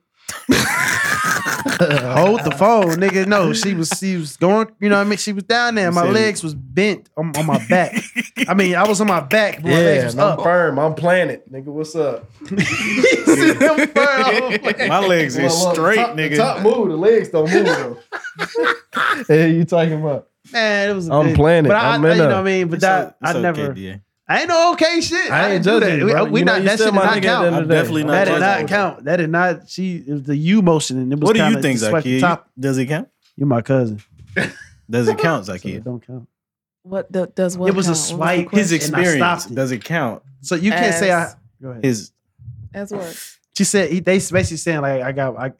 D: Hold the phone, nigga. No, she was she was going, you know what I mean? She was down there. My
B: said-
D: legs was bent on, on my back. I mean, I was on my back, but my legs
C: Yeah,
D: was
C: I'm
D: up.
C: firm. I'm planet, nigga. What's up?
B: My legs is
C: Well, well,
B: straight,
C: top- the
B: nigga.
C: top move, the legs don't move. Though. hey, you talking about?
D: Man, it was a
C: I'm
D: good-
C: playing it.
D: But I,
C: I'm
D: I-
C: in
D: you know
C: a-
D: what I mean? But that
B: It's
D: I
B: okay,
D: never
B: DA.
D: I ain't no okay shit.
C: I ain't
D: didn't do
C: judging
D: that.
C: you,
D: We-
C: bro.
D: We,
C: You know
D: not
C: you
D: that
C: still
D: shit did
C: my nigga at
D: not
C: the end
D: count.
C: of the day.
B: Definitely
C: I'm
B: not
D: That did
B: judging
D: not
B: you.
D: count. That did not she it was the U motion and it was
B: What do you
D: kinda
B: think,
D: just swept the
B: Zakia?
D: top.
B: Does it count?
D: You're my cousin.
B: Does it count,
D: So it
B: Zakia?
D: don't count.
E: What do- does what?
D: It was a
E: count? What the
D: swipe.
E: question?
B: His
D: And I
B: experience
D: stopped it.
B: does it count?
D: So you can't say I
E: As-
D: go ahead.
B: His
E: That's what.
D: She said he, they basically saying like I got I,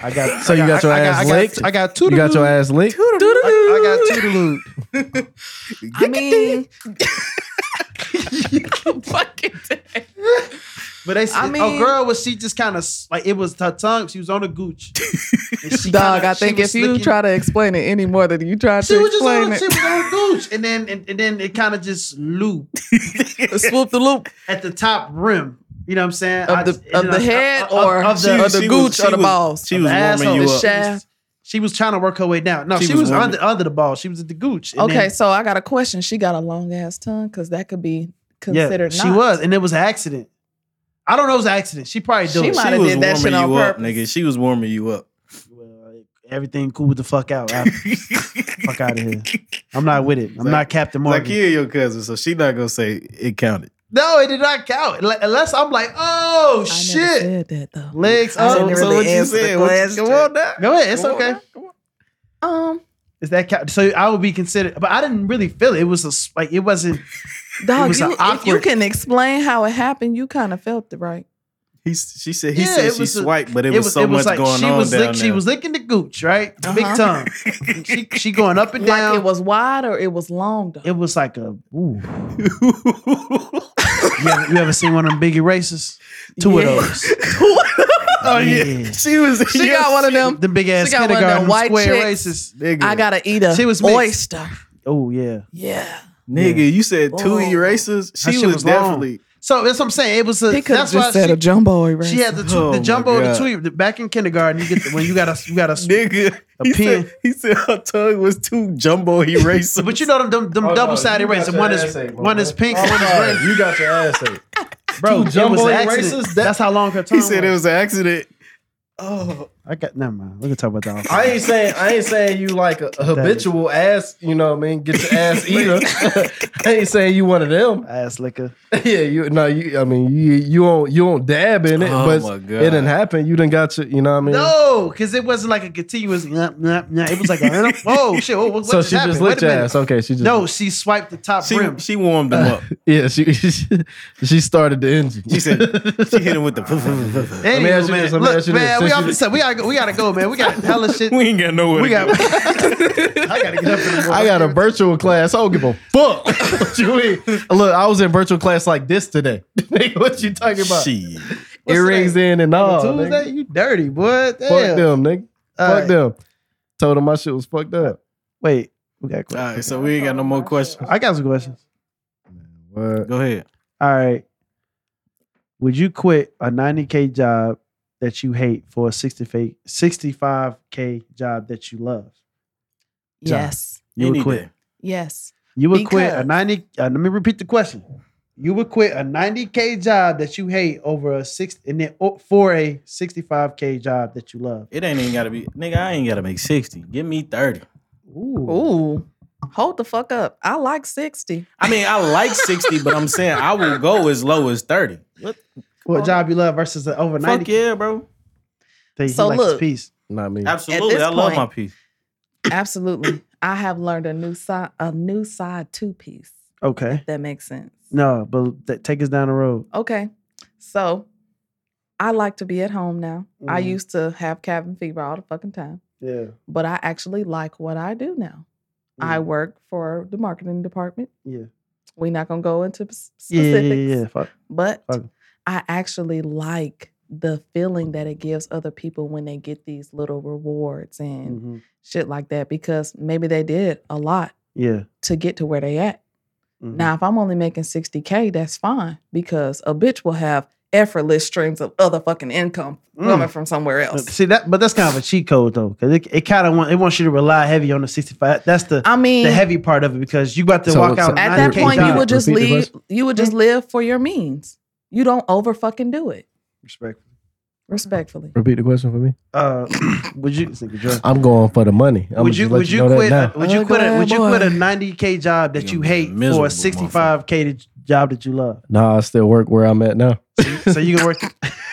D: I got
C: So
D: I
C: you got your
D: I,
C: ass
D: I got,
C: licked?
D: I got two.
C: You got your ass licked.
D: I, I got toodaloo.
E: I mean, fucking damn.
D: But they said,
E: I
D: oh
E: mean-
D: girl, was she just kind of like it was her tongue? She was on a gooch. And she
E: dog.
D: kinda-
E: I think
D: she was
E: if you
D: licking-
E: try to explain it any more than you tried
D: she
E: to
D: was just on,
E: explain
D: she was on a gooch, and then and, and then it kind of just looped
E: it, swoop the loop
D: at the top rim. You know what I'm saying?
E: of
D: I-
E: the
D: and
E: of
D: then
E: the
D: I-
E: head
D: of- of-
E: or
D: of the,
E: or the
B: she was-
E: gooch or
B: she
E: the
B: was-
E: balls.
B: she was warming
D: asshole.
B: you
E: the
B: up.
E: shaft.
D: she was trying to work her way down. No,
B: She
D: she,
B: was
D: was,
B: warming-
D: under under the ball. She was at the gooch. and
E: Okay,
D: then-
E: so I got a question. She got a long ass tongue because that could be considered.
D: she
E: not.
D: was, and it was an accident. I don't know if it was an accident. She probably
E: She
D: doing it.
E: might
B: she
E: have
B: was
E: did that shit
B: warming
E: on
B: you up,
E: purpose.
B: nigga. She was warming you up.
D: Well, everything cool the fuck out. after. fuck out of here. I'm not with it. I'm
B: Zac-
D: not Captain Marvel.
B: Zakia, your cousin, so she not gonna say it counted.
D: no, it did not count. Like, unless I'm like, oh
E: I never
D: shit,
E: said that though.
D: legs
E: I
D: up.
E: didn't really answer the question.
B: come on now.
D: Go ahead, it's
B: Come on
D: okay.
B: now, come on.
E: Um,
D: Is that count? So I would be considered, but I didn't really feel it. It was a s- like it wasn't.
E: dog,
D: was
E: you,
D: an
E: if you
D: awkward-
E: can explain how it happened, you kind of felt it, right?
B: He, s- she said he
D: Yeah,
B: said
D: it
B: she
D: was a-
B: swiped, but it was, so much going
D: she
B: on
D: was
B: down
D: lick,
B: there.
D: she was licking the gooch right, The big
E: Uh-huh.
D: tongue. she, she going up and down.
E: Like it was wide or it was long though.
D: It was like a ooh. You ever, you ever seen one of them big erasers? Two
E: Yeah.
D: of those.
B: oh
D: Yeah.
B: she was.
E: she got one of them.
D: The big ass
E: got one of them
D: kindergarten
E: white
D: square
E: chicks.
D: erasers.
B: Nigga,
E: I gotta eat a
D: She was mixed.
E: oyster.
D: Oh yeah.
E: Yeah.
B: nigga. You said two
E: Oh.
B: erasers. She
D: That shit
B: was,
D: was long.
B: definitely.
D: So that's what I'm saying. It was a.
E: He could have
D: That's why
E: just said
D: she,
E: a jumbo eraser.
D: she had the two,
B: Oh my
D: the jumbo, the
B: God.
D: two. The, back in kindergarten, you get the, when you got a you got a.
B: Nigga,
D: A
B: he
D: pen.
B: said, he said her tongue was two jumbo erasers.
D: But you know them them, them
C: Oh, no,
D: double sided
C: you got
D: erasers.
C: your
D: One is
C: ass ate, my
D: one is
C: boy.
D: pink,
C: Oh,
D: one is
C: sorry.
D: red.
C: You got your ass ate.
D: Bro, it
C: jumbo
D: was an accident.
C: erasers? That-
D: That's how long her tongue.
B: he said it
D: was.
B: was an accident. Oh,
D: I got never mind. We can talk about that.
C: I ain't saying I ain't saying you like a, a habitual ass. You know what I mean? Get your ass eater. I ain't saying you one of them.
D: ass liquor.
C: yeah, you no. You I mean you you don't you don't dab in it,
B: Oh
C: but
B: my God.
C: it didn't happen. You didn't got your. You know what I mean?
D: No, because it wasn't like a continuous. Nah, nah, nah. It was like a. Oh shit! What, what
C: so she
D: happened?
C: just
D: Wait
C: licked
D: a
C: your
D: minute.
C: ass. Okay, she just
D: No, she swiped the top
B: she
D: rim.
B: she warmed him up.
C: Yeah, she she started the engine.
B: She said she hit him with the.
C: me ask
D: Anywho,
C: you
D: man,
C: this, let me
D: look,
C: ask you this.
D: man, we
C: Since
D: have
C: you-
D: to say we gotta go- we gotta go, man. We got hella shit.
B: we ain't got nowhere.
D: We
B: to
D: got.
B: go.
D: I gotta get up. in the morning.
C: I got a virtual class. I don't give a fuck. what you mean? Look, I was in virtual class like this today. Nigga, what you talking about?
B: Shit.
D: What's
C: Earrings
D: today?
C: in and all. Oh, nigga.
D: Tuesday, you dirty boy. Damn.
C: Fuck them, nigga.
D: All
C: fuck
D: right.
C: them. Told them my shit was fucked up.
D: Wait, we got.
B: All
D: Questions.
B: right, so we ain't got no more questions.
D: I got some questions.
C: What?
B: Go ahead.
D: All right. Would you quit a 90k job that you hate for a 65 65k job that you love?
E: yes.
D: You would
B: Any
D: quit.
B: day.
E: Yes.
D: You would quit a
E: Because-
D: 90. Uh, let me repeat the question. You would quit a 90k job that you hate over a six and then o- for a 65k job that you love.
B: It ain't even gotta be nigga, I ain't gotta make 60. Give me 30.
D: Ooh.
E: Ooh, hold the fuck up. I like 60.
B: I mean, I like 60, but I'm saying I will go as low as 30. What
D: What job you love versus an over 90?
B: fuck yeah, bro.
D: That
E: So
D: likes
E: look.
D: peace.
C: Not me.
B: Absolutely.
E: this
B: I love
E: point-
B: my piece.
E: Absolutely. I have learned a new side, a new side two piece.
D: Okay.
E: That makes sense.
D: No, but that take us down the road.
E: Okay. So I like to be at home now. I
D: Mhm.
E: used to have cabin fever all the fucking time,
D: Yeah.
E: but I actually like what I do now. I
D: Mm.
E: work for the marketing department.
D: Yeah.
E: We're not going to go into p-
D: Yeah,
E: specifics,
D: yeah, yeah, yeah. Fuck.
E: but
D: Fuck.
E: I actually like the
D: Mm.
E: feeling that it gives other people when they get these little rewards and
D: Mhm.
E: shit like that because maybe they did a lot
D: Yeah.
E: to get to where they at.
D: Mhm.
E: Now, if I'm only making 60K, that's fine because a bitch will have effortless streams of other fucking income
D: Mm.
E: coming from somewhere
D: But
E: else.
D: See that, but that's kind of a cheat code though, because it, it kind of want, it wants you to rely heavy on the sixty five. That's the
E: I mean,
D: the heavy part of it because you about to
C: So-
D: walk
C: so-
D: out.
E: at that
D: 90K
E: point, you
D: job.
E: would just
C: Repeat the
E: leave. You would just live for your means. You don't over fucking do it.
D: Respect.
E: Respectfully,
C: Repeat the question for me.
D: Uh, would you? this nigga drunk.
C: I'm going for the money. I'm
D: would you? Would you,
C: know
D: quit?
C: That
D: A, would you
E: Oh,
D: quit? A, would you
E: God,
D: quit a
E: boy.
D: ninety k job
B: You're
D: that you
B: gonna be a
D: hate for
B: miserable
D: a sixty five k job that you love?
C: now. Nah, I still work where I'm at now.
D: So you can work.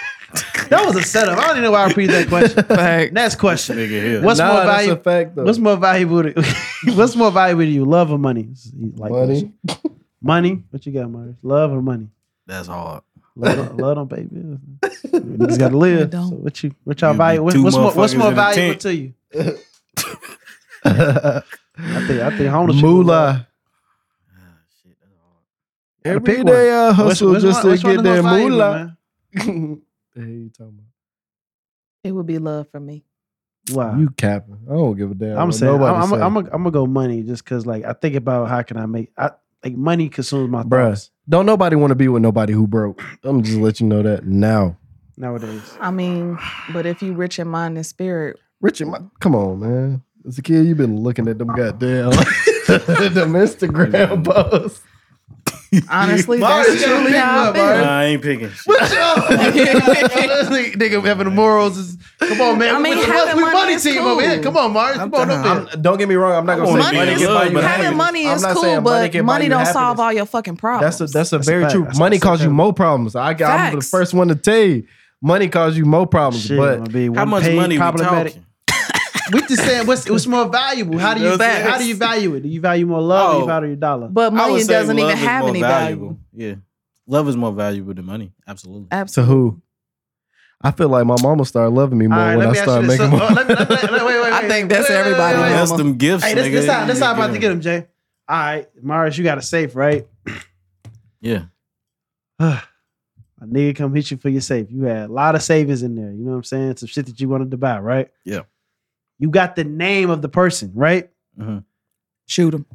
D: that was a setup. I don't even know why I repeated that question. Next
B: This
D: question.
B: nigga here.
D: What's
C: nah,
D: more
C: that's
D: value-
C: a fact though.
D: What's more valuable to What's more valuable to you, love or money? You Like this.
C: money?
D: money. What you got, Myers? Love or money?
B: That's hard.
D: Love, don't- love don't pay bills. You just gotta live.
E: don't.
D: So what you? What y'all
B: You be
D: value? What,
B: two
D: what's more? What's
B: motherfuckers
D: more
B: in a
D: valuable
B: tent.
D: to you?
C: I
D: think- I think homeless people
C: moolah.
B: Ah, shit, that's hard.
D: Gotta
C: Every
D: pick
C: day I hustle
D: Which- which
C: just
D: one- which
C: to
D: one
C: get
D: the most
C: that
D: valuable,
C: moolah.
D: man?
C: the hell you talking
E: it would be love for me.
D: Wow.
C: about? You capping? I don't give a damn.
D: I'm
C: what
D: saying
C: nobody
D: I'm, I'm,
C: say.
D: I'm, I'm gonna go money just because like I think about how can I make I like money consumes my
C: Bruh.
D: thoughts
C: Don't nobody want to be with nobody who broke. I'm just let you know that now.
D: nowadays.
E: I mean, but if you rich in mind and spirit,
C: Richard, my, come on, man. As a kid, you've been looking at them goddamn them Instagram posts.
E: honestly,
D: Myers,
E: that's
D: you gotta
E: truly
D: pick
E: how I
D: one,
E: feel.
D: Myers.
B: Nah, I ain't picking shit.
C: nigga having the morals is come on, man.
E: I mean,
C: We- we-
E: having
C: we
E: money is cool.
C: on, Mars. Come on, up there. don't get me wrong. I'm not
B: gonna
C: gonna
B: wanna be money
C: say
E: Money is,
B: can buy you
E: having
B: happiness.
E: money
C: I'm
E: is
C: not
E: cool,
C: saying money
E: but
C: can
E: money,
C: buy you
E: don't
C: happiness.
E: solve all your fucking problems.
C: That's a, that's a
D: That's a
C: very
D: fact.
C: true.
D: That's-
C: money
D: that's a
C: causes you
D: fact.
C: more problems. I got, I'm the
E: Facts.
C: first one to tell you, money causes you more problems.
D: Shit,
C: but
D: gonna be
B: How
D: one
B: much
D: paid
B: money we
D: problematic.
B: talking?
D: We just saying what's what's more valuable? How do you
B: That's-
D: how do you value it? Do you value more love? or do you
B: Oh.
D: value your dollar?
E: but
B: I would
E: money
B: say
E: doesn't even
B: love is
E: have
B: more
E: any value.
B: Yeah. Love is more valuable than money. Absolutely.
C: to
E: Absolutely.
C: who? I feel like my mama started loving me more
D: All right,
C: when
D: let
C: I
D: me ask you
C: started
D: this. So,
C: making
D: oh,
C: more.
D: let me- let me- let me- wait, wait, wait,
E: I
D: wait.
E: think that's
D: Wait, wait, wait,
E: everybody,
D: wait, wait.
E: man.
B: That's them gifts,
D: Hey, this
B: nigga.
D: this how this
B: You
D: how I'm about to
B: them.
D: get him, Jay. All right, Marius, you got a safe, right?
B: Yeah.
D: a nigga come hit you for your safe. You had a lot of savings in there. You know what I'm saying? Some shit that you wanted to buy, right?
B: Yeah.
D: You got the name of the person, right?
B: Mhm.
E: Shoot him.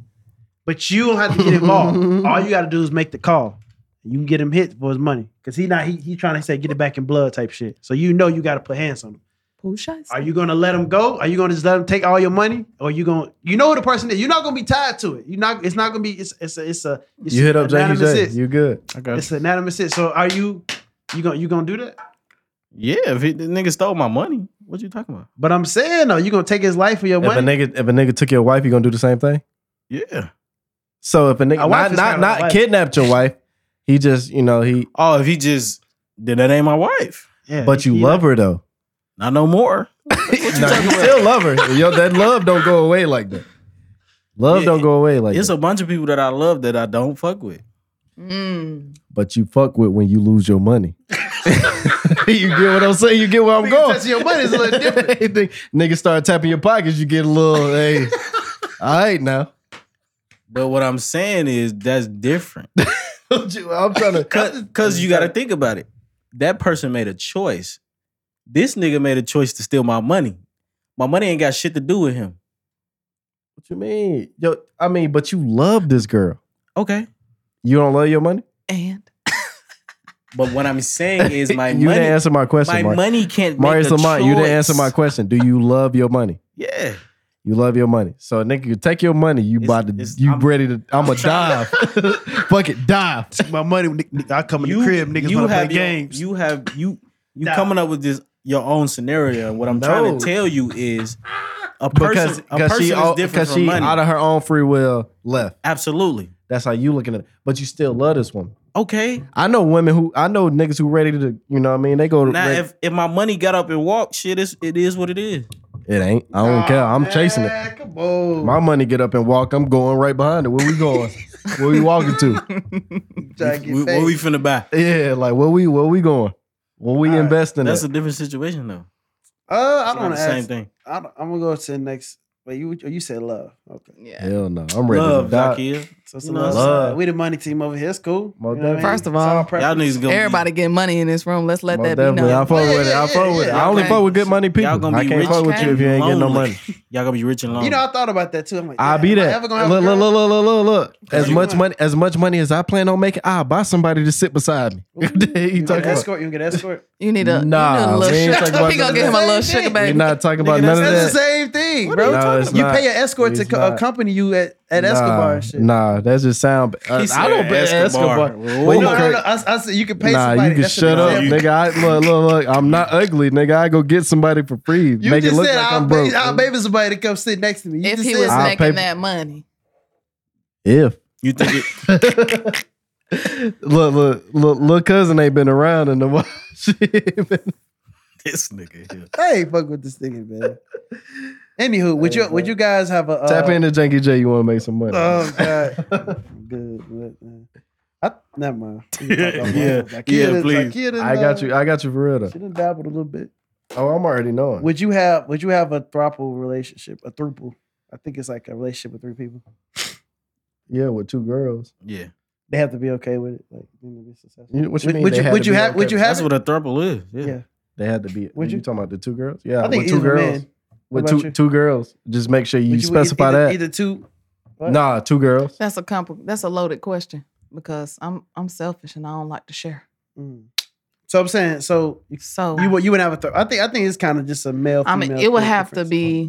D: But you don't have to get involved. All you got to do is make the call. You can get him hit for his money because he not he he trying to say get it back in blood type shit. So you know you got to put hands on him.
E: Who shots?
D: Are you gonna let him go? Are you gonna just let him take all your money? Or you gonna you know who the person is? You're not gonna be tied to it. You're not. It's not gonna be. It's it's a it's a. It's
C: You hit up
D: anonymous
C: JJ.
D: hits.
C: You good?
B: I got
D: It's anonymous. Hit. So are you you gonna you gonna do that?
B: Yeah, if he, the nigga stole my money, what you talking about?
D: But I'm saying though, you gonna take his life for your
C: If a
D: money.
C: nigga, if a nigga took your wife, you gonna do the same thing?
B: Yeah.
C: So if a nigga
D: A wife
C: not
D: is
C: not,
D: kinda like a
C: not
D: wife.
C: kidnapped your wife, he just you know he.
B: Oh, if he just then that ain't my wife.
D: Yeah,
C: But you
D: he
C: love her though.
B: Not no more.
C: No, you still love her. Yo, that love don't go away like that. Love
B: Yeah,
C: don't go away like
B: It's
C: that.
B: a bunch of people that I love that I don't fuck with.
E: Mm.
C: but you fuck with when you lose your money. you get what I'm saying? You get where I'm
D: Nigga
C: going.
D: touching your money is a little different.
C: You think- Niggas start tapping your pockets, you get a little. Hey, all right now.
B: But what I'm saying is that's different.
C: I'm trying to
B: Because you got to think about it. That person made a choice. This nigga made a choice to steal my money. My money ain't got shit to do with him.
C: What you mean? Yo, I mean, but you love this girl.
B: Okay.
C: You don't love your money?
E: And
B: But what I'm saying is my
C: you didn't
B: money.
C: answer my question,
B: My
C: Mar-
B: money can't.
C: Marius
B: make a
C: Lamont. You didn't
B: choice.
C: answer my question. Do you love your money?
B: Yeah.
C: You love your money. So nigga, you take your money. You
B: It's-
C: about to
B: it's-
C: you
B: I'm-
C: ready to I'ma dive. Fuck it, dive.
D: My money, nigga, nigga, I come in the crib, niggas want to play
B: have your-
D: games.
B: You have you you
D: Nah.
B: coming up with this your own scenario. What I'm trying
C: No.
B: to tell you is a
C: Because
B: person a
C: because
B: person
C: she
B: is
C: all-
B: different
C: because
B: from
C: she
B: money.
C: out of her own free will left.
B: Absolutely.
C: That's how you looking at it. But you still love this woman.
B: Okay.
C: I know women who I know niggas who ready to you know what I mean they go to
B: Now if, if my money got up and walked, shit is it is what it is.
C: it ain't I don't care I'm chasing it
D: Come on.
C: my money get up and walk I'm going right behind it where we going where we walking to
B: We, what we finna buy?
C: yeah like where we where we going where we
D: All right.
C: investing
B: That's
C: at?
B: a different situation though.
D: uh, I
B: It's
D: don't
B: not
D: want
B: the
D: to
B: same
D: ask.
B: thing.
D: I don't, I'm gonna go to the next. Wait, you you said love. Okay,
E: Yeah.
C: hell no I'm ready
B: Love,
C: to die.
B: Zakiya.
D: so it's
B: You
D: the
B: know
D: love.
B: what
C: I'm
D: side.
C: saying?
D: We the money team over here. It's cool.
C: Most
D: You know what I mean?
E: First of
D: It's all
E: all,
B: Y'all
D: preference.
B: niggas gonna
E: Everybody getting money in this room. Let's let
C: Most
E: that be
C: definitely, I
E: known.
C: fuck with it. I fuck with it. I only
E: Okay.
C: fuck with good money people.
B: Y'all gonna
C: I
B: be
C: can't
B: rich
C: fuck with you if you ain't getting no
B: lonely.
C: money.
B: Y'all gonna be rich and lonely.
D: You know, I thought about that too. I'm like,
C: I'll be
D: damn, am I
C: that.
D: ever
C: Look,
D: gonna have a
C: look, look,
D: girl?
C: look, look, look, look. As
D: you
C: much
D: want.
C: money, as much money as I plan on making, I'll buy somebody to sit beside me.
D: Ooh,
C: What the hell you
D: You
C: talking
D: get
C: about?
D: escort. You get escort.
E: You need a,
C: Nah,
E: you need a
C: we ain't talking
E: little sugar.
C: about
E: We gonna
C: that.
E: give him a
D: Same
E: little sugar
D: thing.
C: We're
E: baby.
C: not talking about
B: Nigga,
C: none
D: That's
C: of
D: the
C: that.
D: same thing,
C: are
D: bro.
C: you No, talking it's about?
D: you
C: not.
D: pay an escort to
C: It's
D: co-
C: not.
D: accompany you at, at
C: nah,
D: Escobar and shit.
C: Nah, that's just sound. I,
B: He
C: I don't
B: said
C: pay Escobar.
B: Escobar.
C: Well,
B: Wait,
C: you
D: no, no,
C: can't-
D: no. I, I said you can pay
C: nah,
D: somebody.
C: you can
D: That's an
C: shut up,
D: example.
C: nigga. I, look, look, look. I'm not ugly, nigga. I go get somebody for free.
D: You
C: Make
D: just
C: it look
D: said
C: like I'm
D: I'll, pay,
C: broke.
D: I'll baby somebody to come sit next to me. You
E: If
D: just
E: he
D: said
E: was
C: I'll
D: that.
E: making
C: pay-
E: that money.
C: If
B: you think it,
C: look, look, look, look, cousin ain't been around in a while. Shit, man.
B: this nigga here.
D: I ain't fuck with this nigga, man. Anywho, would you would you guys have a uh,
C: Tap into Janky J. You want to make some money?
D: Oh god, good. But, man. I, never mind. We can talk about
B: Yeah,
D: that. Zakiya
B: yeah,
D: done-
B: please.
D: Zakiya done,
C: I got
D: uh,
C: you. I got you for real though.
D: She done dabbled a little bit.
C: Oh, I'm already knowing.
D: Would you have Would you have a throuple relationship? A throuple? I think it's like a relationship with three people.
C: yeah, with two girls.
B: Yeah.
D: They have to be okay with it. Like, you know, be successful.
C: You, what you
D: Would-
C: mean?
D: would
C: they
D: you-
C: had
D: would
C: to
D: you
C: be
D: have-
C: okay
D: would
C: with
D: you
C: it?
D: have-
B: That's what a throuple is. Yeah.
D: Yeah.
C: They had to be.
D: Would
C: you
D: you-
C: talking about the two girls? Yeah,
D: I think
C: with two
D: either
C: girls.
D: man. What
C: With
D: about
C: two
D: you?
C: two girls. Just make sure you,
D: Would would
C: specify
D: either,
C: that.
D: Either two. what?
C: Nah, two girls.
E: That's a compli- that's a loaded question because I'm I'm selfish and I don't like to share.
D: Mm. So I'm saying, so you
E: So
D: would you would have a throw. I think I think it's kind of just a male.
E: I mean
D: female
E: it would
D: thing
E: have to
D: difference.
E: be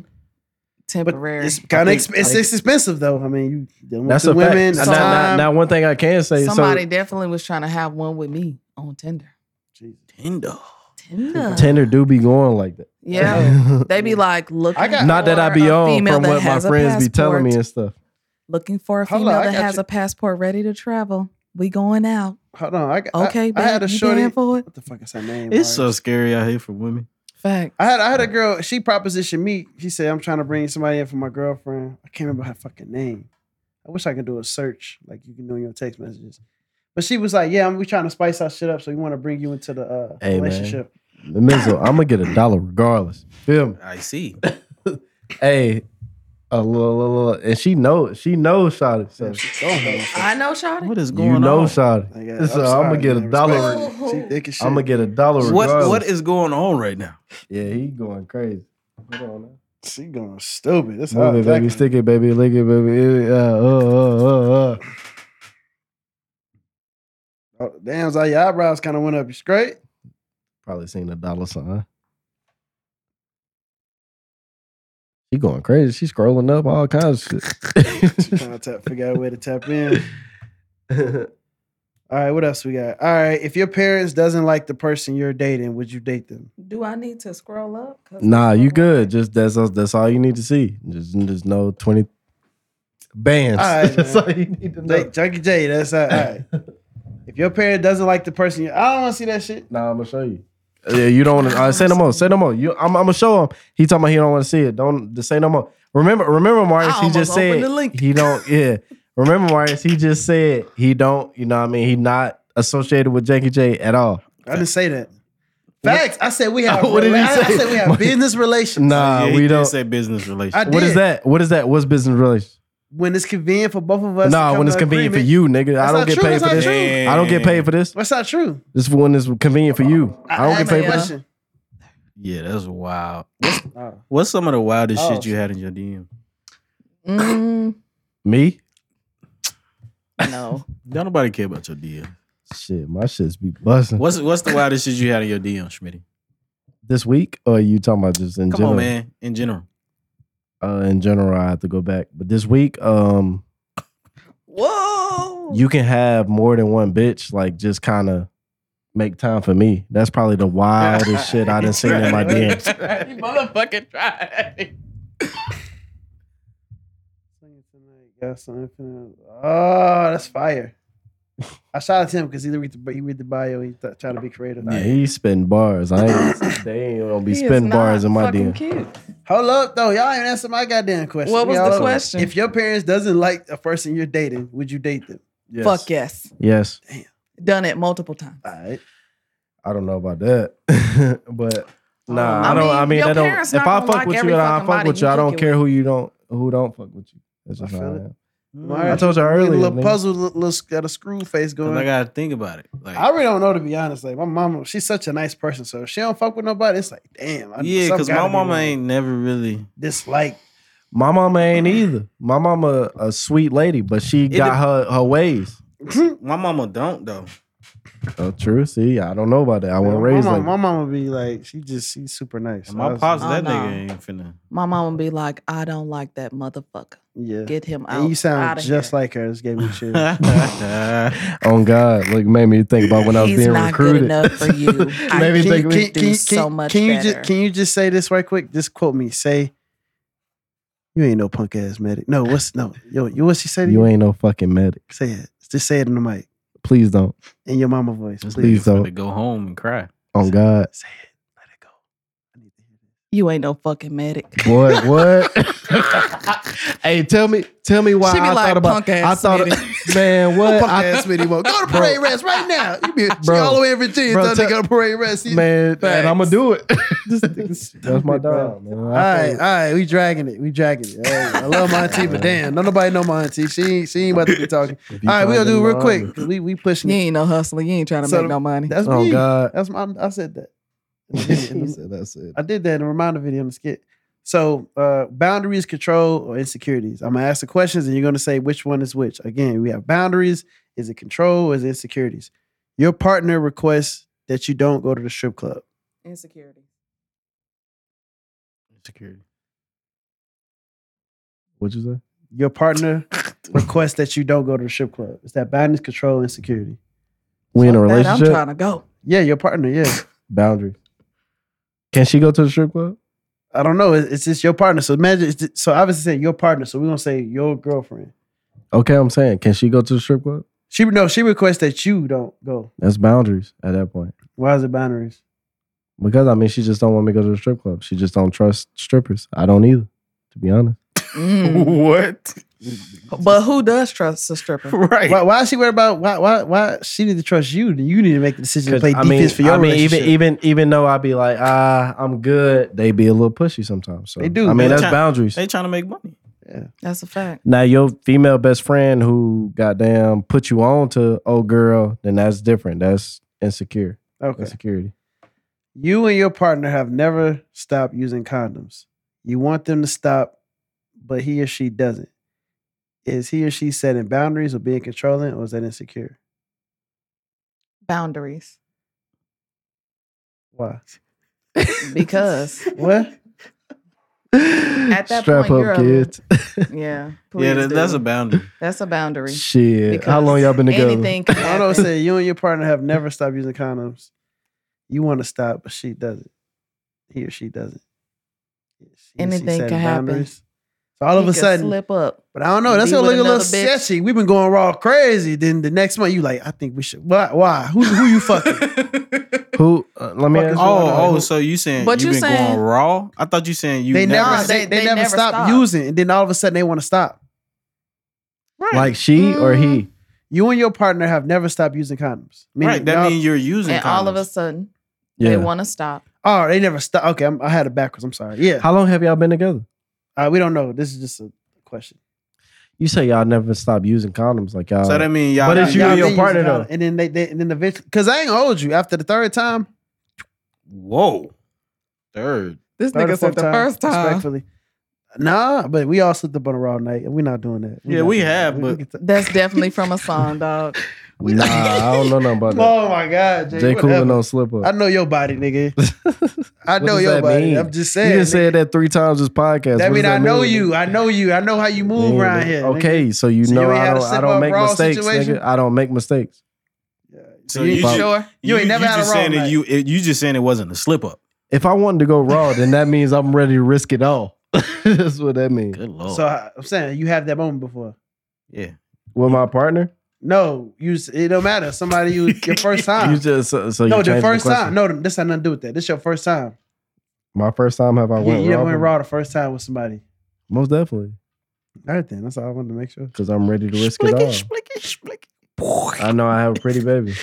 D: But
E: temporary.
D: it's kind of
C: think-
D: exp- it's,
C: I think-
D: it's expensive though. I mean, you dealing with
C: That's
D: the
C: a fact.
D: women.
C: Now,
E: So-
C: now, now- now one thing I can say.
E: Somebody
C: so
E: definitely was trying to have one with me on Tinder.
D: Jesus.
B: Tinder.
E: Tinder.
C: Tinder do be going like that.
E: Yeah. They be like looking.
D: I got-
C: Not that I
E: for
C: be
E: a
C: on
E: female
C: from
E: that
C: what my
E: has a
C: friends be telling me
E: passport.
C: and stuff.
E: Looking for a
D: Hold
E: female
D: on, I
E: that
D: got
E: has
D: you.
E: a passport ready to travel. We going out.
D: Hold on. I, got- I-
E: Okay,
D: I,
E: babe,
D: had a
E: you
D: shorty.
E: down for it?
D: What the fuck is her name?
B: It's so
D: Mari?
B: scary out here for women.
E: Fact.
D: I had I had a girl. She propositioned me. She said, "I'm trying to bring somebody in for my girlfriend. I can't remember her fucking name. I wish I could do a search like you can do in your text messages." But she was like, "Yeah, we trying to spice our shit up, so we want to bring you into the uh,
C: Hey, man.
D: relationship."
C: The Mizzle, I'm gonna get a dollar regardless. Feel me?
B: I see.
C: Hey, a little, little, little- and she knows. She knows, Shotty. So
D: Damn, she's going home.
E: I know, Shawty.
B: What is going
C: you know,
B: on?
C: Shotty.
D: Like,
C: So I'm gonna
D: sorry,
C: uh, get a
D: man.
C: dollar.
E: Respect.
D: She thick as shit.
C: I'm gonna get a dollar
B: What
C: regardless.
B: what is going on right now?
C: Yeah, he going crazy. Hold on. now.
D: She going stupid. That's how
C: Move it, baby. Stick it, baby. Lick it, baby. Uh, uh, uh, uh.
D: Oh, damn, Zaya, your eyebrows kind of went up. You straight?
C: Probably seen a dollar sign. She going crazy. She scrolling up all kinds of shit.
D: Trying to tap, figure out a way to tap in. All right, what else we got? All right, if your parents doesn't like the person you're dating, would you date them?
E: Do I need to scroll up? 'Cause
C: nah,
E: it's
C: you
E: so
C: good. Just that's that's all you need to see. Just just no twenty bands.
D: All right,
C: that's
D: man.
C: all you need to know.
D: Jake, Junkie J, that's all all right. if your parent doesn't like the person, you, I don't want to see that shit.
C: Nah, I'm gonna show you. Yeah, you don't want to say no more. Say no more. You, I'm, I'm gonna show him. He talking about he don't want to see it. Don't just say no more. Remember, remember, Marius. He
E: almost
C: just said
E: opened the link.
C: he don't. Yeah, remember, Marius. He just said he don't. You know, what I mean, he not associated with Janky J at all.
D: I didn't say that. Facts. I said we have.
C: What did he
D: I, I
C: say?
D: said we have business relations.
B: yeah,
C: Nah,
B: he
C: Uh, we
B: did
C: don't.
B: say business
D: I
B: relationship.
D: did.
C: what is that? What is that? What's business relations?
D: When it's convenient for both of us. to
C: Nah,
D: come
C: when
D: to
C: it's convenient for
D: agreement.
C: you, nigga. I
D: That's
C: don't
D: not
C: get
D: true.
C: paid
D: That's
C: for
D: not
C: this. I don't get paid for this.
D: That's not true.
C: This is when it's convenient for you. I don't get
D: asked
C: paid
D: a
C: for this.
D: question.
B: Yeah, that's wild.
D: Oh.
B: What's some of the wildest
D: Oh.
B: shit you had in your DM?
E: much- Mm,
C: Me?
E: no.
B: Don't nobody care about your DM.
C: Shit, my shits be busting.
B: What's what's the wildest shit you had in your DM, Schmitty?
C: This week? Or you talking about just in
B: Come
C: general?
B: on, man. In general.
C: uh, in general, I have to go back. But this week, um,
E: Whoa.
C: you can have more than one bitch. Like just kind of make time for me. That's probably the wildest shit I done seen in my DMs.
E: you motherfucking tried.
D: Singing tonight, got some infinite. Oh, that's fire! I shout out to him because he read the he read the bio. He th- tried to be creative.
C: Nah, he spitting bars. I ain't, they ain't gonna be spitting bars in my DM.
D: Hold up though, y'all ain't answer my goddamn question.
E: What was the
D: Y'all up.
E: question?
D: If your parents doesn't like a person you're dating, would you date them?
C: Yes.
E: Fuck yes.
C: Yes.
E: Done it multiple times.
D: All right.
C: I don't know about that, but nah, I,
E: I
C: don't.
E: mean,
C: I mean,
E: your
C: I don't.
E: parents
C: If I
E: not gonna
C: fuck
E: like
C: with
E: every
C: you and I
E: fucking
C: fuck
E: body
C: with
E: you
C: you, I don't
E: kicking
C: care who you don't who don't fuck with you. That's just
D: I
C: how
D: feel
C: I
D: it.
C: am.
D: Mari,
C: I told you
D: a
C: earlier.
D: Mm. little
C: nigga.
D: puzzle, little, little got a screw face going.
B: I gotta think about it. Like,
D: I really don't know to be honest. Like my mama, she's such a nice person, so if she don't fuck with nobody, it's like damn. I,
B: yeah,
D: something
B: because
D: gotta
B: my
D: be
B: mama
D: wrong.
B: ain't never really.
D: dislike.
C: My mama ain't either. My mama a sweet lady, but she got her her ways.
B: My mama don't though.
C: Oh, true. See, I don't know about that. I
D: my,
C: wasn't raised
D: mama,
C: like.
D: my mama be like, she just she's super nice.
B: And my
D: I
B: pops,
E: Oh,
B: that
E: no.
B: nigga ain't finna.
E: My mom would be like, I don't like that motherfucker.
D: yeah.
E: Get him out.
D: And you sound
E: outta
D: just
E: here.
D: like her. This gave me shit.
C: Oh God! Like made me think about when I was
E: He's
C: being
E: not
C: recruited.
E: good enough for you. I
C: made me
E: can-
C: think. we-
E: do so much
D: can you
E: better.
D: just can you just say this right quick? Just quote me. Say you ain't no punk ass medic. No, what's no yo you what's she say to you?
C: You ain't no fucking medic.
D: say it. Just say it in the mic.
C: Please don't.
D: In your mama voice.
B: This
D: Please.
C: Please
B: nigga finna
C: don't.
B: go home and cry.
C: Oh God!
D: Say it. Let it go. I need to hear this.
E: You ain't no fucking medic.
C: What? What? hey, tell me, tell me why
E: She be
C: I
E: like,
C: thought about.
E: "Punk ass
C: I thought, man, what?
D: Punk
C: I,
D: ass Smitty Mo. Go to
C: Bro.
D: parade rest right now. You be she
C: Bro.
D: all the way in Virginia.
C: Bro,
D: Bro,
C: tell-
D: go to parade rest. You-
C: man, and I'm gonna do it.
D: That's
C: That's my dog, man.
D: All right, all right, we dragging it. We dragging it. All right, I love my auntie, but damn, don't nobody know my auntie. She ain't, she ain't about to be talking. All right, we gonna do it real quick. 'cause We we pushing
E: You
D: it.
E: ain't no hustler. You ain't trying to
D: So
E: make no money.
D: That's
C: Oh
D: me.
C: God!
D: That's my. I said that.
C: That's it.
D: I did that in a reminder video on the skit. So uh, boundaries, control, or insecurities. I'm gonna ask the questions, and you're gonna say which one is which. Again, we have boundaries. Is it control? Or is it insecurities? Your partner requests that you don't go to the strip club.
E: Insecurity.
B: Security.
C: What'd you say?
D: Your partner requests that you don't go to the strip club. Is that boundaries, control, insecurity?
C: We in a
E: Fuck that, I'm
C: relationship?
E: trying to go.
D: Yeah, your partner. Yeah.
C: Boundary. Can she go to the strip club?
D: I don't know. It's it's just your partner. So imagine. It's just, so obviously, say your partner. So we're gonna say your girlfriend.
C: Okay, I'm saying, can she go to the strip club?
D: She no. She requests that you don't go.
C: That's boundaries at that point.
D: Why is it boundaries?
C: Because I mean, she just don't want me to go to the strip club. She just don't trust strippers. I don't either, to be honest.
E: Mm.
B: what?
E: But who does trust a stripper?
B: Right.
D: Why, why is she worried about why why why she need to trust you? Then You need to make the decision to play
C: I
D: defense
C: mean,
D: for your
C: I mean, even
D: relationship.
C: even even though I be like, ah, I'm good, they be a little pushy sometimes. So
D: They do,
C: I
D: man.
C: mean, that's
B: Ti-
C: boundaries.
B: They trying to make money.
E: That's a fact.
C: now your female best friend who goddamn put you on to oh girl, then that's different. That's insecure.
D: okay.
C: Insecurity.
D: You and your partner have never stopped using condoms. You want them to stop, but he or she doesn't. Is he or she setting boundaries or being controlling, or is that insecure?
E: Boundaries.
D: Why?
E: Because
D: What?
E: At that
C: Strap
E: point,
C: up,
E: you're a little-
C: kids.
E: Yeah.
B: yeah,
E: please
B: that, that's
E: do.
B: a boundary.
E: that's a boundary.
C: Shit. How
E: Because
C: long y'all been together?
E: Anything can
D: I don't
E: happen.
D: say you and your partner have never stopped using condoms. You want to stop, but she doesn't. He or she doesn't. He or she
E: Anything
D: setting
E: can happen.
D: So all of
E: You
D: a
E: can
D: sudden,
E: slip up.
D: but I don't
E: You
D: know. That's
E: be
D: gonna
E: with
D: look a little
E: another bitch.
D: sketchy. We've been going raw crazy. Then the next month, you like, I think we should. Why? Why? Who? Who you fucking?
C: Who? uh, let me
D: Fuck
C: ask.
D: is
C: you-
D: wrong?
B: Oh, oh, so you saying
E: But
B: you
E: you
B: been
E: saying-
B: going raw? I thought you saying you
D: they
B: never.
D: never. They,
E: they-
D: they,
E: they
D: never,
E: never
D: stop,
E: stop.
D: using, and then all of a sudden they want to stop.
C: Like she or
E: Mm-hmm.
C: he?
D: You and your partner have never stopped using condoms. Meaning
B: right. That
D: y'all-
B: means you're using.
E: And all of
B: condoms.
E: a sudden,
C: Yeah.
E: they want to stop.
D: oh, they never stop. Okay, I'm, I had it backwards. I'm sorry. Yeah,
C: How long have y'all been together?
D: Uh, we don't know. This is just a question.
C: You say y'all never stop using condoms, like y'all.
B: So that mean y'all.
C: But it's you
D: Y'all
C: and your
D: been using
C: partner,
D: condom-
C: though.
D: And then they, they and then eventually, because I ain't hold you after the third time.
B: Whoa. Third.
E: This
D: third or
E: nigga said
D: fourth
E: the first time.
D: Respectfully. Nah, but we all slept up on a raw night, and we're not doing that.
B: Yeah,
D: not
B: we
D: doing
B: have,
D: that.
B: but-
D: get to-
E: That's definitely from a song, dog.
C: nah, I don't know nothing about that.
D: oh my god, Jay,
C: Jay Coolin
D: whatever.
C: don't slip
D: I
C: up.
D: know your body, nigga.
F: I know
C: does
F: your
C: that
F: body.
C: mean?
F: I'm just
C: You
F: saying.
C: just said that three times this podcast.
F: that
C: What
F: mean
C: does
F: I know
C: mean?
F: you. I know you. I know how you move
C: Mean,
F: around here. nigga.
C: Okay, so you
F: So you
C: know
F: ain't
C: I
F: had a
C: don't, I
F: step
C: don't
F: up
C: make
F: raw
C: mistakes,
F: situation?
C: nigga. I don't make mistakes.
B: So
F: you,
B: you
F: ain't
B: ju-
F: sure? You, ain't never had a
B: just
F: wrong
B: saying that
F: night.
B: You it- you just saying it wasn't a slip up.
C: If I wanted to go raw, then that means I'm ready to risk it all. That's what that means.
B: Good lord.
D: So I- I'm saying you have that moment before.
B: yeah.
C: With my partner,
D: No, you. s- It don't matter. Somebody you your first time.
C: you just so, so
D: Ah. no,
C: you
D: the
C: changed
D: first
C: question.
D: time. No, this had nothing to do with that. This your first time.
C: My first time have I
D: You,
C: went
D: you
C: raw?
D: done went raw the first time with somebody.
C: Most definitely,
D: All right, then. That's all I wanted to make sure.
C: because I'm ready to risk it all. I know I have a pretty baby.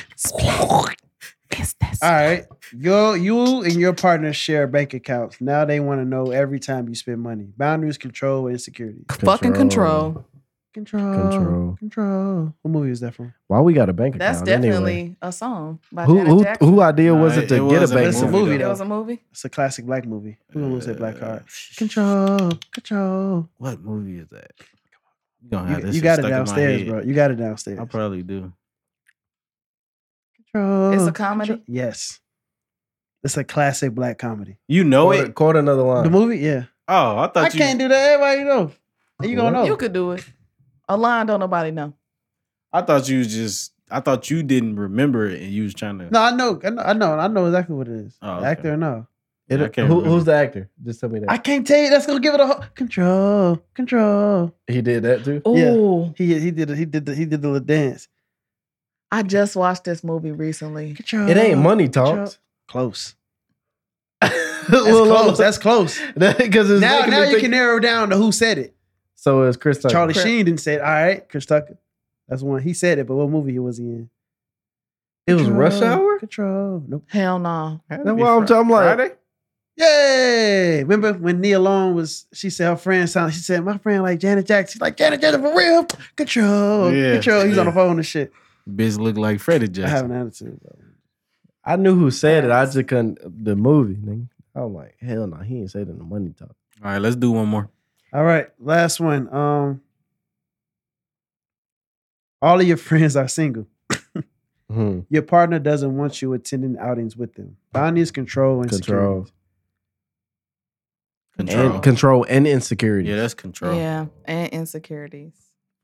E: Business.
D: All right, your you and your partner share bank accounts. Now they want to know every time you spend money. Boundaries, control, and security.
E: Fucking control.
D: Control.
C: Control.
D: Control. What movie is that from?
C: Why we got a bank account?
E: That's definitely
C: anyway?
E: a song by
C: Who
E: Janet
C: who
E: Jackson.
C: who idea was
B: Nah,
C: it to
B: it
C: get a
B: was a
C: bank?
D: It's a
C: account?
D: movie
E: It
D: though.
E: was a movie.
D: It's a classic black movie. We don't say black card.
B: Uh,
D: Control. Control.
B: What movie is that? You gonna have
D: You,
B: this
D: you
B: shit
D: got it
B: stuck in my
D: downstairs,
B: head.
D: bro. You got it downstairs.
B: I probably do.
D: Control.
E: It's a comedy.
D: Control. Yes. It's a classic black comedy.
B: You know
C: Quote,
B: it?
C: quote another line.
D: The movie, yeah.
B: Oh, I thought
D: I
B: you.
D: can't do that. Everybody know. You gonna know?
E: You could do it. A line don't nobody know.
B: I thought you was just. I thought you didn't remember it, and you was trying to.
D: no, I know. I know. I know. I know exactly what it is.
B: Oh, okay.
D: Actor and all.
C: It-
B: I can't
C: who,
B: remember.
C: who's the actor? Just tell me that.
D: I can't tell you. That's gonna give it a whole control. Control.
C: he did that too.
E: Ooh,
D: Yeah. He he did he did the, he did the little dance.
E: I just watched this movie recently.
D: Control.
C: It ain't money talks.
D: Close.
C: That's
D: That's close. That's close.
C: because it's
D: Now
C: making me
D: now you
C: think-
D: can narrow down to who said it.
C: So it's Chris Tucker.
D: Charlie
E: Crip.
D: Sheen didn't say it. All right, Chris Tucker. That's one. He said it, but what movie he was he in?
C: It was Rush Hour.
D: Control. Nope.
E: Hell no.
C: That's why I'm, I'm like.
D: Yay! Remember when Nia Long was? She said her friend sound. She said my friend like Janet Jackson. She's like Janet Jackson for real. Control.
B: Yeah,
D: Control. He's on the
B: yeah.
D: phone and shit.
B: Bitch look like Freddie
D: I have
B: Jackson.
D: an attitude. Bro.
C: I knew who said it. I just couldn't. The movie, nigga. I'm like, hell no, he ain't said it in the money talk.
B: All right, let's do one more.
D: All right, last one. Um, all of your friends are single.
C: Hmm.
D: Your partner doesn't want you attending outings with them. Boundaries, control, and
C: Control.
D: security.
B: Control.
C: And control and insecurity.
B: yeah, that's control.
E: Yeah, and insecurities.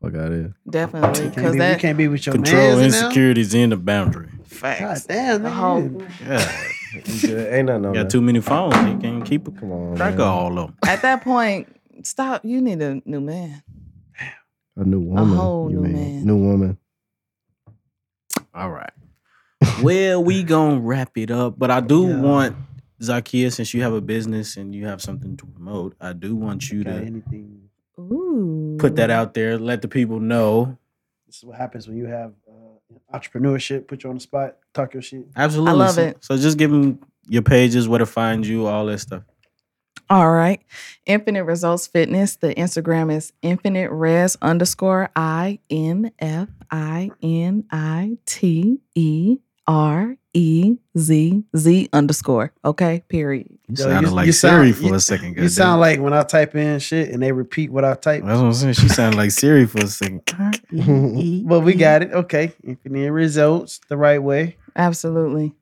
C: Fuck out here.
E: Definitely.
D: You can't,
E: Because
D: be, you
E: that
D: can't be with your
B: Control
D: mans
B: insecurities in the boundary.
D: Now. God damn,
E: the
D: nigga,
E: whole
D: you-
B: Yeah,
C: You good? Ain't nothing on
B: you
C: that.
B: got too many phones. You can't keep a
C: Come on,
B: track of
C: man.
B: all of them.
E: at that point, stop. You need a new man.
C: A new woman.
E: whole
C: you
E: new
C: mean.
E: man.
C: New woman.
B: All right. well, we gonna wrap it up, but I do
D: Yeah.
B: want Zakia, since you have a business and you have something to promote, I do want you
D: Got
B: to
D: anything.
E: Ooh.
B: put that out there. Let the people know.
D: This is what happens when you have uh, entrepreneurship. Put you on the spot. Talk your shit.
B: Absolutely,
E: love
B: so,
E: it.
B: So just give them your pages, where to find you, all that stuff.
E: All right. Infinite Results Fitness. The Instagram is infinite res underscore I N F I N I T E R E Z Z underscore. Okay, period.
B: You
D: Yo,
B: sounded
D: you-
B: like
D: you
B: Siri
D: sound-
B: for
D: you-
B: a second.
D: you
B: goddamn.
D: sound like when I type in shit and they repeat what I type.
B: That's what I'm saying. She sounded like Siri for a second.
D: But we got it. Okay. Infinite results the right way.
E: Absolutely.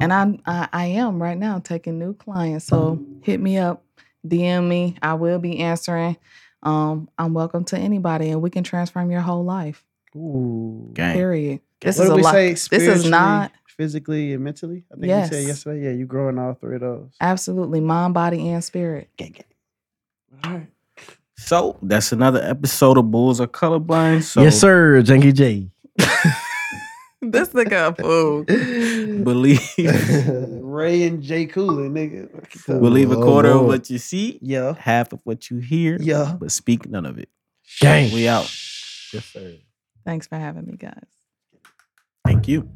E: And I'm, I, I am right now taking new clients. So hit me up, DM me. I will be answering. Um, I'm welcome to anybody and we can transform your whole life.
D: Ooh.
B: Gang.
E: Period. This
D: what
E: is
D: did
E: a
D: we
E: lot.
D: say?
E: is
D: Spiritually,
E: not-
D: physically and mentally. I think
E: Yes.
D: you said yesterday. Yeah, you growing all three of those.
E: Absolutely. Mind, body, and spirit.
D: Gang, gang. All right.
B: So that's another episode of Bulls Are Colorblind. So
C: yes, sir, Janky J.
E: This nigga a fool.
B: believe
D: Ray and Jay Cooley, nigga. What you doing?
B: believe a
C: Oh,
B: quarter of
C: Lord.
B: what you see,
D: Yeah.
B: half of what you hear,
D: Yeah.
B: but speak none of it.
C: Gang.
B: We out.
C: Yes, sir.
E: Thanks for having me, guys.
B: Thank you.